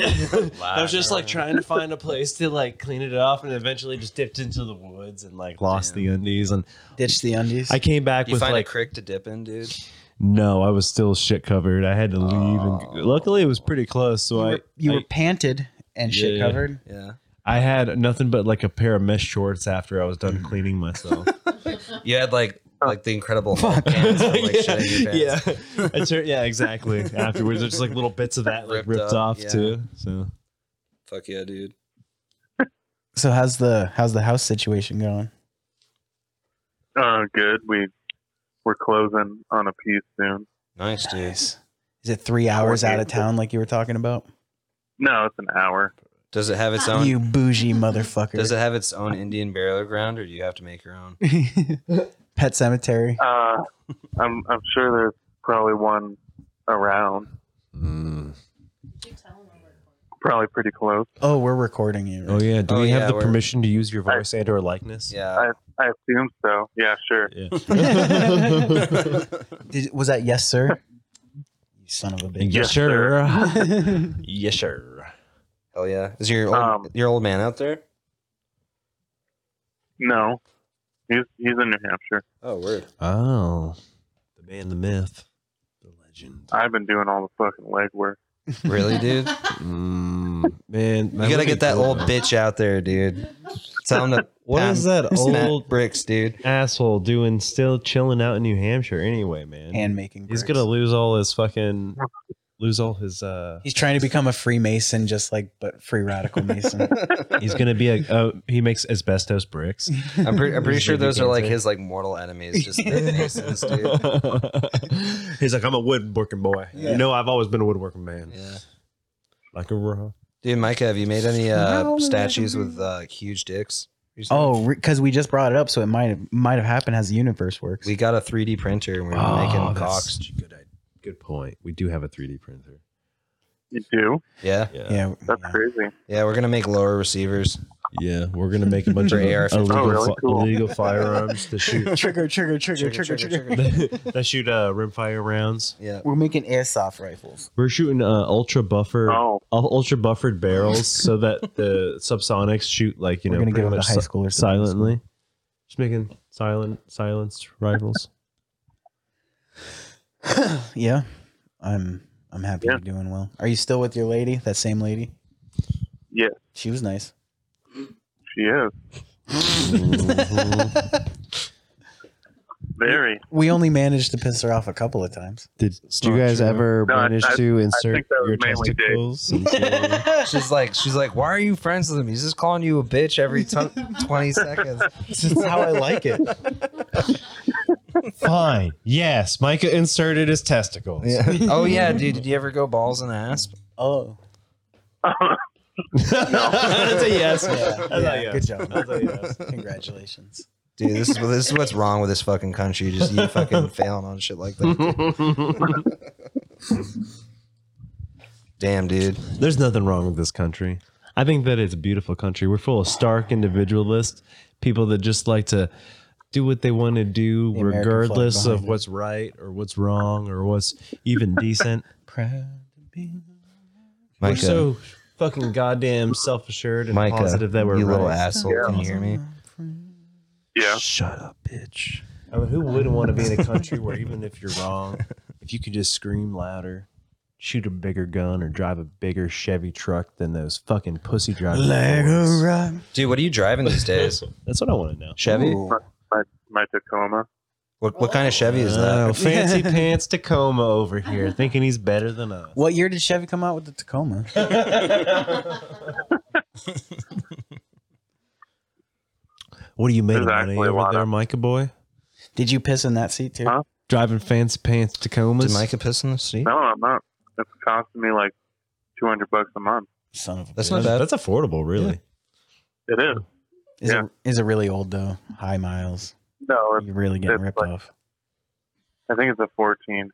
C: I was just like trying to find a place to like clean it off, and eventually just dipped into the woods and like lost the undies. And
D: Ditch the undies.
C: I came back
F: You
C: with
F: find
C: like
F: a crick to dip in, dude.
C: no, I was still shit covered. I had to leave,
F: Oh.
C: and luckily it was pretty close. So
D: you
C: I
D: were, you
C: I,
D: were panted and shit
C: Yeah.
D: covered.
F: Yeah.
C: I had nothing but like a pair of mesh shorts after I was
F: Mm.
C: done cleaning myself.
F: You had like like the incredible Hulk pants from, like shitting your pants.
C: yeah, I turned- yeah, exactly. Afterwards, there's just like little bits of that like
F: Ripped
C: ripped
F: up,
C: off
F: yeah.
C: too. So
F: Fuck yeah, dude.
D: So how's the how's the house situation going?
E: uh, good. We we're closing on a piece soon.
F: Nice, dude.
D: Nice. Is it three hours out of town like you were talking about?
E: No, it's an hour.
F: Does it have its own?
D: You bougie motherfucker.
F: Does it have its own Indian burial ground, or do you have to make your own?
D: Pet cemetery.
E: Uh, I'm I'm sure there's
F: Mm.
E: probably one around. probably pretty close.
D: Oh, we're recording you.
C: Oh yeah. Do
F: Oh,
C: we have
F: yeah,
C: the
F: we're-
C: permission to use your voice and or likeness?
F: Yeah.
E: I assume so. Yeah, sure.
C: Yeah.
D: Did, was that yes, sir? you son of a
C: yes,
D: bitch.
E: Yes,
C: sir.
E: sir.
C: yes, sir.
F: Hell yeah. Is your old,
E: Um,
F: your old man out there?
E: No, he's he's in New Hampshire.
F: Oh, word.
C: Oh, the man, the myth, the legend.
E: I've been doing all the fucking legwork.
F: Really, dude?
C: Mm, man,
F: You gotta get that old bitch out there, dude. Tell him to
C: What
F: pound
C: is that
F: smack
C: old
F: bricks, dude.
C: asshole doing? Still chilling out in New Hampshire, anyway, man.
D: Hand making.
C: He's
D: bricks.
C: gonna lose all his fucking, lose all his. uh
D: He's trying to become a Freemason, just like but free radical Mason.
C: He's gonna be a. Uh, he makes asbestos bricks.
F: I'm, pre- I'm pretty
C: He's
F: sure
C: gonna be
F: those are like
C: cancer.
F: his like mortal enemies, just the masons, dude.
C: He's like, I'm a woodworking boy.
D: Yeah.
C: You know, I've always been a woodworking man.
F: Yeah,
C: Like a raw.
F: dude, Micah, have you made any uh, statues with uh, huge dicks? recently?
D: oh, because we just brought it up, so it might have might have happened as the universe works.
F: we got a 3D printer and we were
C: Oh,
F: making cocks.
C: Good, good point. We do have a 3D printer.
E: You do?
F: Yeah,
C: Yeah.
D: yeah,
E: That's
D: yeah.
E: crazy.
F: yeah, we're gonna make lower receivers.
C: Yeah, we're gonna make a bunch
F: For
C: of illegal,
F: AR-15.
E: Oh, really?
C: fi-
E: Cool.
C: illegal firearms to shoot
D: Trigger, trigger, trigger, trigger, trigger.
C: that shoot uh, rimfire rounds.
F: Yeah,
D: We're making airsoft rifles.
C: We're shooting uh, ultra buffer,
E: Oh,
C: ul- ultra buffered barrels, so that the subsonics shoot like you
D: We're
C: know
D: gonna
C: pretty
D: get into
C: much
D: high
C: si-
D: school or something.
C: silently. Just making silent silenced rifles.
D: yeah, I'm I'm happy
E: Yeah.
D: you're doing well. Are you still with your lady? That same lady?
E: Yeah.
D: she was nice.
E: she is. Very.
D: We only managed to piss her off a couple of times.
A: Did,
F: It's
A: do you
F: not
A: guys
F: true.
A: ever
E: No, I-
A: manage
E: I-
A: to
E: think
A: insert
E: that was
A: your
E: mainly Dave.
A: testicles? into-
F: she's like, she's like, why are you friends with him? He's just calling you a bitch every t- 20 seconds.
D: This is how I like it.
C: Fine. Yes, Micah inserted his testicles.
F: Yeah. Oh yeah, dude, did you ever go balls and ass?
D: Oh,
C: That's a yes.
D: yeah,
C: That's
D: yeah,
C: a yes.
D: good job.
C: That's a yes.
D: Congratulations.
F: Dude, this is this is what's wrong with this fucking country. Just you fucking failing on shit like that. Damn, dude.
C: There's nothing wrong with this country. I think that it's a beautiful country. We're full of stark individualists, people that just like to do what they want to do,
D: The American flag
C: regardless
D: behind
C: of
D: it.
C: what's right or what's wrong or what's even decent.
D: Proud to be.
C: We're
F: Micah,
C: so fucking goddamn self assured and
F: Micah,
C: positive that we're
F: you little
C: right.
F: asshole. Can you hear me?
E: Yeah.
C: Shut up, bitch. I mean, who wouldn't want to be in a country where even if you're wrong, if you could just scream louder, shoot a bigger gun, or drive a bigger Chevy truck than those fucking pussy drivers?
F: Dude, what are you driving these days?
C: That's what I want to know.
F: Chevy?
E: My, my Tacoma.
F: What, what kind of Chevy is
C: Oh,
F: that?
C: fancy pants Tacoma over here, thinking he's better than us.
D: What year did Chevy come out with the Tacoma?
C: What do you make
E: There's
C: of money
E: actually a
C: over
E: lot
C: there,
E: of-
C: Micah boy?
D: Did you piss in that seat too?
E: Huh?
C: Driving fancy pants Tacomas.
F: Did Micah piss in the seat?
E: No, I'm not. It's costing me like 200 bucks a month.
D: Son of a
F: That's
D: bitch.
F: not bad.
C: That's affordable, really.
E: It is.
D: Is,
E: yeah.
D: it, is it really old though? High miles.
E: No, it's,
D: You're really getting
E: it's
D: ripped
E: like-
D: off.
E: I think it's a 14.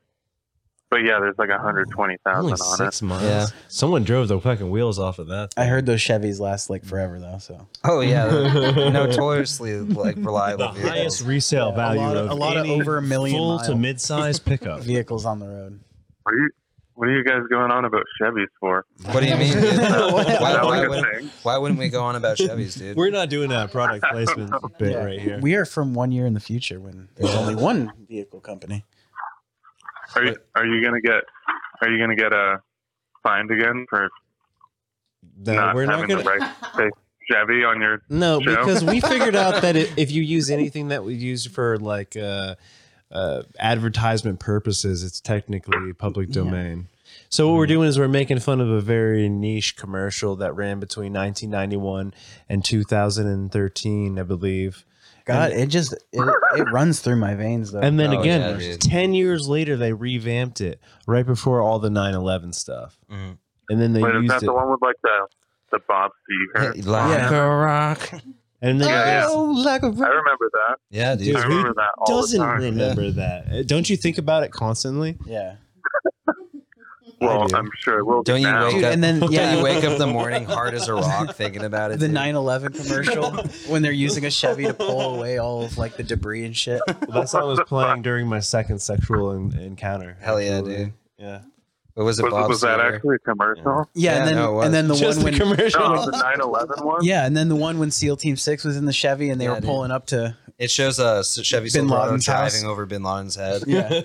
E: But yeah, there's like 120,000
C: Only
E: on it.
C: six miles.
F: Yeah.
C: Someone drove the fucking wheels off of that.
D: I heard those Chevys last like forever though. So
F: Oh yeah, they're notoriously like reliable
C: the highest
F: vehicles.
C: resale
D: Yeah, a
C: value
D: lot of-
C: of
D: a lot of
C: any
D: over a million
C: full to
D: mile.
C: mid-size pickup.
D: vehicles on the road.
E: What are, you, what are you guys going on about Chevys for?
F: What do you mean? Dude?
E: Is
F: Why,
E: that
F: why,
E: like
F: wouldn't,
E: a thing?
F: why wouldn't we go on about Chevys, dude?
C: We're not doing that product placement bit right here.
D: We are from one year in the future when there's only one vehicle company.
E: Are you, are you gonna get? Are you gonna get a fined again for
A: No,
E: not
A: we're not
E: having
A: gonna.
E: the right say Chevy on your?
A: No,
E: Joe?
A: because we figured out that it, if you use anything that we use for like uh, uh, advertisement purposes, it's technically public domain. So what we're
F: Mm-hmm.
A: doing is we're making fun of a very niche commercial that ran between 1991 and 2013, I believe.
D: God, it just it, it runs through my veins though.
A: And then
F: Oh,
A: again,
F: yeah, dude.
A: 10 years later, they revamped it right before all the 9 11 stuff.
F: Mhm.
A: And then they
E: Wait, is
A: used
E: that
A: it.
E: the one with like the the Bob Seger?
F: like a rock.
A: And then
E: Yeah, yeah.
A: oh, like a
E: I remember that.
F: Yeah, dude.
A: Dude,
E: I
A: who
E: remember that all the
A: doesn't
E: time.
A: remember that. Uh, Don't you think about it constantly?
D: yeah.
E: Well,
H: do.
E: I'm sure it will.
F: Don't
E: be
F: you
E: now.
F: wake
D: Dude,
F: up?
D: and then
F: yeah,
D: yeah,
F: you wake up in the morning hard as a rock thinking about it.
D: the
F: dude.
D: 911 commercial when they're using a Chevy to pull away all of like the debris and shit.
C: that song was playing during my second sexual en- encounter.
F: Hell yeah,
C: Absolutely.
F: dude.
C: Yeah.
F: What was it?
E: Was,
F: Bob
E: was that
F: Seger?
E: actually a commercial?
D: Yeah,
F: Yeah,
D: and then
F: no, it was.
D: and then the one when
E: No, the 911 one.
D: yeah, and then the one when SEAL Team Six was in the Chevy and they
F: Yeah,
D: were
F: dude.
D: pulling up to
F: It shows a uh, Chevy
D: Bin
F: Silverado
D: Laden's house.
F: driving over Bin Laden's head.
D: yeah,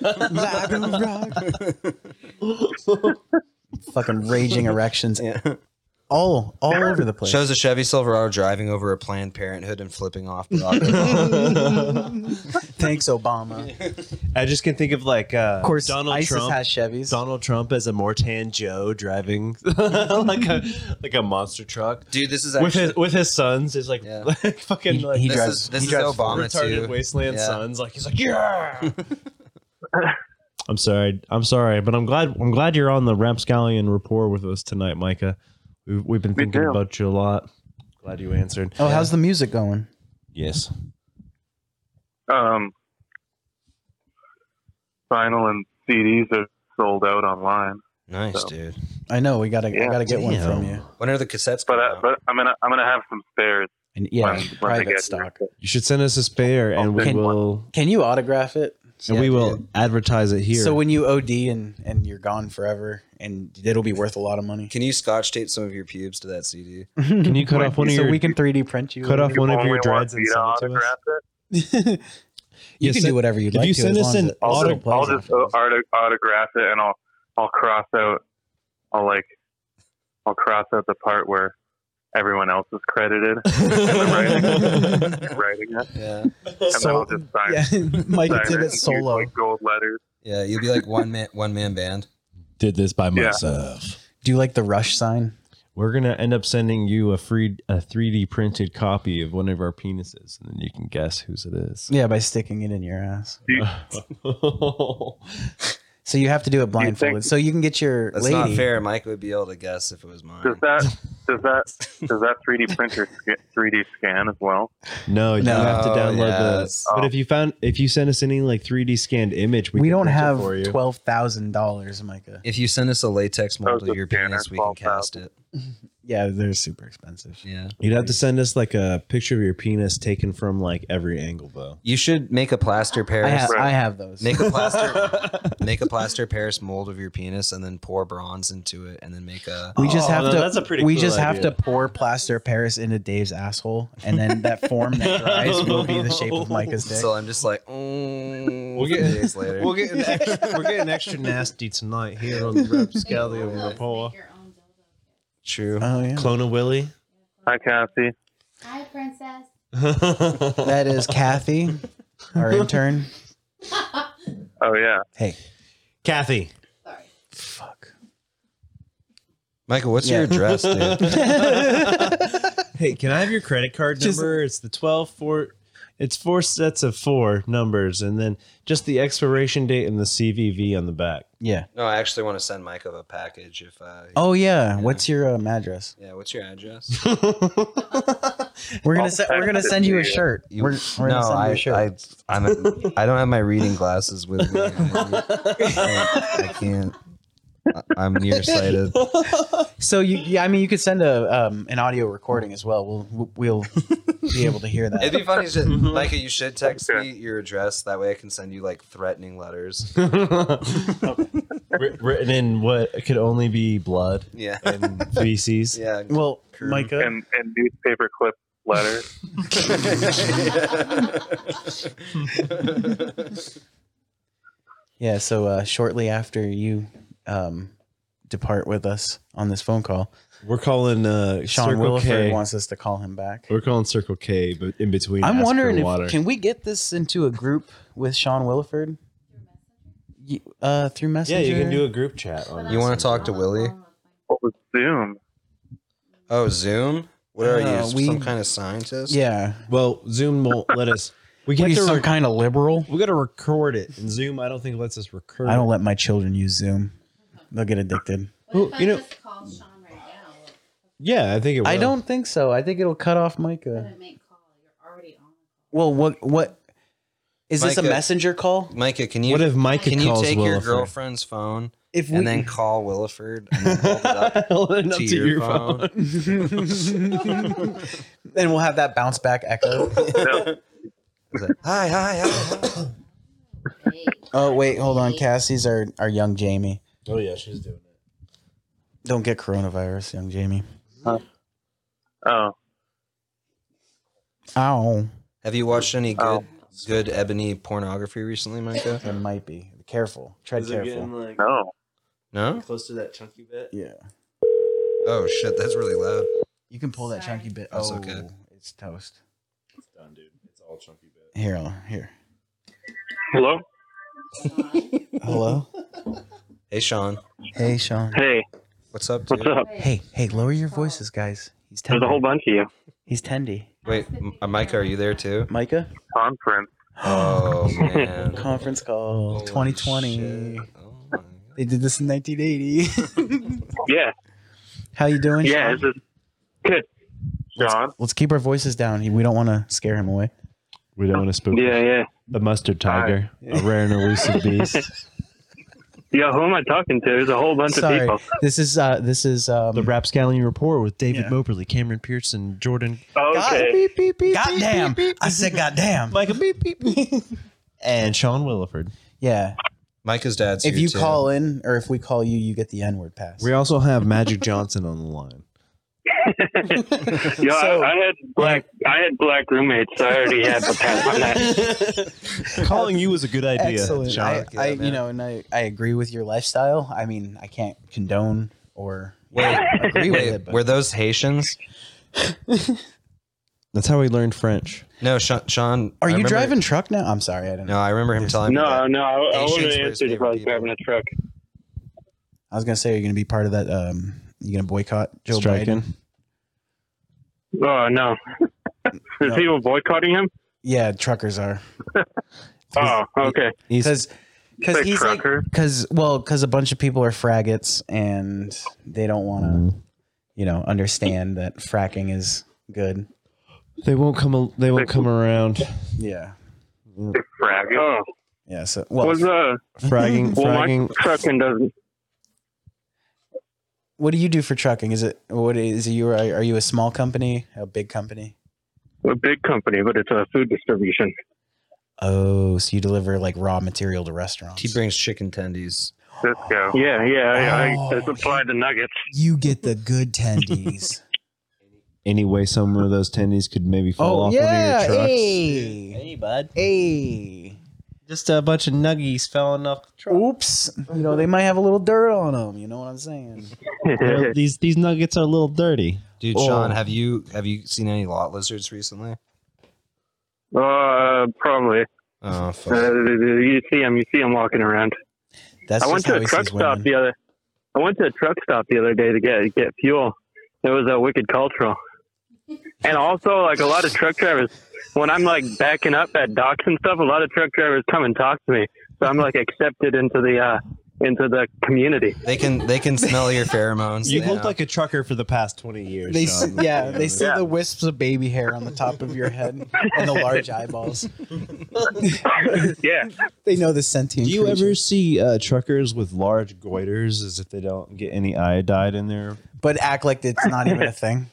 D: fucking raging erections, all all over the place.
F: Shows a Chevy Silverado driving over a Planned Parenthood and flipping off Barack Obama.
D: Thanks, Obama.
C: I just can think of like uh,
D: Of course,
C: Donald
D: ISIS
C: Trump.
D: has Chevys.
C: Donald Trump as a Mortan Joe driving like a like a monster truck
F: Dude, this is
C: with
F: actually
C: his with his sons. Is like,
F: Yeah.
C: like fucking
D: He-
C: like
D: he
F: this
D: drives-
F: is this
D: he
F: is
D: drives
F: Obama
C: retarded
F: too.
C: wasteland
F: Yeah.
C: sons. Like he's like, yeah. I'm sorry. I'm sorry, but I'm glad. I'm glad you're on the Rapscallion rapport with us tonight, Micah. We've, we've been
E: Me
C: thinking
E: too.
C: about you a lot. Glad you answered.
D: Oh, how's the music going?
C: Yes.
E: Um, vinyl and CDs are sold out online,
F: Nice,
E: So.
F: dude.
D: I know we gotta I
E: Yeah.
D: gotta get one
C: Damn.
D: from you.
F: When are the cassettes?
E: but
F: coming
E: I,
F: out?
E: but I'm gonna I'm gonna have some spares.
D: And yeah,
E: when- when they
D: private
E: get
D: stock.
E: here.
C: You should send us a spare, and we
E: Can-
C: will
D: Can you autograph it?
C: and
F: Yeah,
C: we will
F: dude.
C: advertise it here.
D: So when you OD and and you're gone forever, and it'll be worth a lot of money.
F: Can you scotch tape some of your pubes to that CD?
C: can you cut off one of
D: so
C: your
D: we can 3D print you.
C: cut off
E: You
C: one of your
E: only want
C: dreads and
E: me to
C: send it to us?
E: autograph it?
D: you
C: Yeah,
D: can
C: send-
D: do whatever you'd
C: if
D: like.
C: you
D: to,
C: send
D: as
C: us
D: long
C: an
D: as it
E: I'll
C: auto-
D: still
E: just, I'll
D: plays
E: just uh,
D: afterwards.
E: auto- autograph it and I'll I'll cross out I'll like I'll cross out the part where everyone else is credited in writing it.
F: Yeah.
E: And then
D: So-
E: I'll just sign,
D: yeah, Mike
E: sign
D: did
E: and
D: it
E: use,
D: solo.
E: like gold letters.
F: Yeah, you'll be like one man one man band.
H: Did this by
E: Yeah.
H: myself.
D: Do you like the rush sign?
C: We're gonna end up sending you a free a 3D printed copy of one of our penises, and then you can guess whose it is.
D: Yeah, by sticking it in your ass.
E: Do you,
D: So you have to do it
E: think-
D: blindfolded. so you can get your
F: That's
D: lady.
F: not fair. Mike would be able to guess if it was mine.
E: does that does that does that 3D printer sca- 3D scan as well? Oh.
C: no, you
D: No,
C: have to download
F: Oh, yes.
C: the. But if you found if you send us any like 3D scanned image, we,
D: We
C: can
D: don't
C: print it
D: have
C: for you.
D: twelve thousand dollars, Micah.
F: If you send us a latex
E: That was
F: mold of
E: a
F: your
E: scanner,
F: penis, we can
E: 12,000.
F: cast it.
D: Yeah, they're super expensive.
F: Yeah.
C: You'd have to send us like a picture of your penis taken from like every angle, though.
F: You should make a plaster
D: I
F: Paris.
D: have,
E: Right.
D: I have those.
F: Make a plaster make a plaster Paris mold of your penis and then pour bronze into it and then make a
D: we just
C: Oh,
D: have
C: no,
D: to.
C: that's a pretty
D: we
C: cool
D: just have
C: idea.
D: to pour plaster Paris into Dave's asshole, and then that form that dries will be the shape of Micah's dick.
F: so I'm just like mm,
C: We'll get-
F: days later.
C: getting extra, we're getting extra nasty tonight here on the Rapscallion Rapport.
F: True.
D: Oh yeah,
C: Clone a Willie.
E: Hi Cassie.
I: Hi, princess.
D: that is Kathy, our intern.
E: Oh yeah.
D: Hey,
C: Kathy.
I: Sorry.
D: fuck.
F: Michael, what's
D: Yeah.
F: your address, dude?
C: Hey, can I have your credit card
D: Just-
C: number? It's the 12 four it's four sets of four numbers and then just the expiration date and the CVV on the back.
D: Yeah.
F: no, I actually want to send Michael a package if uh
D: Oh yeah. What's your um, address?
F: yeah, what's your address?
D: We're gonna
E: I'll
D: se-
E: text
D: we're gonna
E: it
D: send
E: to
D: you a
E: you.
D: shirt.
F: You-
D: we're we're
F: no,
D: gonna send you
F: I,
D: a shirt.
F: I, I'm a, I don't have my reading glasses with me. anymore. I, I can't. I- I'm nearsighted.
D: so you, yeah, I mean, you could send a um, an audio recording as well. We'll we'll be able to hear
F: It'd
D: that.
F: be funny, to, Micah. You should text
E: Okay.
F: me your address. That way, I can send you like threatening letters.
C: Wri- written in what could only be blood
F: Yeah,
C: and feces.
F: yeah.
D: Well, Micah,
E: And and newspaper clip letters.
D: yeah. So uh, shortly after you um, depart with us on this phone call,
C: We're calling uh
D: Sean
C: Circle
D: Williford
C: K.
D: wants us to call him back.
C: We're calling Circle K, but in between
D: I'm
C: ask for
D: wondering if
C: water.
D: can we get this into a group with Sean Williford? You- Uh, through
C: yeah,
D: Messenger.
C: you can do a group chat on
F: You want to talk to Willie?
E: What was Zoom?
F: Oh, Zoom. What are
D: Uh,
F: you?
D: we-
F: some kind of scientist?
D: Yeah,
C: Well, Zoom won't let us we
D: What
C: have
D: are you,
C: to
D: some
C: rec-
D: kind of liberal.
C: we gotta record it. And Zoom I don't think lets us record
D: I don't
C: it.
D: let my children use Zoom. They'll get addicted.
C: Well, you
I: you
C: know-
I: know, just call Sean right now?
C: Yeah, I think it will.
D: I don't think so. I think it'll cut off Micah.
I: Doesn't make call. You're already on.
D: Well, what what is this a
F: Micah.
D: messenger call?
F: Micah, can you
C: What if Micah
F: can you
C: calls
F: take your
C: Williford?
F: girlfriend's phone
D: if we
F: and then call Williford and then hold it up
D: Hold it
F: to, your, phone.
D: and we'll have that bounce back echo.
E: No,
F: It's like, hi, hi, hi, hi.
I: Hey.
D: oh wait, hold on. Cassie's our our young Jamie.
A: Oh yeah, she's doing it.
D: Don't get coronavirus, young Jamie.
E: oh,
D: Ow.
F: Have you watched any good,
E: Oh.
F: good ebony pornography recently, Micah?
D: There might be. Careful. Tread careful.
A: like
E: no.
F: No.
A: close to that chunky bit?
D: Yeah.
F: Oh shit, that's really loud.
D: You can pull that
I: Sorry.
D: chunky bit.
F: That's
D: oh,
F: okay.
D: it's toast.
A: It's done, dude. It's all chunky bit.
D: Here, I'll- here.
E: Hello.
D: Hello.
F: Hey, Sean,
D: hey, Sean.
E: Hey,
F: what's up, dude?
E: what's up?
D: Hey, hey, lower your voices, guys. He's
E: There's
D: tendy.
E: a whole bunch of you.
D: He's tendy.
F: Wait, M- uh, Micah, are you there too?
D: Micah.
E: Conference.
F: Oh man.
D: Conference call.
F: Holy
D: 2020.
F: Oh, shit. Oh, my God.
D: They did this in 1980.
E: Yeah,
D: How you doing?
E: yeah.
D: Sean?
E: This is good. John.
D: Let's keep our voices down. He- We don't want to scare him away.
C: We don't want to spook
E: Yeah, yeah.
C: the mustard tiger, a rare and elusive beast,
E: Yeah, who am I talking to? There's a whole bunch
D: Sorry.
E: of people.
D: This is uh this is um
C: the Rapscallion Report with David
D: Yeah.
C: Moberly, Cameron Pearson, Jordan.
E: Okay.
C: Beep, beep, beep, beep,
D: Goddamn.
C: beep, beep.
D: I said goddamn.
C: Like a beep beep, beep. and Sean Williford.
D: Yeah.
F: Micah's dad's
D: If
F: here,
D: you
F: too.
D: call in or if we call you, you get the N-word pass.
C: We also have Magic Johnson on the line.
E: Yeah, I, I had black. I had black roommates, so I already had the pass on that.
C: Calling you was a good idea,
D: Excellent.
C: Sean.
D: I, I
F: Yeah,
D: you know, and I, I agree with your lifestyle. I mean, I can't condone or
F: Wait,
D: agree with
F: wait,
D: it, but
F: were those Haitians?
C: That's how we learned French.
F: No, Sean. Sean
D: are
F: I
D: you
F: remember-
D: driving truck now? I'm sorry, I don't know.
F: No, I remember him telling me.
E: No,
F: that.
E: no, I, I
F: Asians
E: wouldn't
F: were his
E: answer if I
F: favorite
E: was grabbing a truck.
D: I was gonna say, are you gonna be part of that? Um, you gonna boycott Joe
C: Striking.
D: Biden?
E: Oh no, is
D: No.
E: people boycotting him?
D: Yeah, truckers are
E: Oh, okay.
D: because because
E: Big
D: he's like
E: trucker.
D: because well because a bunch of people are faggots and they don't want
C: Mm.
D: to you know understand that fracking is good.
C: They won't come. al- They won't come around.
D: Yeah,
E: Big frag. Oh,
D: yeah. So well,
E: was uh,
C: Fragging.
E: well, my
C: fragging.
E: trucking doesn't.
D: what do you do for trucking? Is it what is it? You are, are you a small company? A big company?
E: A big company, but it's a food distribution.
D: Oh, so you deliver like raw material to restaurants.
F: He brings chicken tendies.
E: Cisco. Yeah, yeah. I,
D: Oh.
E: I supplied the nuggets.
D: you get the good tendies.
C: Any way some of those tendies could maybe fall off one of your trucks.
D: Hey. hey, bud. Hey.
C: Just a bunch of nuggies falling off the truck.
D: Oops. You know, they might have a little dirt on them. You know what I'm saying?
C: They're- these these nuggets are a little dirty.
F: Dude,
D: Oh.
F: Sean, have you have you seen any lot lizards recently?
E: uh, probably.
F: Oh, fuck.
E: Uh, you see them. You see them walking around.
D: That's
E: I went
D: just
E: to
D: how
E: a
D: he
E: truck
D: sees
E: stop
D: women.
E: the other. I went to a truck stop the other day to get get fuel. It was a wicked cultural, and also like a lot of truck drivers. When I'm like backing up at docks and stuff, a lot of truck drivers come and talk to me. So I'm like accepted into the uh, into the community.
F: They can they can smell your pheromones.
C: You
F: they
C: look
F: know.
C: like a trucker for the past twenty years.
D: They see,
C: Sean.
D: yeah, they see
E: Yeah.
D: the wisps of baby hair on the top of your head and the large eyeballs.
E: Yeah,
D: They know the sentient.
C: Do you
D: creature.
C: ever see uh, truckers with large goiters as if they don't get any iodide in there?
D: But act like it's not even a thing.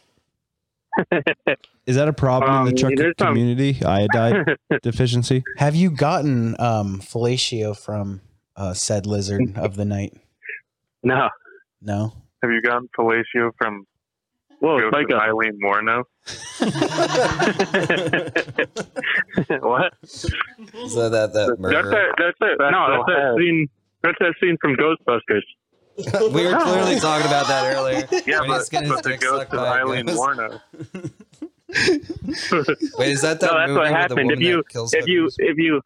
C: Is that a problem
E: Um,
C: in the trucker
E: there's some-
C: community? Iodide deficiency?
D: Have you gotten um, fellatio from uh, said lizard of the night?
E: no.
D: No.
J: Have you gotten fellatio from
E: Whoa,
J: Joseph
E: it's like a
J: Eileen Morneau?
E: what?
F: Is that that, that
E: That's
F: murder?
E: a, that's a, no, that's that scene. That's that scene from Ghostbusters.
F: We were clearly talking about that earlier.
J: Yeah,
F: When he's
J: but,
F: getting his
J: but the
F: dick
J: ghost
F: sucked
J: of
F: by a
J: Eileen
F: ghost.
J: Morneau.
F: Wait, is that that
E: No, that's
F: movie
E: what
F: with the
E: happened.
F: woman
E: If you-
F: that kills
E: if you
F: hookers?
E: if you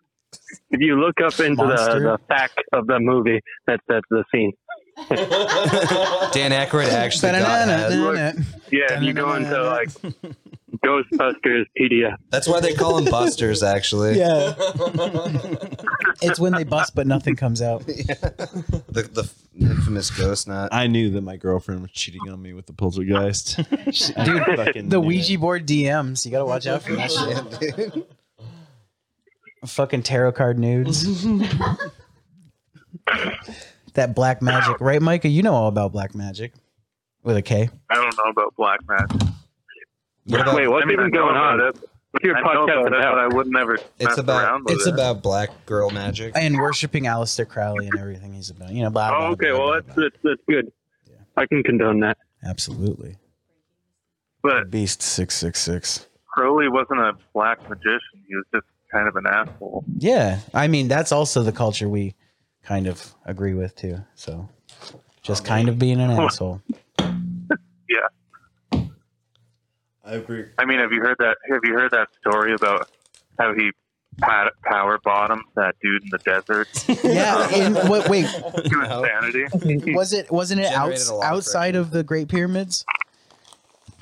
E: if you look up into the,
D: Monster?
E: the fact of the movie, that's that's the scene.
F: Dan Aykroyd actually got head.
D: Ba-na-na-na-na.
E: Yeah, if you go into like Ghostbusters PDF.
F: That's why they call them busters, actually.
D: Yeah. it's when they bust, but nothing comes out.
F: The, the infamous ghost knot.
C: I knew that my girlfriend was cheating on me with the poltergeist. Dude,
D: The Ouija board DMs. You gotta watch out for that shit. Fucking tarot card nudes. that black magic, right, Micah? You know all about black magic with a K.
J: I don't know about black magic.
F: What about-
E: Wait, what's
J: I mean,
E: even
J: I know
E: going on?
J: about it.
E: What's your
J: I know
E: podcast
J: about it,
E: about?
J: but I would never
F: It's
J: mess
F: about
J: around with
F: it's
J: it.
F: about black girl magic.
D: And worshiping Aleister Crowley and everything he's about. You know, blah, blah,
E: Oh, okay.
D: blah,
E: Well,
D: blah,
E: that's
D: blah.
E: that's, that's good. I can condone that.
D: Absolutely.
J: But
D: Beast 666.
J: Crowley wasn't a black magician. He was just kind of an asshole.
D: Yeah. I mean, that's also the culture we kind of agree with, too. So just kind of being an asshole.
C: I agree.
J: I mean, have you heard that? Have you heard that story about how he pat, power bottomed that dude in the desert?
D: yeah. And what, wait,
J: to insanity.
D: was it, wasn't it
F: Generated
D: outs,
F: a lot of
D: outside of the Great Pyramids?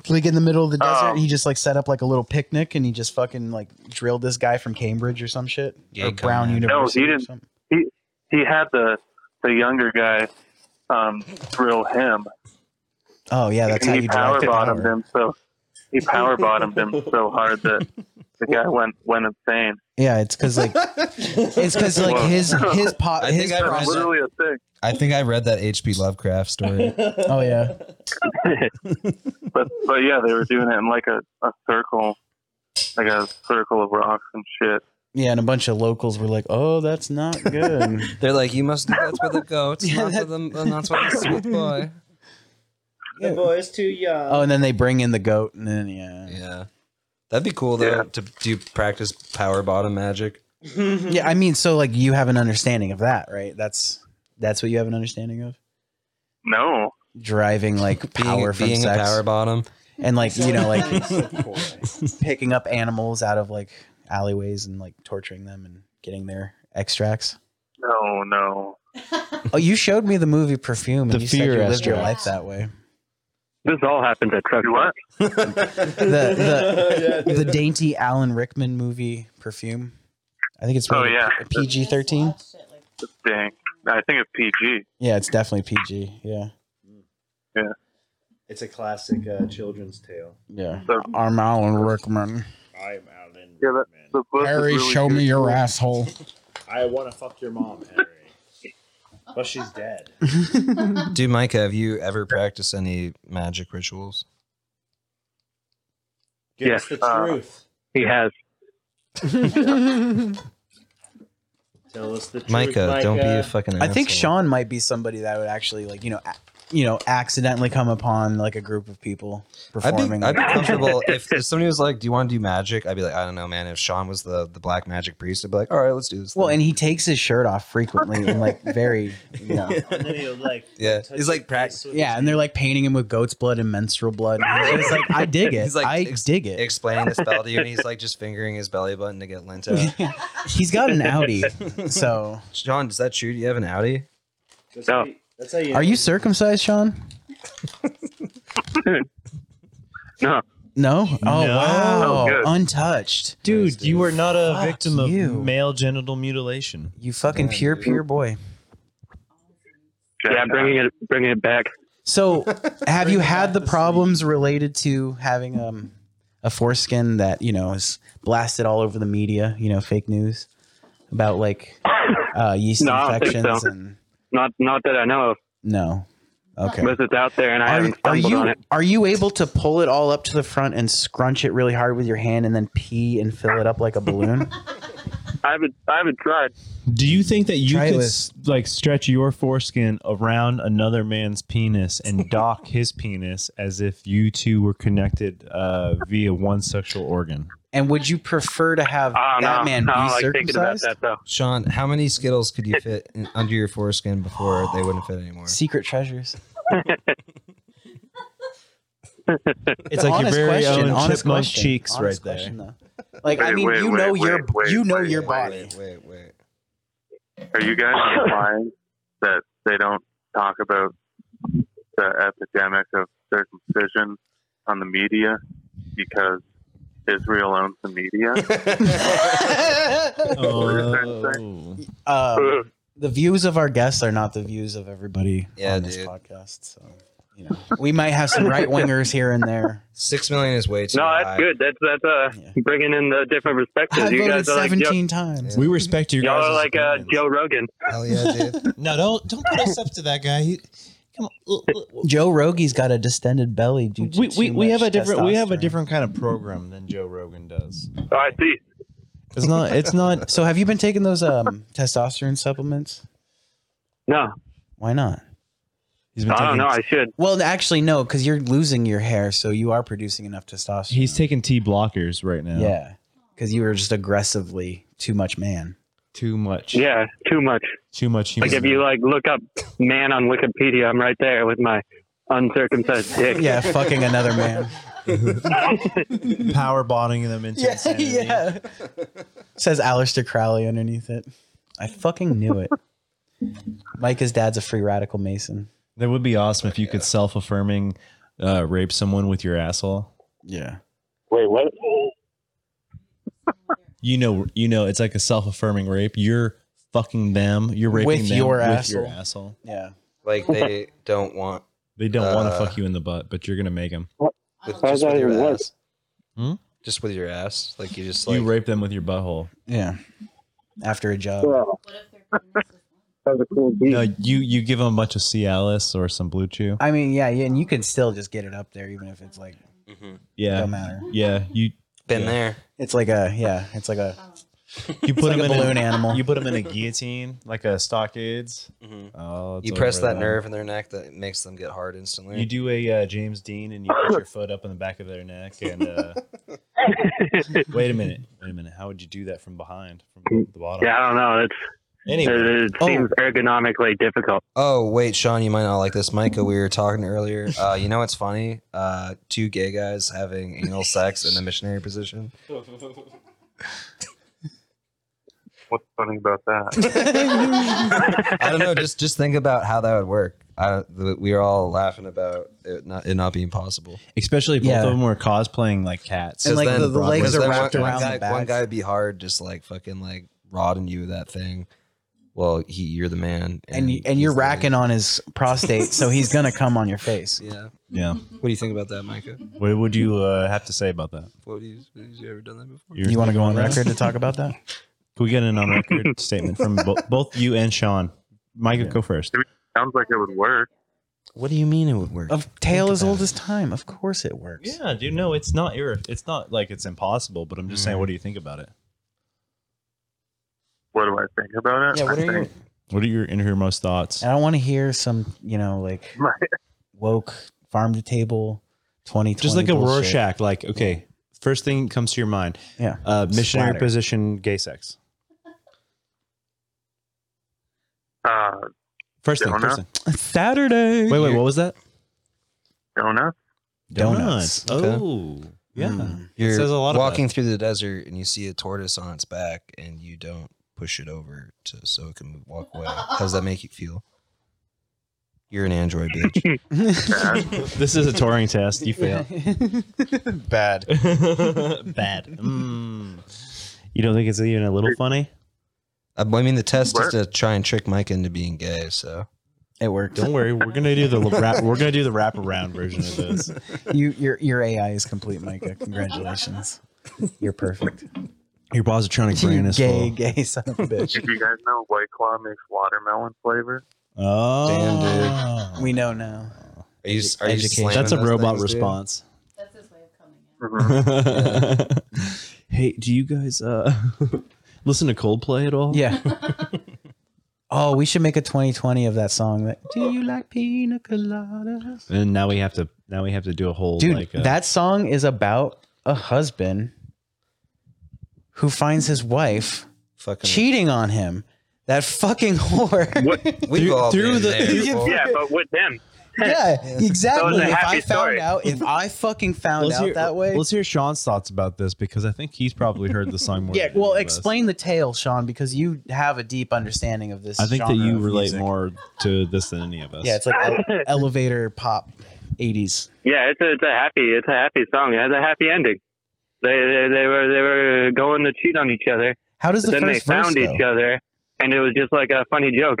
D: Like in the middle of the desert,
J: Um,
D: he just like set up like a little picnic and he just fucking like drilled this guy from Cambridge or some shit. or Brown University. or
J: didn't.
D: something.
J: he had the the younger guy um, drill him,
D: Oh, yeah. That's how
J: and he
D: you drive
J: power
D: to
J: bottomed
D: power.
J: him so he power bottomed him so hard that the guy went went insane.
D: Yeah. It's because like, it's because like
J: Whoa.
D: his, his pot,
F: I
D: his,
F: think I
J: It's
F: read that.
J: literally a thing.
F: I think I read that H.P. Lovecraft story.
D: oh, yeah.
J: but but yeah, they were doing it in like a, a circle, like a circle of rocks and shit.
D: Yeah, and a bunch of locals were like, "Oh, that's not good."
F: They're like, you must do that with a goat,
D: Yeah,
F: not
D: that-
F: with a not with a sweet boy.
D: The
G: boy's too young.
D: oh, and then they bring in the goat, and then yeah,
F: Yeah, that'd be cool though
J: Yeah.
F: to do practice power bottom magic.
D: yeah. I mean, so like you have an understanding of that, right? That's that's what you have an understanding of
J: No,
D: driving like
F: Being,
D: power from
F: being
D: sex
F: a power bottom.
D: and like you know like picking up animals out of like alleyways and like torturing them and getting their extracts.
J: no, no.
D: Oh, you showed me the movie Perfume, and
C: The
D: you
C: fear
D: said you lived your
I: aspect.
D: life that way.
E: This all happens at truck
J: You
E: stops.
J: what?
D: The the, the dainty Alan Rickman movie Perfume. I think it's
J: Oh,
D: rated
J: yeah.
D: PG thirteen.
J: Dang, I think it's PG.
D: Yeah, it's definitely PG. Yeah.
G: It's a classic uh, children's tale.
D: Yeah.
J: The,
D: I'm Alan Rickman.
G: I'm Alan
J: Yeah, that-
G: Rickman.
J: the book is really good.
D: asshole.
G: I want to fuck your mom, Harry. but she's dead.
F: Dude, Micah, have you ever practiced any magic rituals?
G: Give
E: Yeah,
G: us the
J: uh,
G: truth.
E: He has.
G: Tell us the truth,
F: Micah, don't be a
G: Micah.
F: fucking.
D: I think
F: asshole.
D: Sean might be somebody that would actually like you know, a- you know, accidentally come upon like a group of people
F: I'd
D: performing.
F: be, I'd be comfortable if, if somebody was like, "Do you want to do magic?" I'd be like, "I don't know, man." If Sean was the the black magic priest, I'd be like, "All right, let's do this."
D: well,
F: thing."
D: and he takes his shirt off frequently and like very, you know,
G: And then he'll, like,
F: yeah,
G: touch
F: he's
G: his
F: like, pra-
G: face with
D: yeah,
G: his-
D: and they're like painting him with goat's blood and menstrual blood. And it's like I dig it.
F: He's like,
D: I
F: ex-
D: dig it.
F: explaining the spell to you, and he's like just fingering his belly button to get lint out.
D: He's got an Audi, so
F: Sean, is that true? Do you have an Audi?
G: That's,
J: No.
G: how you, that's how you.
D: are you circumcised, Sean?
J: No.
D: No. Oh wow.
J: good.
D: Untouched.
A: Dude, you are not a
D: Fuck
A: victim of
D: you.
A: male genital mutilation.
D: You fucking
F: Damn,
D: pure,
F: dude.
D: pure boy.
E: Yeah, bringing it bringing it back.
D: So, have you had the problems related to having um, a foreskin that you know is blasted all over the media? You know, fake news about like uh, yeast
E: No, I don't think
D: infections
E: so.
D: and
E: Not not that I know of,
D: no. Okay.
E: unless it's out there and I
D: Are,
E: haven't
D: are
E: stumbled on
D: you
E: it.
D: are you able to pull it all up to the front and scrunch it really hard with your hand and then pee and fill it up like a balloon?
E: I haven't I haven't tried.
A: Do you think that you
D: Try it
A: could
D: with-
A: s- like stretch your foreskin around another man's penis and dock his penis as if you two were connected uh, via one sexual organ?
D: and would you prefer to have
E: I don't
D: that
E: know.
D: man be
E: I don't like thinking about
D: circumcised?
E: that though.
F: Sean, how many Skittles could you fit in, under your foreskin before they wouldn't fit anymore?
D: Secret treasures.
A: It's like
D: Honest
A: your very
D: question,
A: own
D: honest
A: chipmunk
D: question,
A: cheeks
D: honest
A: right
D: question,
A: there.
D: though. Like I
J: Wait,
D: mean,
J: wait,
D: you
J: wait,
D: know your
J: wait, wait,
D: you know
J: wait,
D: your
J: wait,
D: body.
F: Wait, wait, wait.
J: Are you guys implying that they don't talk about the epidemic of circumcision on the media because Israel owns the media?
A: Oh.
D: Um, the views of our guests are not the views of everybody
F: Yeah,
D: on this
F: dude.
D: podcast. So you know, we might have some right wingers here and there.
F: Six million is way too
E: No,
F: high.
E: that's good. That's that's uh,
D: Yeah.
E: bringing in the different
D: I
E: perspectives. You
D: voted
E: guys are like yo,
D: seventeen times.
A: We respect you
E: y'all
A: guys.
E: are like uh, Joe Rogan.
F: Hell yeah, dude.
A: No, don't don't put us up to that guy. He- come on.
D: Joe Rogi's got a distended belly. Due to
C: We, we,
D: too
C: we have
D: much
C: a different we have a
D: testosterone.
C: different kind of program than Joe Rogan does.
E: Oh, I see.
D: It's not. It's not. So have you been taking those um testosterone supplements?
E: No,
D: Why not?
C: He's been
E: I don't
C: taking-
E: know. I should.
D: Well, actually, no, because you're losing your hair, so you are producing enough testosterone.
C: He's taking T blockers right now.
D: yeah, because you were just aggressively too much man.
C: Too much.
E: Yeah, too much.
C: Too much human.
E: Like if you like look up man on Wikipedia, I'm right there with my uncircumcised dick.
D: Yeah, fucking another man.
C: power bonding them into insanity.
D: Says Aleister Crowley underneath it. I fucking knew it. Micah's dad's a free radical Mason.
C: That would be awesome if you could self affirming uh, rape someone with your asshole.
D: Yeah.
E: Wait, what?
C: You know, you know, it's like a self affirming rape. You're fucking them. You're raping
D: With
C: them
D: your
C: with
D: asshole.
C: your asshole.
D: Yeah.
F: Like they don't want
C: They don't want to
F: Uh,
C: fuck you in the butt, but you're gonna make them.
F: with,
E: How's
F: just
E: that
F: with your
E: even work?
F: ass.
C: Hmm?
F: Just with your ass, like you just like
C: you rape them with your butthole.
D: Yeah. After a job.
I: What if they're feminists with one?
E: That's a cool beat.
C: No, you you give them a bunch of Cialis or some Blue Chew.
D: I mean, yeah, yeah, and you can still just get it up there, even if it's like
E: Mm-hmm.
F: Mhm.
C: Yeah,
D: don't matter.
C: yeah. You
F: been
C: Yeah.
F: there.
D: It's like a yeah, it's like a
C: you put
D: like
C: them
D: a
C: in
D: balloon
C: a,
D: animal.
C: You put them in a guillotine, like a stockades.
E: Mm-hmm.
F: Mhm.
C: Oh, it's
F: You press
C: over
F: that
C: then.
F: nerve in their neck that makes them get hard instantly.
C: You do a uh, James Dean and you put your foot up in the back of their neck and uh, wait a minute, wait a minute. How would you do that from behind, from the bottom?
E: yeah, I don't know. It's
C: Anyway,
E: it, it
D: Oh.
E: seems ergonomically difficult.
F: Oh wait, Sean, you might not like this, Micah. We were talking earlier. Uh, you know what's funny? Uh, two gay guys having anal sex in the missionary position.
J: What's funny about that?
F: I don't know. Just just think about how that would work. I, the, we were all laughing about it not it not being possible.
C: especially if
D: Yeah.
C: both of them were cosplaying like cats.
D: And, like,
F: then
D: the- the
F: Broadway-
D: legs are
F: then
D: wrapped
F: one,
D: around
F: one
D: the
F: guy,
D: back.
F: One guy would be hard, just like fucking like rodding you with that thing. Well, he you're the man,
D: and you, and you're
F: he's the-
D: racking on his prostate, so he's gonna come on your face.
F: Yeah.
C: yeah.
F: What do you think about that, Micah?
C: What would you uh, have to say about that?
F: What do you, have you ever done that before?
C: Your
D: You want to go
C: take
D: on
C: that?
D: record to talk about that?
C: Can we get an on record statement from bo- both you and Sean? Micah, go first.
J: Sounds like it would work.
F: What do you mean it would work?
D: Of tale
F: Think
D: as
F: about
D: old
F: it.
D: as time. Of course it works.
C: Yeah, dude. No, it's not. Irre- it's not like it's impossible. But I'm just saying, what do you think about it?
J: What do I think about it?
D: Yeah, what
J: I
D: are your
J: think
C: What are your innermost thoughts?
D: I don't want to hear some, you know, like
J: Right.
D: woke farm to table 2020.
C: Just like a
D: bullshit.
C: Rorschach. Like, okay, first thing comes to your mind.
D: Yeah.
C: Uh, missionary
D: Splatter.
C: position, gay sex.
J: uh,
C: First thing.
J: Donut.
C: First thing.
D: Saturday.
C: Wait, wait. What was that?
J: donuts.
D: Donuts.
C: Oh, yeah.
F: You're
C: says a lot about
F: walking through the desert and you see a tortoise on its back and you don't push it over to so it can walk away. How does that make you feel? You're an android bitch.
C: This is a touring test. You fail.
D: Bad.
C: Bad. Mm. You don't think it's even a little funny?
F: I I mean, the test is to
J: Work.
F: try and trick Mike into being gay. So
D: It worked.
C: Don't worry, we're gonna do the wrap. We're gonna do the wraparound version of this.
D: You, your, your AI is complete, Micah. Congratulations. You're perfect.
C: Your positronic brain
D: You
C: is full.
D: gay, gay son of a bitch.
J: Did you guys know White Claw makes watermelon flavor?
C: Oh,
F: Damn,
D: We know now.
F: are you? Are you
D: Education.
F: slamming
C: That's a
F: those
C: robot
F: things, dude?
C: response.
I: That's his way of coming out.
C: Oh. hey, do you guys uh, listen to Coldplay at all?
D: Yeah. Oh, we should make a 2020 of that song. That do you like pina coladas?
C: And now we have to now we have to do a whole
D: Dude,
C: like uh,
D: that song is about a husband who finds his wife
F: Fucking
D: cheating on him. That fucking whore.
F: We've
C: Through-
F: all
C: through
F: been
C: the-
F: there
D: Yeah.
F: before.
E: Yeah, but with them.
D: yeah, exactly.
E: That was a
D: If
E: happy
D: I found
E: story.
D: out, if I fucking found
C: let's
D: out
C: hear,
D: that way.
C: Let's hear Sean's thoughts about this because I think he's probably heard the song more.
D: Yeah,
C: than
D: well,
C: any of us.
D: explain the tale, Sean, because you have a deep understanding of this.
C: I think that
D: genre
C: you
D: of
C: relate
D: music.
C: more to this than any of us.
D: Yeah, it's like ele- elevator pop 80s.
E: Yeah, it's a, it's a happy it's a happy song. It has a happy ending. They they, they were they were going to cheat on each other.
D: How does the
E: then they
D: first verse
E: found
D: go?
E: each other, and it was just like a funny joke.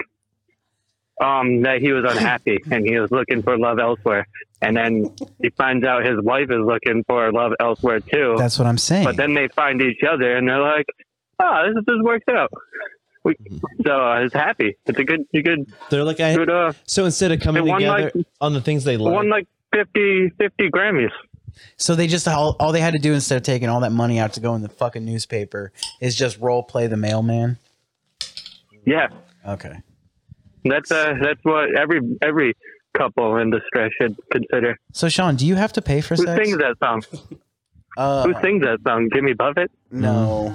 J: um, that he was unhappy and he was looking for love elsewhere. And then he finds out his wife is looking for love elsewhere too.
D: That's what I'm saying.
J: but then they find each other and they're like, "Oh, this just worked out." We, so I was happy. It's a good, a good,
C: They're like, I,
J: good. Uh,
C: so instead of coming
J: They won,
C: together on the things they Eh, like,
J: won like 50, 50 Grammys.
D: so they just all, all they had to do instead of taking all that money out to go in the fucking newspaper is just role play the mailman.
J: Yeah,
D: Okay.
J: that's uh, that's what every every couple in distress should consider.
D: So Sean, do you have to pay for
J: Who
D: sex?
J: sings that song?
D: Uh,
J: Who sings that song? Jimmy Buffett.
D: No.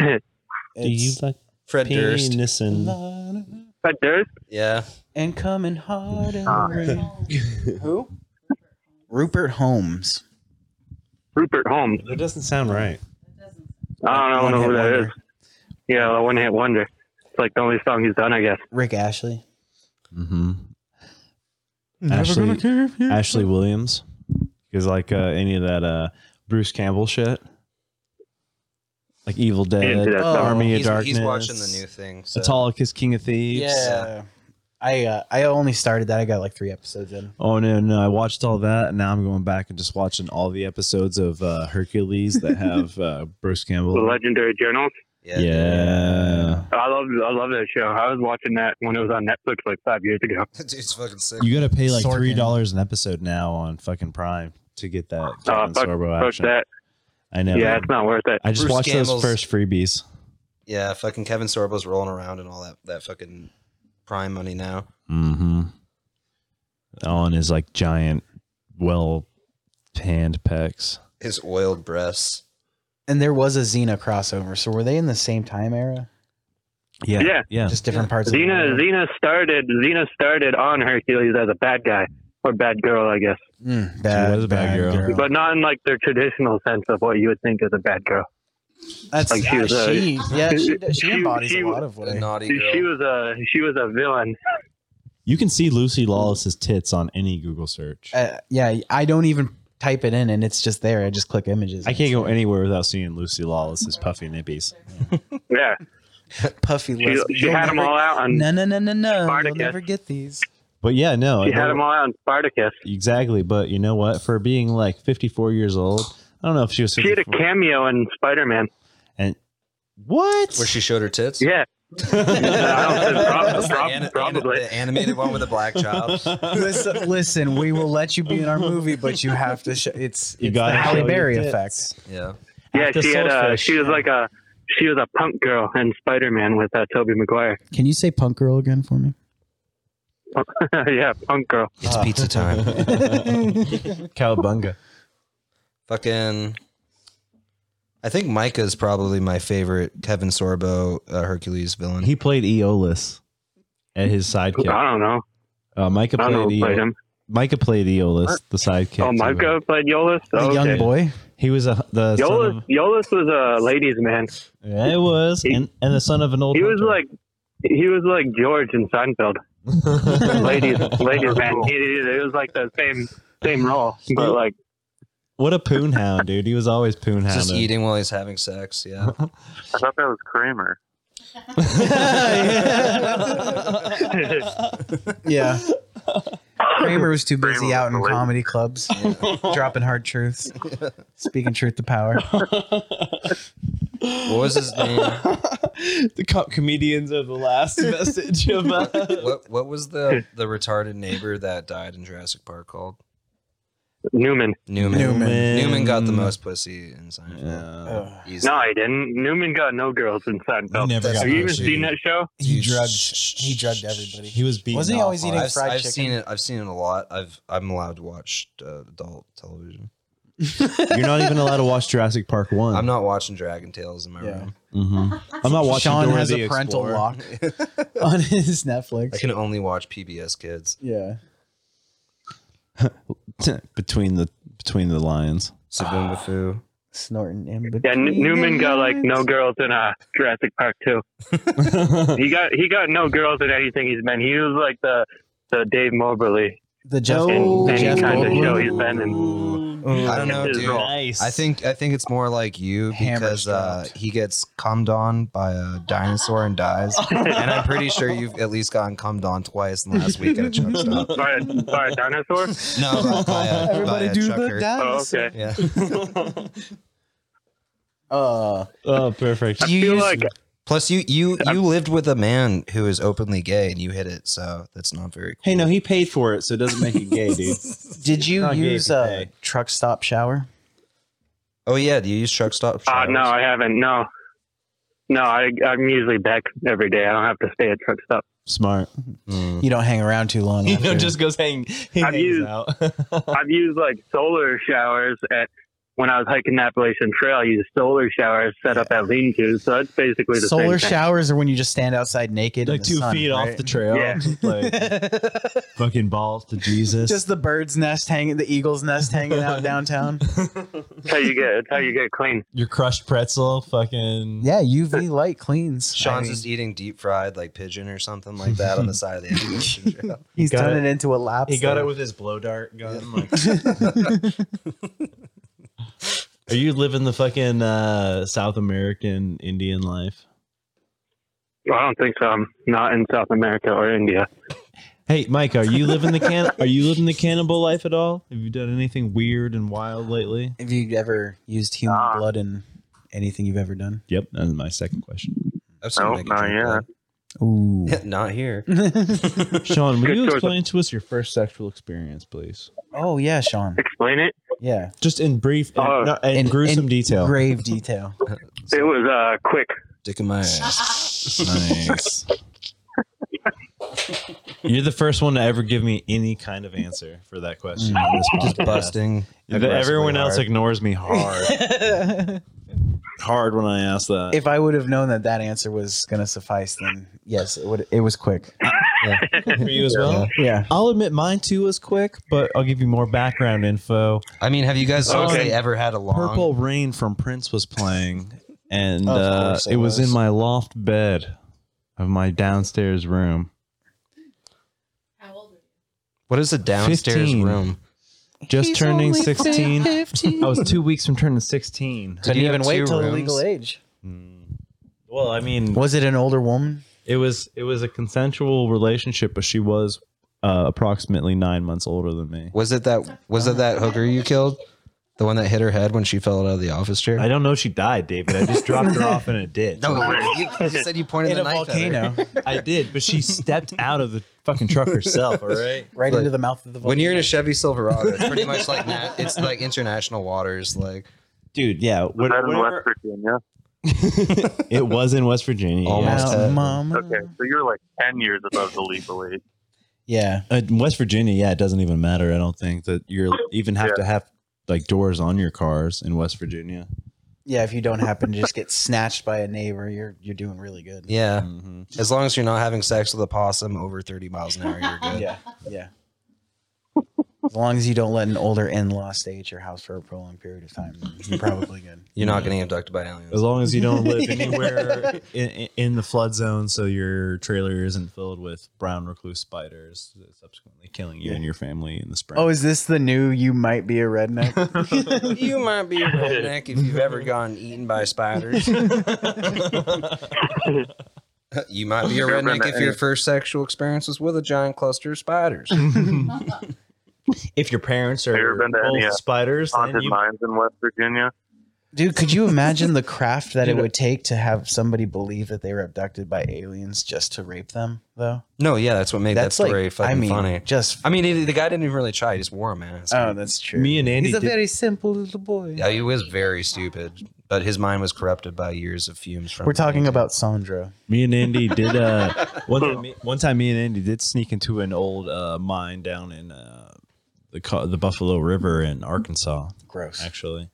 I: No.
E: Do you
D: It's-
E: like
F: Fred Durst.
E: penis and
J: But there's
F: Yeah.
D: and coming hard in
J: Ah.
D: the rain.
I: Oh,
D: Who? Rupert Holmes.
J: Rupert Holmes.
E: That doesn't sound right.
J: I don't
D: One
J: know
D: hit
J: who that is.
D: wonder.
J: Yeah, a one hit wonder. It's like the only song he's done, I guess.
D: Rick Ashley.
C: mm-hmm. Ashley, Ashley Williams, because like uh, any of that uh, Bruce Campbell shit, like Evil Dead,
J: Into that
D: Oh,
J: song.
C: Army of
F: he's,
C: Darkness.
F: he's watching the new thing. So.
C: Autolycus, King of Thieves.
D: Yeah. I uh, I only started that. I got like three episodes in.
C: Oh no, no! I watched all that, and now I'm going back and just watching all the episodes of uh, Hercules that have uh, Bruce Campbell.
J: The Legendary Journals.
F: Yeah.
C: yeah.
J: I love I love that show. I was watching that when it was on Netflix like five years ago.
F: Dude's fucking sick.
C: you got to pay like
D: Sorkin.
C: three dollars an episode now on fucking Prime to get that Captain
J: Ah, fuck-
C: Sorbo
J: Fuck
C: action.
J: that.
C: I know.
J: Yeah, it's not worth it.
C: I just
F: Bruce
C: watched
F: Campbell's-
C: those first freebies.
F: Yeah, fucking Kevin Sorbo's rolling around and all that, that fucking prime money now.
C: Mm-hmm. On his like giant, well panned pecs.
F: His oiled breasts.
D: And there was a Xena crossover. So were they in the same time era?
C: Yeah,
J: Yeah.
C: yeah.
D: Just different parts
J: Xena
D: of the
J: Xena started Xena started on Hercules as a bad guy or bad girl, I guess,
D: Mm, bad,
C: She was a bad girl.
J: but not in like their traditional sense of what you would think is a bad girl.
D: That's
J: like, she was
D: yeah,
J: a-
D: she, yeah, she, she,
J: she-
D: embodies
J: she-
D: a lot of what
F: A
D: I
F: naughty girl.
J: She was a she was a villain.
C: You can see Lucy Lawless's tits on any Google search.
D: uh, yeah, I don't even type it in and it's just there. I just click images.
C: I can't go anywhere without seeing Lucy Lawless's puffy nippies.
J: Yeah,
D: Puffy
J: she,
D: lips.
J: she had them all out on
D: No, no, no, no, no. You'll
J: Spartacus.
D: never get these.
C: But yeah, no,
J: she had
C: no,
J: them all out on Spartacus.
C: exactly. But you know what? For being like 54 years old, I don't know if she was.
J: She had a
C: 54
J: cameo in Spider Man.
C: what?
F: Where she showed her tits?
J: Yeah, I don't- prob-
F: It's the
J: prob-
F: ani- ani-
J: probably.
F: the animated one with a black child.
D: listen, listen, we will let you be in our movie, but you have to. Show, it's
C: You
D: it's the
C: gotta show
D: Halle
C: your
D: Berry
C: tits.
D: effect.
F: Yeah.
J: yeah.
C: After
J: She had a
C: Soulfish,
J: she was
C: yeah.
J: like a she was a punk girl in Spider Man with uh, Tobey Maguire.
D: Can you say "punk girl" again for me?
J: yeah, punk girl.
F: It's pizza time.
C: Cowabunga.
F: Fucking. I think Micah's probably my favorite Kevin Sorbo uh, Hercules villain.
C: He played Aeolus at his sidekick.
J: I don't know.
C: Uh, Micah
J: I
C: played
J: don't know who played
C: Aeolus.
J: him.
C: Micah played Aeolus, the sidekick.
J: Oh,
C: to
J: Micah played Yolis.
D: The
J: Oh,
D: young
J: okay.
D: boy.
C: He was a the son
J: Yolis,
C: of,
J: Yolis was a ladies' man.
C: yeah, it was
J: He-
C: and, and the son of an old.
J: He was
C: hunter.
J: like, he was like George in Seinfeld. ladies, ladies' man. He, he- it was like the same same role, but like
C: what a poon hound, dude. He was always poon hound.
F: just eating while he's having sex. Yeah.
A: I thought that was Kramer.
D: Yeah. Kramer was too busy
A: Kramer
D: out in
A: was the
D: comedy clubs, dropping hard truths, speaking truth to power.
F: What was his name?
E: the co- comedians are the last message of. Uh,
F: What What was the the retarded neighbor that died in Jurassic Park called?
J: Newman.
F: Newman.
D: Newman.
F: Newman got the most pussy in Seinfeld.
C: Yeah.
D: Ugh.
F: Easily.
J: No, he didn't. Newman got no girls in Seinfeld.
C: Never
F: That's
C: got
J: Have you even
F: pussy.
J: seen that show?
D: He
F: Dude,
D: drugged.
F: shh, shh,
D: He
F: shh,
D: drugged
F: shh.
D: everybody.
C: He was beaten.
D: Wasn't he
C: off
D: always
C: on
D: eating
C: it.
F: I've,
D: fried
F: I've
D: chicken?
F: seen it. I've seen it a lot. I've I'm allowed to watch uh, adult television.
C: You're not even allowed to watch Jurassic Park one.
F: I'm not watching Dragon Tales in my
D: Yeah.
F: room.
C: Mhm. I'm not watching.
D: Sean
C: Dora
D: has
C: the
D: a parental
C: Explorer.
D: lock on his Netflix.
F: I can only watch PBS Kids.
D: yeah.
C: between the between the lions.
F: Sabumbafu.
D: Snorting in
J: Yeah, N-
D: between
J: Newman
D: the
J: got like no
D: lines.
J: girls in uh, Jurassic Park too. he got he got no girls in anything he's been. He was like the the Dave Moberly
D: The Jeff,
E: in
D: the
E: any
D: Jeff
E: kind of
D: Goldblum?
E: show he's been in.
F: I don't know,
E: His
F: dude.
E: role.
A: Nice.
F: I think I think it's more like you
D: Hammer
F: because uh,
D: strapped.
F: he gets cummed on by a dinosaur and dies, and I'm pretty sure you've at least gotten cummed on twice in the last week at a truck stop.
E: By a, by a dinosaur?
F: No, uh, by- by a, by a trucker.
E: Oh, okay.
F: yeah.
D: Uh,
A: Oh, perfect.
E: I feel
F: used-
E: like
F: Plus, you you you lived with a man who is openly gay, and you hit it, so that's not very. Cool.
A: Hey, no, he paid for it, so it doesn't make it gay, dude.
D: did you
A: Not gay
D: use
A: if you
D: a
A: pay.
D: truck stop shower?
F: Oh yeah, do you use truck stop?
E: Uh,
F: showers?
E: no, I haven't. No, no, I, I'm usually back every day. I don't have to stay at truck stop.
A: Smart.
F: Mm.
D: You don't hang around too long.
C: You
D: after.
C: know, just goes hang, he
E: I've
C: hangs
E: used-
C: out.
E: I've used like solar showers at when I was hiking the Appalachian Trail. I used solar showers set up at lean to, so it's basically the
D: solar
E: same
D: showers are when you just stand outside naked, in
C: like
D: the
C: two
D: sun,
C: feet
D: right?
C: off the trail.
E: Yeah.
C: just like fucking balls to Jesus.
D: Just the bird's nest hanging, the eagle's nest hanging out downtown.
E: thing. That's how you get. That's how you get clean.
C: Your crushed pretzel, fucking.
D: yeah, UV light cleans.
F: Sean's
D: I mean,
F: just eating deep fried like pigeon or something like that on the side of the Appalachian Trail.
D: he's
C: got
D: done
C: it.
D: it into a lobster.
C: He got it with his blow dart gun. Like, are you living the fucking uh, South American Indian life?
E: Well, I don't think so. I'm not in South America or India.
C: Hey, Mike, are you living the can? are you living the cannibal life at all? Have you done anything weird and wild lately?
D: Have you ever used human
E: Ah.
D: blood in anything you've ever done?
C: Yep, that's my second question.
F: I've seen him
J: Nope,
F: make a
J: not
F: drink
J: yet.
F: like-
D: Ooh.
F: not here.
C: Sean, will
E: Good
C: you
E: choice.
C: explain to us your first sexual experience, please?
D: oh yeah, Sean.
E: Explain it.
D: Yeah.
C: Just in brief and,
E: Uh,
C: no, and
D: in-
C: gruesome
D: in
C: detail.
D: Grave detail.
E: It was uh, quick.
F: Dick in my ass.
C: Nice. You're the first one to ever give me any kind of answer for that question. on this
F: Just
C: podcast.
F: busting.
C: And then Everyone
F: aggressively
C: else
F: hard.
C: ignores me hard,
D: if
C: hard when I ask that.
D: I would have known that that answer was gonna suffice, then yes, it would. It was quick.
C: for you as well.
D: Yeah.
C: I'll admit mine too was quick, but I'll give you more background info.
F: I mean, have you guys
E: Okay.
F: honestly ever had a long?
C: Purple Rain from Prince was playing, and
F: Of
C: uh,
F: course it
C: it was in
F: was.
C: my loft bed of my downstairs room.
I: How old are
F: What is a downstairs
C: 15.
F: room?
C: Just turning 16. I
D: Oh,
C: was two weeks from turning 16.
F: Did you have two rooms?
D: age.
C: Hmm. Well, I mean,
D: Was it an older woman?
C: It was it was a consensual relationship, but she was uh, approximately nine months older than me.
F: Was it that? Was it that hooker you killed? The one that hit her head when she fell out of the office chair?
C: I don't know if she died, David. I just dropped her off in a ditch.
F: no, you, you said you pointed
D: In a
F: the knife At her.
D: volcano,
C: I did, but she stepped out of the fucking truck herself. All right.
D: right
F: Like,
D: into the mouth of the volcano.
F: When you're in a Chevy Silverado, it's pretty much like na- it's like international waters. Like,
C: Dude, yeah.
J: Was
C: what-
J: that in West
C: whatever-
J: Virginia?
C: it was in West Virginia.
F: Oh,
C: yeah.
F: almost
D: Now,
F: had-
D: mama.
J: Okay, so you're like 10 years above the legal age.
D: Yeah.
C: Uh, in West Virginia, yeah, it doesn't even matter. I don't think that you're even have to
J: Yeah.
C: have like doors on your cars in West Virginia.
D: Yeah. If you don't happen to just get snatched by a neighbor, you're you're doing really good.
F: yeah,
C: Mhm.
F: as long as you're not having sex with a possum over 30 miles an hour, you're good.
D: Yeah. Yeah. As long as you don't let an older in-law stay at your house for a prolonged period of time, then you're probably good.
F: You're not getting abducted by aliens.
C: As long as you don't live anywhere in, in, in the flood zone, so your trailer isn't filled with brown recluse spiders, subsequently killing you and your family in the spring.
D: Oh, is this the new "You might be a redneck"?
F: you might be a redneck if you've ever gotten eaten by spiders. you might be a redneck if your first sexual experience was with a giant cluster of spiders.
C: if your parents
J: Have you
C: are
J: ever been to
C: both
J: any, uh,
C: spiders, then
J: Haunted
C: you,
J: Mines in West Virginia.
D: Dude, could you imagine the craft that it
C: Dude,
D: would take to have somebody believe that they were abducted by aliens just to rape them, though?
F: No, yeah, that's what made
D: That's
F: that story
D: like,
F: fucking
D: I mean,
F: funny.
D: just.
F: I mean, he- the guy didn't even really try; he just wore a mask.
D: Oh, that's true.
C: me and Andy,
D: He's a
C: did,
D: very simple little boy.
F: yeah, he was very stupid, but his mind was corrupted by years of fumes from.
D: We're talking about Sandra.
C: me and Andy did. Uh, one time, me- one time, me and Andy did sneak into an old uh, mine down in uh, the Ca- the Buffalo River in Arkansas.
D: Gross.
C: actually.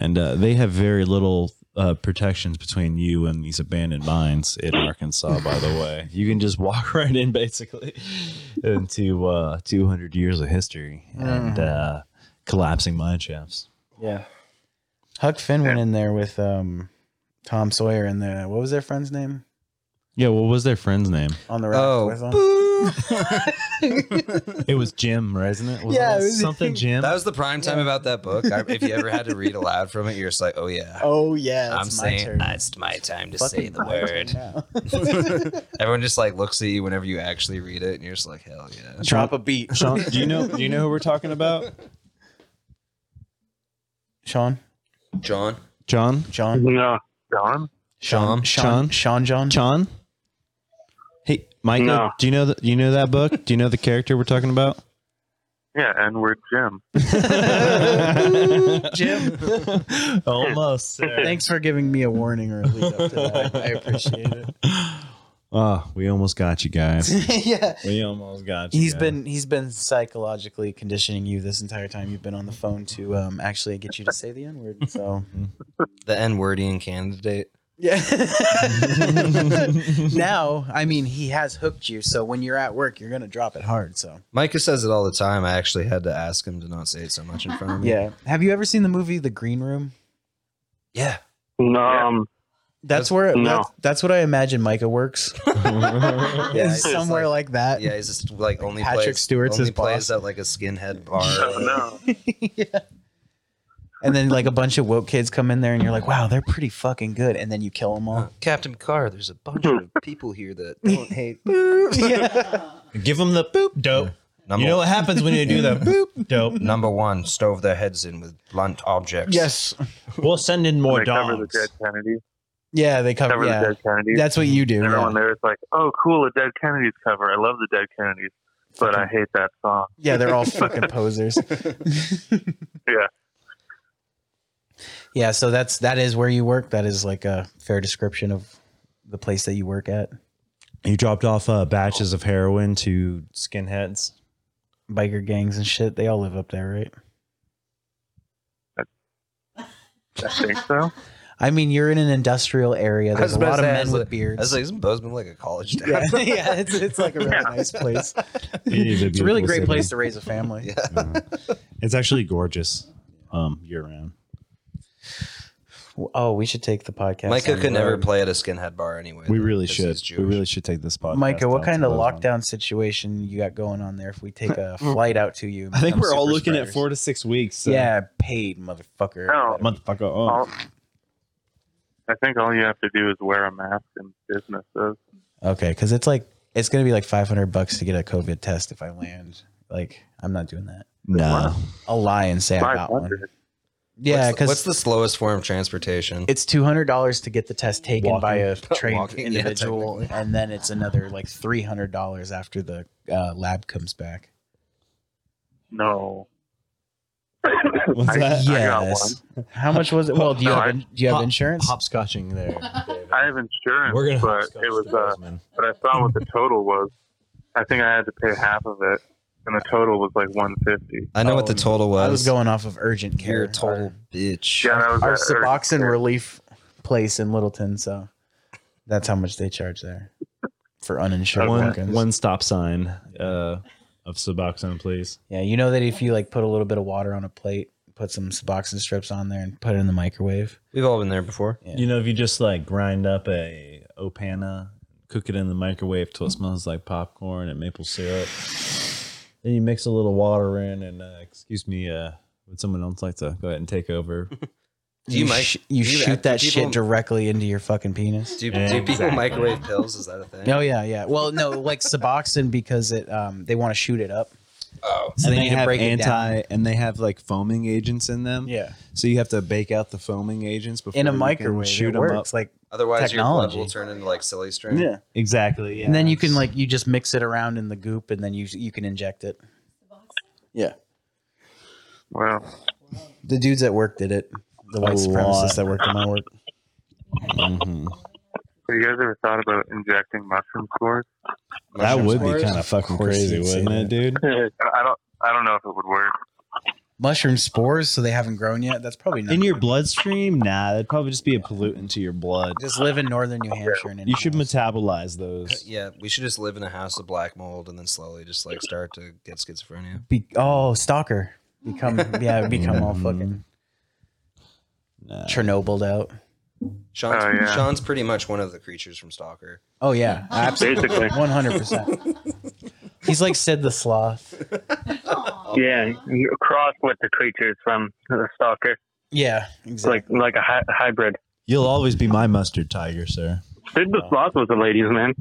C: And uh, they have very little uh, protections between you and these abandoned mines in Arkansas. By the way, you can just walk right in, basically, into uh, 200 years of history and uh, collapsing mine shafts.
D: Yeah. Huck Finn went in there with um, Tom Sawyer and the what was their friend's name
C: Yeah, what was their friend's name?
D: on the raft
F: Oh,
D: with them?
F: boo.
C: It was Jim, right? Isn't it? Wasn't
D: Yeah,
C: it
D: it was-
C: something Jim.
F: That was the prime time about that book. I, if you ever had to read aloud from it, you're just like, oh yeah.
D: Oh yeah,
F: I'm
D: it's my
F: saying
D: turn.
F: it's my time to say
D: Fucking
F: the
D: my turn
F: word.
D: now.
F: Everyone just like looks at you whenever you actually read it, and you're just like, hell yeah.
D: Drop a beat,
C: Sean, do you know? Do you know who we're talking about?
D: Sean.
F: John,
C: John.
D: John.
E: No,
J: John?
D: Sean.
F: Sean,
C: Sean?
D: Sean. John.
C: John. Hey, Michael.
E: No.
C: Do you know that? You know that book? Do you know the character we're talking about?
J: Yeah, and we're Jim.
C: Jim. Almost. Sir.
D: Thanks for giving me a warning or a lead up to that. I appreciate it.
C: Oh, we almost got you guys.
D: yeah.
C: We almost got you.
D: He's
C: He's
D: been he's been psychologically conditioning you this entire time you've been on the phone to um, actually get you to say the N word. So
F: the N-wordian candidate.
D: yeah. now, I mean, he has hooked you. So when you're at work, you're gonna drop it hard. So
F: Micah says it all the time. I actually had to ask him to not say it so much in front of me.
D: yeah. Have you ever seen the movie The Green Room?
F: yeah.
E: no, um,
D: That's where it,
E: No.
D: that's, that's what I imagine Micah works. yeah,
F: it's
D: somewhere like, that.
F: Yeah, he's just like only
D: Patrick
F: plays,
D: Stewart's
F: only
D: his
F: plays
D: boss.
F: at like a skinhead bar.
J: Oh, no.
D: And then like a bunch of woke kids come in there, and you're like, wow, they're pretty fucking good. And then you kill them all.
F: Captain Carr, there's a bunch of people here that don't hate.
C: Give him the boop dope.
F: Number,
C: You know what happens when you do the boop dope?
F: number one, stove their heads in with blunt objects.
D: Yes.
C: We'll send in more
J: they cover the
C: dogs.
J: dead Kennedy.
D: Yeah, they cover.
J: Cover
D: Oh, yeah,
J: the dead Kennedy.
D: that's what you do.
J: And
D: Yeah.
J: everyone there is like, oh, cool, a Dead Kennedys cover. I love the Dead Kennedys, but I hate that song.
D: Yeah, they're all fucking posers.
J: Yeah.
D: Yeah, so that's that is where you work. That is like a fair description of the place that you work at.
C: You dropped off uh, batches of heroin to skinheads.
D: Biker gangs and shit. They all live up there, right?
J: I think so.
D: I mean, you're in an industrial area.
F: I
D: There's
F: was
D: a
F: about
D: lot
F: to
D: of
F: say, I
D: men
F: was
D: with
F: like- I
D: beards.
F: was like, isn't Bozeman like a college town?
D: yeah, yeah, it's, it's like a really nice place. It's a really great place to raise a family.
F: Yeah.
C: It's actually gorgeous um, year round.
D: Oh, we should take the podcast.
F: Micah
D: on the
F: could never
D: road.
F: play at a skinhead bar anyway.
C: We
F: though,
C: really
F: 'cause
C: should.
F: he's
C: We
F: Jewish.
C: really should take this podcast.
D: Micah, what
C: out
D: kind of
C: Bozeman.
D: lockdown situation you got going on there? If we take a flight out to you, and
C: I think
D: become
C: we're all
D: super
C: looking at
D: spreaders?
C: four to six weeks. so-
D: Yeah, paid motherfucker.
J: Oh.
D: Better-
C: Motherfucker. Oh.
J: All, I think all you have to do is wear a mask in businesses.
F: Oh.
D: Okay, because it's like it's gonna be like five hundred bucks to get a COVID test if I land. Like I'm not doing that.
C: Nah.
D: I'll lie and say I got one.
J: 500.
D: Yeah,
F: What's the- what's
D: because
F: the slowest form of transportation?
D: it's two hundred dollars to get the test taken by a trained
F: Walking, yeah,
D: individual, and then it's another like three hundred dollars after the uh, lab comes back.
J: No.
C: What's
J: I,
C: that?
J: I got one.
D: yes. How much was it? Well, do you
J: No,
D: have
J: I-
D: in, do you have
C: Pop-
D: insurance?
C: Hopscotching there.
J: I have insurance,
C: We're gonna
J: but
C: hopscotch
J: it was
C: to
J: uh,
C: Bozeman.
J: but I saw what the total was. I think I had to pay half of it, and the total was like one fifty.
F: I know what the total was.
D: Oh, I was going off of urgent care.
F: You're a total bitch.
J: Yeah, that was
D: Our, our
J: at Urgent
D: Suboxone
J: Care.
D: relief place in Littleton, so that's how much they charge there for uninsured
C: One,
D: workers.
C: one stop sign uh, of Suboxone, please.
D: Yeah, you know that if you like put a little bit of water on a plate, put some Suboxone strips on there, and put it in the microwave.
F: We've all been there before.
D: Yeah.
C: You know, if you just like grind up a Opana, cook it in the microwave till it smells like popcorn and maple syrup, then you mix a little water in, and uh, excuse me, uh, would someone else like to go ahead and take over?
F: Do you, mic-
D: sh- you
F: do you
D: shoot
F: act-
D: that
F: people-
D: shit directly into your fucking penis.
F: Do, do people
C: Exactly.
F: microwave pills? Is that a thing?
D: Oh yeah, yeah. Well, no, like Suboxone because it um they want to shoot it up.
F: Oh.
D: So they need to break it down.
C: and they have like foaming agents in them.
D: Yeah,
C: So you have to bake out the foaming agents before
D: in a
C: you can
D: microwave, shoot it
C: 'em
D: works. Like,
F: Otherwise, your
D: Technology.
F: blood will turn into like silly string.
C: Exactly. Yeah.
D: and then you can like you just mix it around in the goop, and then you you can inject it.
J: Wow.
D: The dudes at work did it. The white
C: A
D: supremacists
C: lot.
D: that worked in my work.
C: Mhm.
J: Have you guys ever thought about injecting mushroom spores?
C: that
F: Mushroom
C: would
F: spores?
C: be kind of fucking
D: course
C: crazy,
D: you'd say
C: wouldn't it, dude?
J: I I don't. I don't know if it would work.
D: Mushroom spores, so they haven't grown yet. That's probably not.
C: In your bloodstream, nah, that'd probably just be a pollutant to your blood.
D: just live in northern New Hampshire. And
C: You should
D: Indiana.
C: metabolize those.
F: Yeah, we should just live in a house of black mold and then slowly just like start to get schizophrenia.
D: Be- oh, stalker. Mm-hmm. Become yeah, become all fucking
C: Nah.
D: Chernobyl out.
F: Sean's,
J: Oh, yeah.
F: Sean's pretty much one of the creatures from Stalker.
D: Oh yeah, absolutely,
J: Basically.
D: one hundred percent. He's like Sid the Sloth.
I: Aw.
E: Yeah, you cross with the creatures from the stalker.
D: Yeah,
E: It's
D: exactly.
E: like like a hy- hybrid.
C: You'll always be my mustard tiger, sir.
E: Sid the sloth was a ladies' man.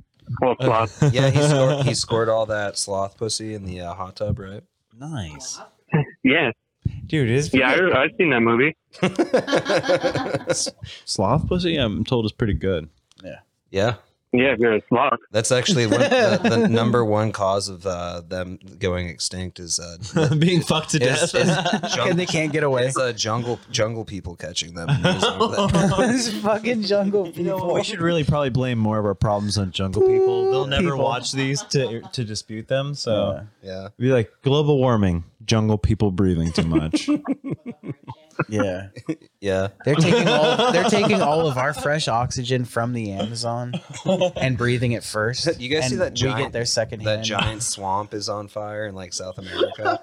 E: Well, sloth.
F: Yeah, he scored, he scored all that sloth pussy in the uh, hot tub, right?
D: Nice.
E: Yeah,
A: Dude, is
E: yeah, I, I've seen that movie.
C: Sloth pussy, I'm told, is pretty good.
F: Yeah,
E: Yeah, if you're a sloth.
F: that's actually one, the, the number one cause of uh, them going extinct is uh,
C: Being fucked to
F: is, is
D: And
F: jungle,
D: they can't get away.
F: it's, uh, jungle jungle people catching them. and using them.
D: this fucking jungle people.
C: You know, what, we should really probably blame more of our problems on jungle people. They'll never
D: People.
C: watch these to to dispute them. So
D: Yeah.
F: yeah,
C: be like global warming, jungle people breathing too much.
D: yeah,
F: yeah.
D: they're taking all they're taking all of our fresh oxygen from the Amazon and breathing it first.
F: You guys
D: and
F: see that
D: we
F: giant-
D: get their second
F: That
D: hand.
F: giant swamp is on fire in like South America.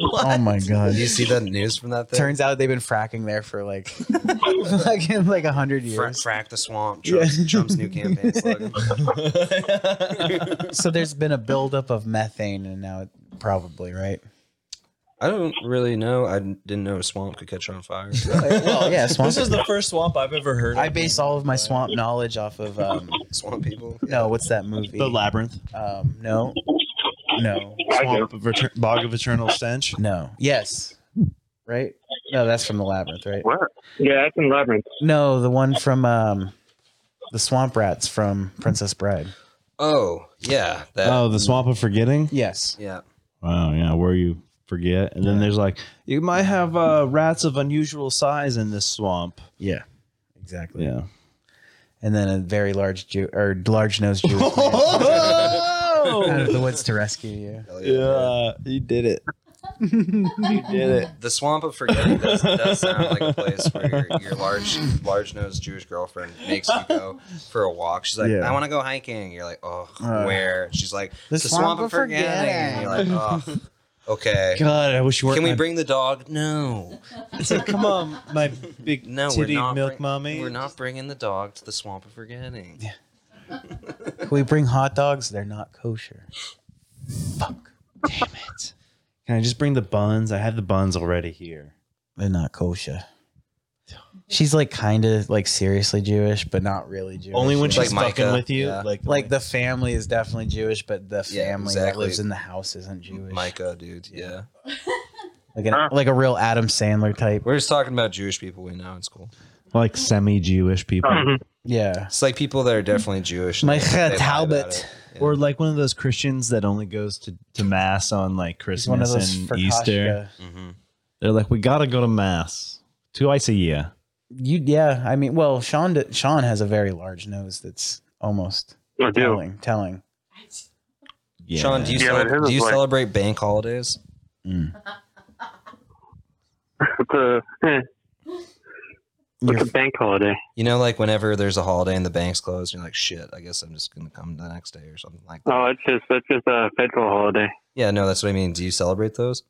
D: Oh my god!
F: Do you see the news from that thing?
D: Turns out they've been fracking there for like fucking like a hundred
F: Fra-
D: years.
F: frack the swamp. Trump's, Trump's new campaign slogan.
D: So there's been a buildup of methane, and now it, probably right.
F: I don't really know. I didn't know a swamp could catch on fire.
D: Well, Oh, yeah, swamp.
C: this is the first swamp I've ever heard.
D: I base all of my swamp knowledge off of um,
F: swamp people.
D: no, what's that movie?
C: the labyrinth,
D: um, no, no,
C: swamp of retur- bog of eternal stench.
D: no. Yes, right. No, that's from the labyrinth, right?
J: What?
E: Yeah, that's in Labyrinth.
D: No, the one from um, the swamp rats from Princess Bride.
F: Oh yeah, that.
C: Oh, the swamp of forgetting.
D: Yes.
F: Yeah.
C: Wow, yeah, where you forget, and then there's like you might have uh, rats of unusual size in this swamp.
D: Yeah. Exactly.
C: Yeah,
D: And then a very large Jew or large nosed Jewish man comes out of the woods to rescue you.
F: Hell yeah.
C: yeah, you did it. you did it.
F: The swamp of forgetting does, does sound like a place where your, your large, large-nosed Jewish girlfriend makes you go for a walk. She's like,
C: Yeah.
F: "I want to go hiking." You're like, "Oh,
D: Uh,
F: where?" She's like, "The, swamp, of forgetting." And You're like, "Oh, okay."
C: God, I wish you weren't.
F: Can we
C: my-
F: bring the dog? No,
C: It's like, come on, my big
F: no,
C: titty
F: we're not.
C: milk
F: bring-
C: mommy.
F: We're not bringing the dog to the swamp of forgetting.
D: Can we bring hot dogs? They're not kosher. Fuck.
C: Damn it. Can I just bring the buns? I have the buns already here.
D: They're not kosher. She's like kind of like seriously Jewish, but not really Jewish.
C: Only when
F: Like
C: she's
F: Micah,
C: fucking with you.
F: yeah.
C: Like,
D: like the family is definitely Jewish, but the
F: Yeah,
D: family that
F: exactly.
D: lives in the house isn't Jewish.
F: Micah, dude. Yeah,
D: Like, an, like a real Adam Sandler type.
F: we're just talking about Jewish people we know in school.
C: like semi-Jewish people,
D: Yeah.
F: It's like people that are definitely Jewish. and they-
D: Micah
F: they lie about
D: Talbot.
F: it. Yeah.
C: or like one of those Christians that only goes to, to mass on like Christmas
D: He's one of those
C: and
D: Ferkoshka.
C: Easter.
F: Mhm.
C: They're like, we gotta go to mass twice a year.
D: You yeah, I mean, well, Sean d- Sean has a very large nose that's almost
J: I do.
D: telling. Telling.
C: Yeah.
F: Sean, do you,
J: Yeah, but
F: cele- do
J: his is
F: you
J: like-
F: celebrate bank holidays?
J: It's a, eh,
D: You're-
J: it's a bank holiday.
F: You know, like whenever there's a holiday and the bank's closed, you're like, shit, I guess I'm just going to come the next day or something like that.
J: Oh, it's just it's just a federal holiday.
F: Yeah, no, that's what I mean. Do you celebrate those?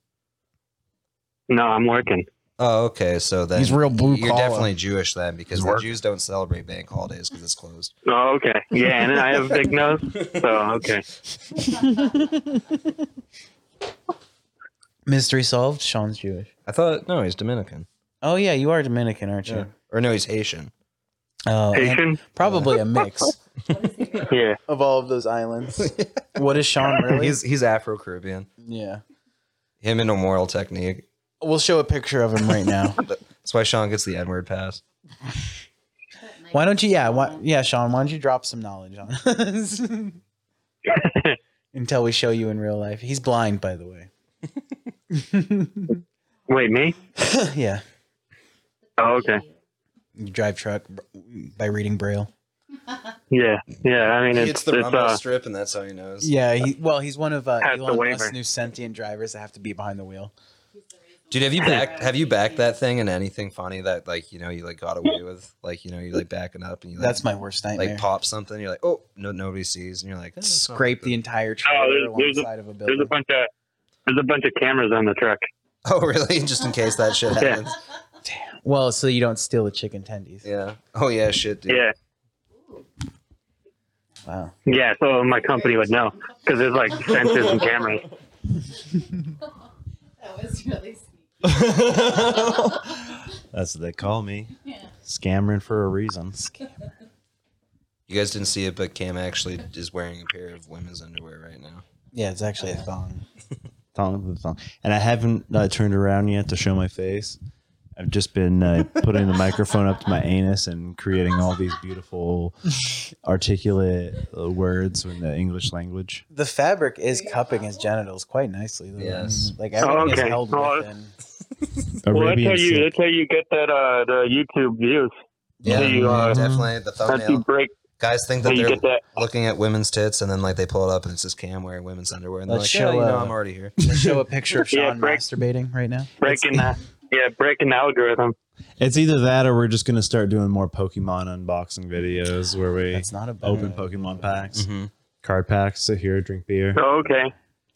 J: No, I'm working.
F: Oh, okay. So then
D: He's real blue
F: you're
D: collar.
F: definitely Jewish then because the Jews don't celebrate bank holidays because it's closed.
J: Oh, okay. Yeah, and I have a big nose, so okay.
D: mystery solved. Sean's Jewish.
F: I thought, no, he's Dominican.
D: Oh yeah, you are Dominican, aren't you?
F: Or no, he's Haitian.
D: Oh, and
J: Haitian.
D: probably a mix
J: Yeah.
D: of all of those islands. what is Sean really?
F: He's, he's Afro Caribbean.
D: yeah.
F: Him and Immoral Technique.
D: We'll show a picture of him right now.
F: That's why Sean gets the N word pass.
D: why don't you? Yeah, why, yeah, Sean. Why don't you drop some knowledge on us until we show you in real life? He's blind, by the way.
J: Wait, me?
D: yeah,
J: Oh, okay.
D: you drive truck b- by reading braille.
J: Yeah. Yeah. I mean,
F: He
J: it's
F: gets
J: it's,
F: the rumble
J: uh,
F: strip and that's how he knows.
D: Yeah, he, well, he's one of uh,
J: Has the
D: Elon
J: waiver.
D: Musk's new sentient drivers that have to be behind the wheel.
F: Dude, have you backed have you backed that thing and anything funny that like you know you like got away with? Like, you know, you like backing up and you like
D: That's my worst nightmare.
F: like pop something, you're like, oh no nobody sees and you're like, "Eh, it's not
D: Scrape
F: that
D: the entire trailer
J: Oh, there's- there's a-
D: alongside of a
J: there's a
D: building.
J: bunch of there's a bunch of cameras on the truck.
F: bad." Oh really? Just in case that shit
J: Yeah.
F: happens.
D: well, so you don't steal the chicken tendies.
F: Yeah. Oh yeah, shit, dude.
J: Yeah.
D: Wow.
E: Yeah, so my company would know because there's like sensors and cameras.
I: that was really sneaky.
C: That's what they call me.
I: Yeah.
D: Scammering for a reason.
F: You guys didn't see it, but Cam actually is wearing a pair of women's underwear right now.
D: Yeah, it's actually a thong.
C: Thong with thong. And I haven't uh, turned around yet to show my face. I've just been uh, putting the microphone up to my anus and creating all these beautiful, articulate uh, words in the English language.
D: The fabric is cupping his genitals quite nicely. Though. I mean,
F: Yes.
D: Like everything is
E: okay.
D: held
E: Oh,
D: within.
E: Well, that's
C: Arabian
E: how you
C: silk.
E: that's how you get that uh the YouTube views.
F: Yeah,
E: How you, uh,
F: definitely the
E: That's you
F: thumbnail.
E: break.
F: Guys think
E: How
F: Oh, that
E: you
F: they're
E: get that?
F: looking at women's tits, and then like they pull it up, and it's just Cam wearing women's underwear, and they're
D: Let's
F: like, "Yeah,
D: show,
F: you know,
D: uh,
F: I'm already here."
D: Show a picture of
E: Yeah,
D: Sean
E: break-
D: masturbating right now.
E: Breaking that. Yeah, breaking the algorithm.
C: It's either that or we're just going to start doing more Pokemon unboxing videos where we
D: That's not a bad Mm-hmm.
C: open Pokemon packs,
F: Mhm.
C: card packs, sit here, drink beer.
E: Oh, okay.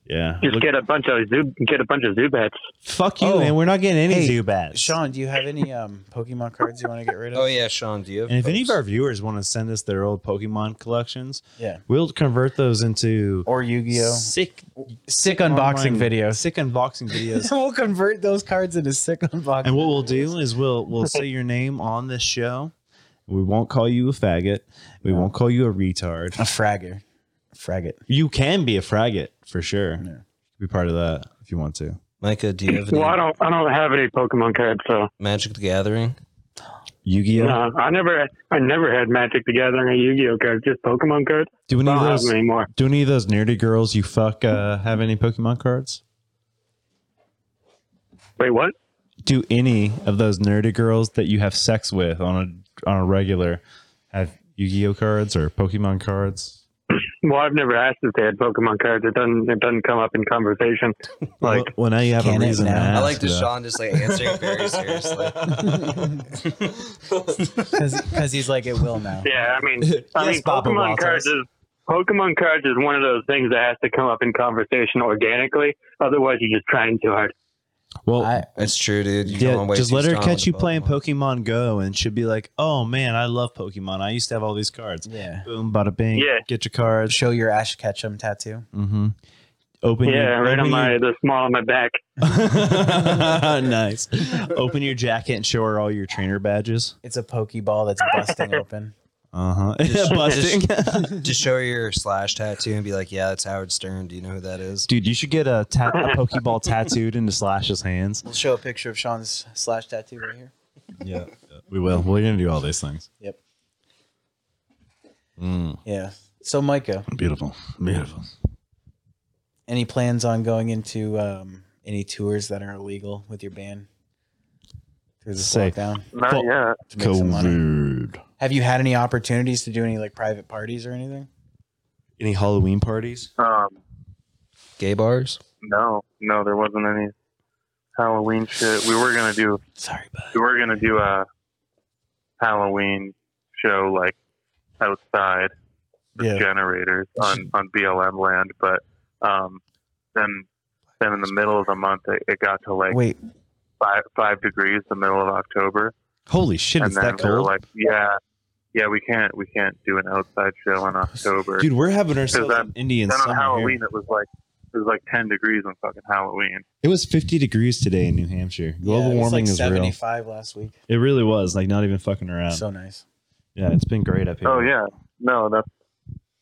C: Yeah.
E: Just
C: Look-
E: get a bunch of zoo, get a bunch of Zubats.
C: fuck you,
D: Oh.
C: man. We're not getting any
D: Hey,
C: Zubats.
D: Sean, do you have any um, Pokemon cards you want to get rid of?
F: Oh yeah, Sean, do you? Have
C: And if any of
F: pokes?
C: our viewers want to send us their old Pokemon collections,
D: Yeah.
C: we'll convert those into
D: Or Yu-Gi-Oh.
C: sick,
D: Sick unboxing
C: online-
D: videos.
C: sick unboxing videos.
D: we'll convert those cards into sick unboxing.
C: and what we'll do is we'll we'll say your name on this show. We won't call you a faggot. We won't call you a retard.
D: a fragger, fraggot.
C: You can be a fraggot for sure.
D: Yeah.
C: Be part of that if you want to.
F: Micah, do you have any
E: Well, I don't I don't have any Pokemon cards, so
F: Magic the Gathering?
C: Yu-Gi-Oh.
E: no, I never I never had Magic the Gathering or Yu-Gi-Oh cards, just Pokemon cards.
C: Do any
E: I
C: of
E: don't have
C: those
E: them anymore.
C: do any of those nerdy girls you fuck uh, have any Pokemon cards?
E: Wait, what?
C: Do any of those nerdy girls that you have sex with on a on a regular have Yu-Gi-Oh cards or Pokemon cards?
E: Well, I've never asked if they had Pokemon cards. It doesn't it doesn't come up in conversation. Like
C: well, well, now you have a
D: Can it
C: reason. To uh,
D: now? I
C: ask,
F: I like that
C: though.
F: Sean just like answering very seriously.
D: Because he's like, it will now.
E: Yeah, I mean, I
C: Yes,
E: mean,
C: Baba
E: Pokemon
C: Walters.
E: cards is Pokemon cards is one of those things that has to come up in conversation organically. Otherwise, you're just trying too hard.
C: Well,
D: I,
F: It's true, dude. You
C: yeah,
F: going way
C: just
F: too
C: let her
F: strong with
C: catch
F: the
C: you playing
F: Pokemon.
C: Pokemon Go, and she'll be like, "Oh man, I love Pokemon. I used to have all these cards."
D: yeah.
C: Boom, bada bing.
E: Yeah.
C: Get your cards.
D: Show your Ash Ketchum tattoo.
C: Mm-hmm. Open.
E: yeah,
C: your,
E: right on
C: open
E: my
C: your-
E: the small on my back.
C: nice. Open your jacket and show her all your trainer badges.
D: It's a Pokeball that's busting open.
C: Uh huh. Busting.
F: Just show her your slash tattoo and be like, "Yeah, that's Howard Stern. Do you know who that is?"
C: Dude, you should get a, ta- a Pokeball tattooed into Slash's hands.
D: We'll show a picture of Sean's slash tattoo right here.
C: Yeah, we will. We're gonna do all these things.
D: Yep.
C: Mm,
D: Yeah. So, Micah,
C: beautiful, beautiful.
D: any plans on going into um, any tours that are illegal with your band through this
C: Say-
D: lockdown?
J: Not
C: Fuck.
J: yet.
D: To make some money? Have you had any opportunities to do any like private parties or anything?
C: Any Halloween parties?
J: Um,
F: Gay bars.
J: no, no, there wasn't any Halloween shit. We were gonna do
D: Sorry, bud.
J: we were gonna do a Halloween show like outside the
D: Yeah.
J: generators on on BLM land, but um, then then in the middle of the month it, it got to like
D: Wait,
J: five five degrees the middle of October,
C: Holy shit,
J: and
C: it's
J: then
C: that
J: we were
C: cold,
J: like, yeah, yeah, we can't we can't do an outside show in October.
C: dude. We're having ourselves
J: Because
C: an Indian
J: then on
C: summer. here.
J: Halloween it was like it was like ten degrees on fucking Halloween.
C: It was 50 degrees today in New Hampshire. Global
D: yeah, it was,
C: warming
D: like
C: is real.
D: 75 last week.
C: It really was. Like not even fucking around.
D: So nice.
C: yeah, it's been great up here.
J: Oh yeah, no, that's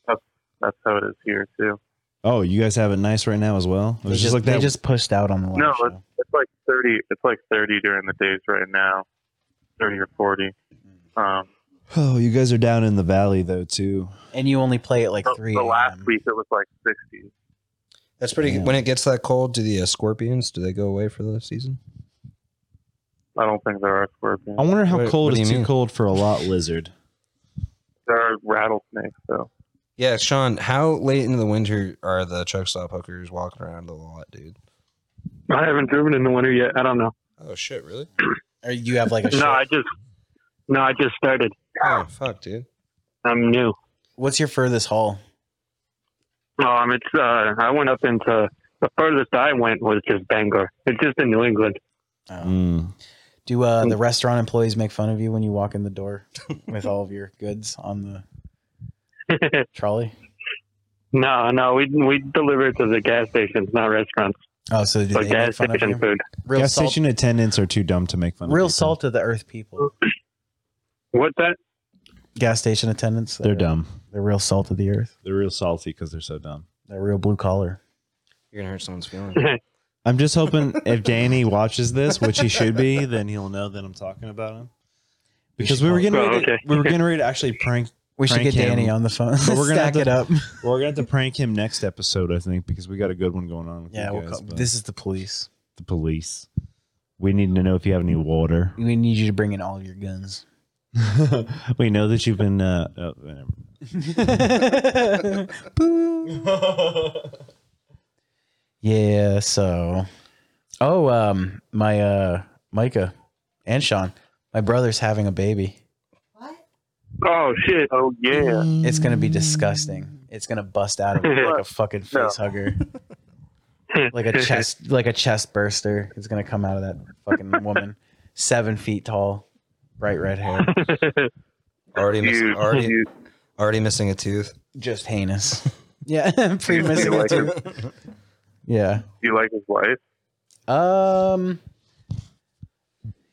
J: that's that's how it is here too.
C: Oh, you guys have it nice right now as well. It
D: They
C: was
D: just,
C: just, like
D: they
C: that.
D: just pushed out on the live
J: No,
D: show.
J: It's like thirty. It's like thirty during the days right now, thirty or forty. Um,
C: oh, you guys are down in the valley though too.
D: And you only play at like
J: the,
D: three.
J: the last
D: a.m..
J: week it was like sixty.
F: That's pretty.
D: Yeah.
F: When it gets that cold, do the uh, scorpions do they go away for the season?
J: I don't think there are scorpions.
C: I wonder how
F: What-
C: cold
F: what do
C: is
F: you
C: too
F: mean?
C: cold for a lot lizard.
J: There are rattlesnakes though.
F: Yeah, Sean. How late into the winter are the truck stop hookers walking around the lot, dude?
E: I haven't driven in the winter yet. I don't know.
F: Oh shit, really?
D: Or you have like a
E: No,
D: show.
E: I just no, I just started.
F: Oh fuck, dude.
E: I'm new.
D: What's your furthest haul?
E: Um, it's uh, I went up into the furthest I went was just Bangor. It's just in New England.
C: Mm.
D: Oh. Do uh,
E: Mm.
D: the restaurant employees make fun of you when you walk in the door with all of your goods on the? Trolley.
E: no, no, we we deliver it to the gas stations, not restaurants.
D: Oh, so do
E: But
D: they make
E: gas
D: fun of
E: station
D: you?
E: food.
D: Real
C: Gas
D: salt,
C: station attendants are too dumb to make fun
D: real
C: of. people.
D: salt of the earth people.
E: What's that?
D: Gas station attendants.
C: They're dumb.
D: They're real salt of the earth.
C: They're real salty because they're so dumb.
D: They're real blue collar.
F: You're gonna hurt someone's feelings.
C: I'm just hoping if Danny watches this, which he should be, then he'll know that I'm talking about him. Because we were getting
E: Oh,
C: ready to,
E: okay.
C: we were getting ready to actually prank.
D: We should
C: Prank
D: get Danny
C: him.
D: on the phone.
C: But we're gonna have
D: stack
C: to-
D: it up.
C: Well, we're gonna have to prank him next episode, I think, because we got a good one going on. With
D: Yeah,
C: you
D: we'll
C: guys,
D: call,
C: but
D: this is the police.
C: the police. We need to know if you have any water.
D: We need you to bring in all your guns.
C: we know that you've been. Uh, oh, never mind.
D: Yeah. So, oh, um, my uh, Micah and Sean, my brother's having a baby.
I: What?
J: Oh shit! Oh yeah!
D: It's gonna be disgusting. It's gonna bust out of him like a fucking face hugger, like a chest, like a chest burster. It's gonna come out of that fucking woman, seven feet tall, bright red hair,
F: Already, miss,
J: you,
F: already,
J: you,
F: already missing a tooth.
D: just heinous. Yeah, pretty
J: you, you
D: missing it
J: like his,
D: too. Yeah.
J: you like his wife?
D: Um.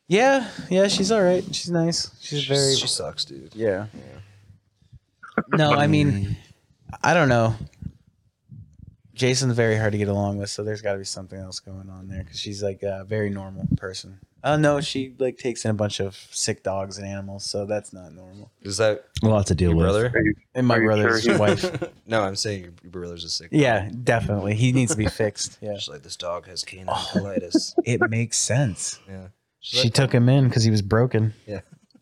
D: Yeah, yeah, she's all right. She's nice. She's very.
F: She sucks, dude.
D: Yeah. No, I mean, I don't know. Jason's very hard to get along with, so there's got to be something else going on there because she's like a very normal person. Oh no, she like takes in a bunch of sick dogs and animals, so that's not normal.
F: Is that
C: A lot to deal
F: your
C: with.
F: brother?
D: And my
J: Are you
D: brother's
J: sure he-
D: wife.
F: no, I'm saying your, your brother's a sick.
D: Yeah, definitely. He needs to be fixed. Yeah,
F: Just like this dog has canine colitis.
D: it makes sense.
F: Yeah.
D: She took him in because he was broken.
F: Yeah.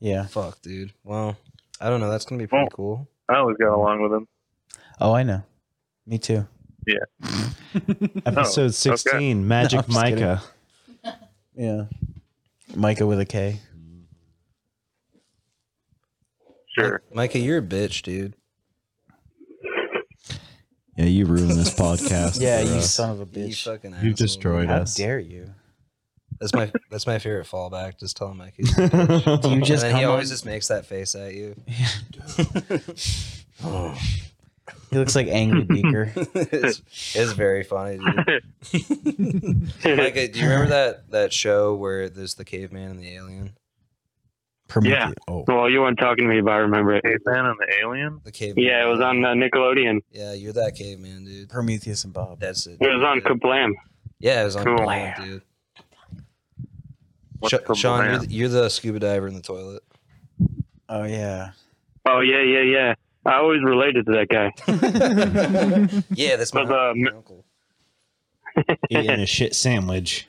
D: Yeah.
F: Fuck, dude. Well, I don't know. That's gonna be pretty
J: Oh.
F: cool.
J: I always got along with him.
D: Oh, I know. Me too.
C: Episode
J: Oh,
C: 16,
J: okay.
C: Magic
D: I'm just kidding.
C: Micah.
D: Yeah. Micah with a K.
J: Sure.
F: Micah, you're a bitch, dude.
C: Yeah, you ruined this podcast.
D: Yeah,
C: bro.
D: you son of a
F: You
D: bitch.
F: fucking.
C: You've
F: asshole,
C: destroyed
F: dude.
D: How
C: us.
D: dare you?
F: That's my that's my favorite fallback. Just telling Micah. He's a bitch.
D: Do you
F: and
D: just
F: then he
D: come on-
F: always just makes that face at you.
D: He looks like Angry Beaker.
F: it's, it's very funny, dude. Micah, do you remember that that show where there's the caveman and the alien?
D: Prometheus. Oh.
E: Well, you weren't talking to me, but I remember it.
J: Caveman and the alien.
F: The caveman.
E: Yeah, it was on uh, Nickelodeon.
F: Yeah, you're that caveman, dude.
D: Prometheus and Bob.
F: That's it.
E: It was on
F: dude.
E: Kablam.
F: Yeah, it was on
J: Cool.
F: Kablam, dude.
J: What's
F: Sha-
J: the
F: Sean, you're
J: plan?
F: the, you're the scuba diver in the toilet.
D: Oh yeah.
E: Oh yeah, yeah, yeah. I always related to that guy.
F: Yeah, that's my,
E: But, uh,
F: my
E: m-
F: uncle.
C: Eating a shit sandwich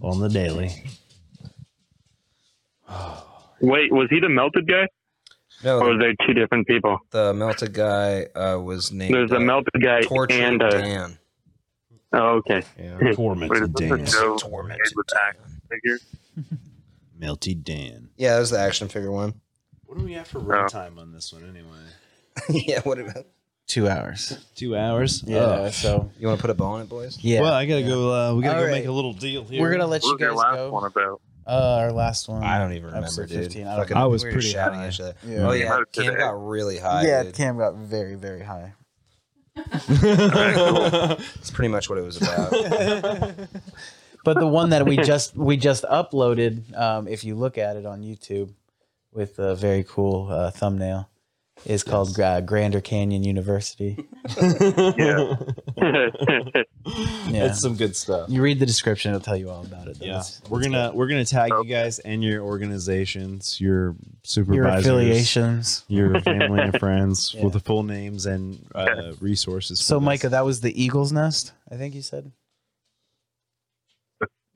C: on the daily.
E: Wait, was he the melted guy,
F: No,
E: or
F: the,
E: was there two different people?
F: the melted guy uh, was named
E: There's a
F: uh,
E: melted guy
F: Tortured
E: and a.
F: Dan.
E: Oh, okay.
J: Wait, is
C: Tormented
J: this a
C: Dan.
J: show
F: Tormented
J: made with action figures?
C: Melty Dan.
F: Yeah, that was the action figure one.
C: What do we have for
J: Oh.
C: runtime on this one anyway?
F: yeah, what about?
D: Two hours.
C: Two hours?
D: Yeah. So
F: You want to put a bow on it, boys?
D: yeah.
C: Well, I gotta go. Uh, we gotta
D: All
C: go
D: right.
C: make a little deal here.
D: we're gonna let you
J: What was
D: guys
J: your last
D: go.
J: one about?
D: Uh, our last one.
F: I don't even remember,
D: Episode
F: dude.
D: 15, I don't
F: Fucking-
D: know.
C: I was
F: we were just
C: pretty
F: shouting
C: high.
F: at each other.
D: Yeah.
F: Oh yeah,
J: Most
F: Cam
J: today.
F: got really high.
D: yeah,
F: dude.
D: Cam got very very high.
F: That's pretty much what it was about.
D: But the one that we just we just uploaded, um, if you look at it on YouTube, with a very cool uh, thumbnail, is called uh, Grander Canyon University.
J: Yeah.
D: Yeah.
C: That's some good stuff.
D: You read the description; it'll tell you all about it. though.
C: Yeah,
D: It's-
C: we're gonna we're gonna tag you guys and your organizations, your supervisors,
D: your affiliations.
C: your family and friends
D: Yeah.
C: with the full names and uh, resources.
D: So,
C: for this.
D: Micah, that was the Eagle's Nest, I think you said.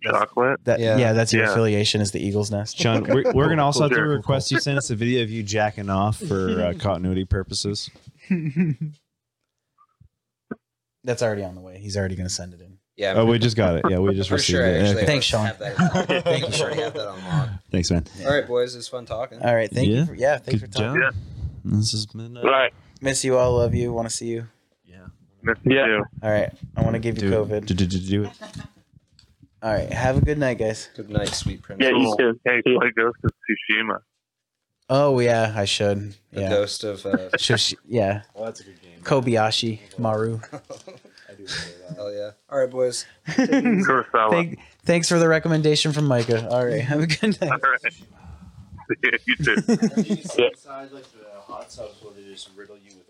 J: Chocolate.
D: That yeah,
F: Yeah.
D: that's your
J: Yeah.
D: affiliation is the Eagle's Nest.
C: Sean, we're, we're gonna also have to
J: Sure.
C: request you send us a video of you jacking off for uh, continuity purposes.
D: That's already on the way. He's already going to send it in.
F: Yeah,
C: Oh, we just got it. Yeah, we
F: I'm
C: just
F: pretty
C: received
F: sure I
C: it.
F: actually
C: Okay.
D: Thanks,
F: have that. Thank you, sure I have that on lock.
C: Thanks, man.
F: All right, boys, it was fun talking.
D: All right, thank
C: Yeah.
D: you. For, yeah, thanks
C: Good
D: for talking.
C: job. This has been. uh,
E: All right.
D: Miss you all. Love you. Want to see you.
J: Miss
E: Yeah.
J: you.
D: All right, I want to give you
C: do,
D: COVID.
C: Do, do, do, do it.
D: All right, have a good night, guys.
F: Good night, sweet prince.
E: Yeah, you too.
J: Hey, play Ghost of Tsushima.
D: Oh yeah, I should.
F: The
D: Yeah.
F: ghost of. Uh,
D: Shush- yeah.
G: Well, that's a good game.
D: Kobayashi Maru.
G: I do play that.
F: hell yeah! All right, boys.
J: Kurosawa.
D: Thank, thanks for the recommendation from Micah. All right, have a good night.
J: All right. you too.
G: And then you see inside like the hot tubs where they just riddle you with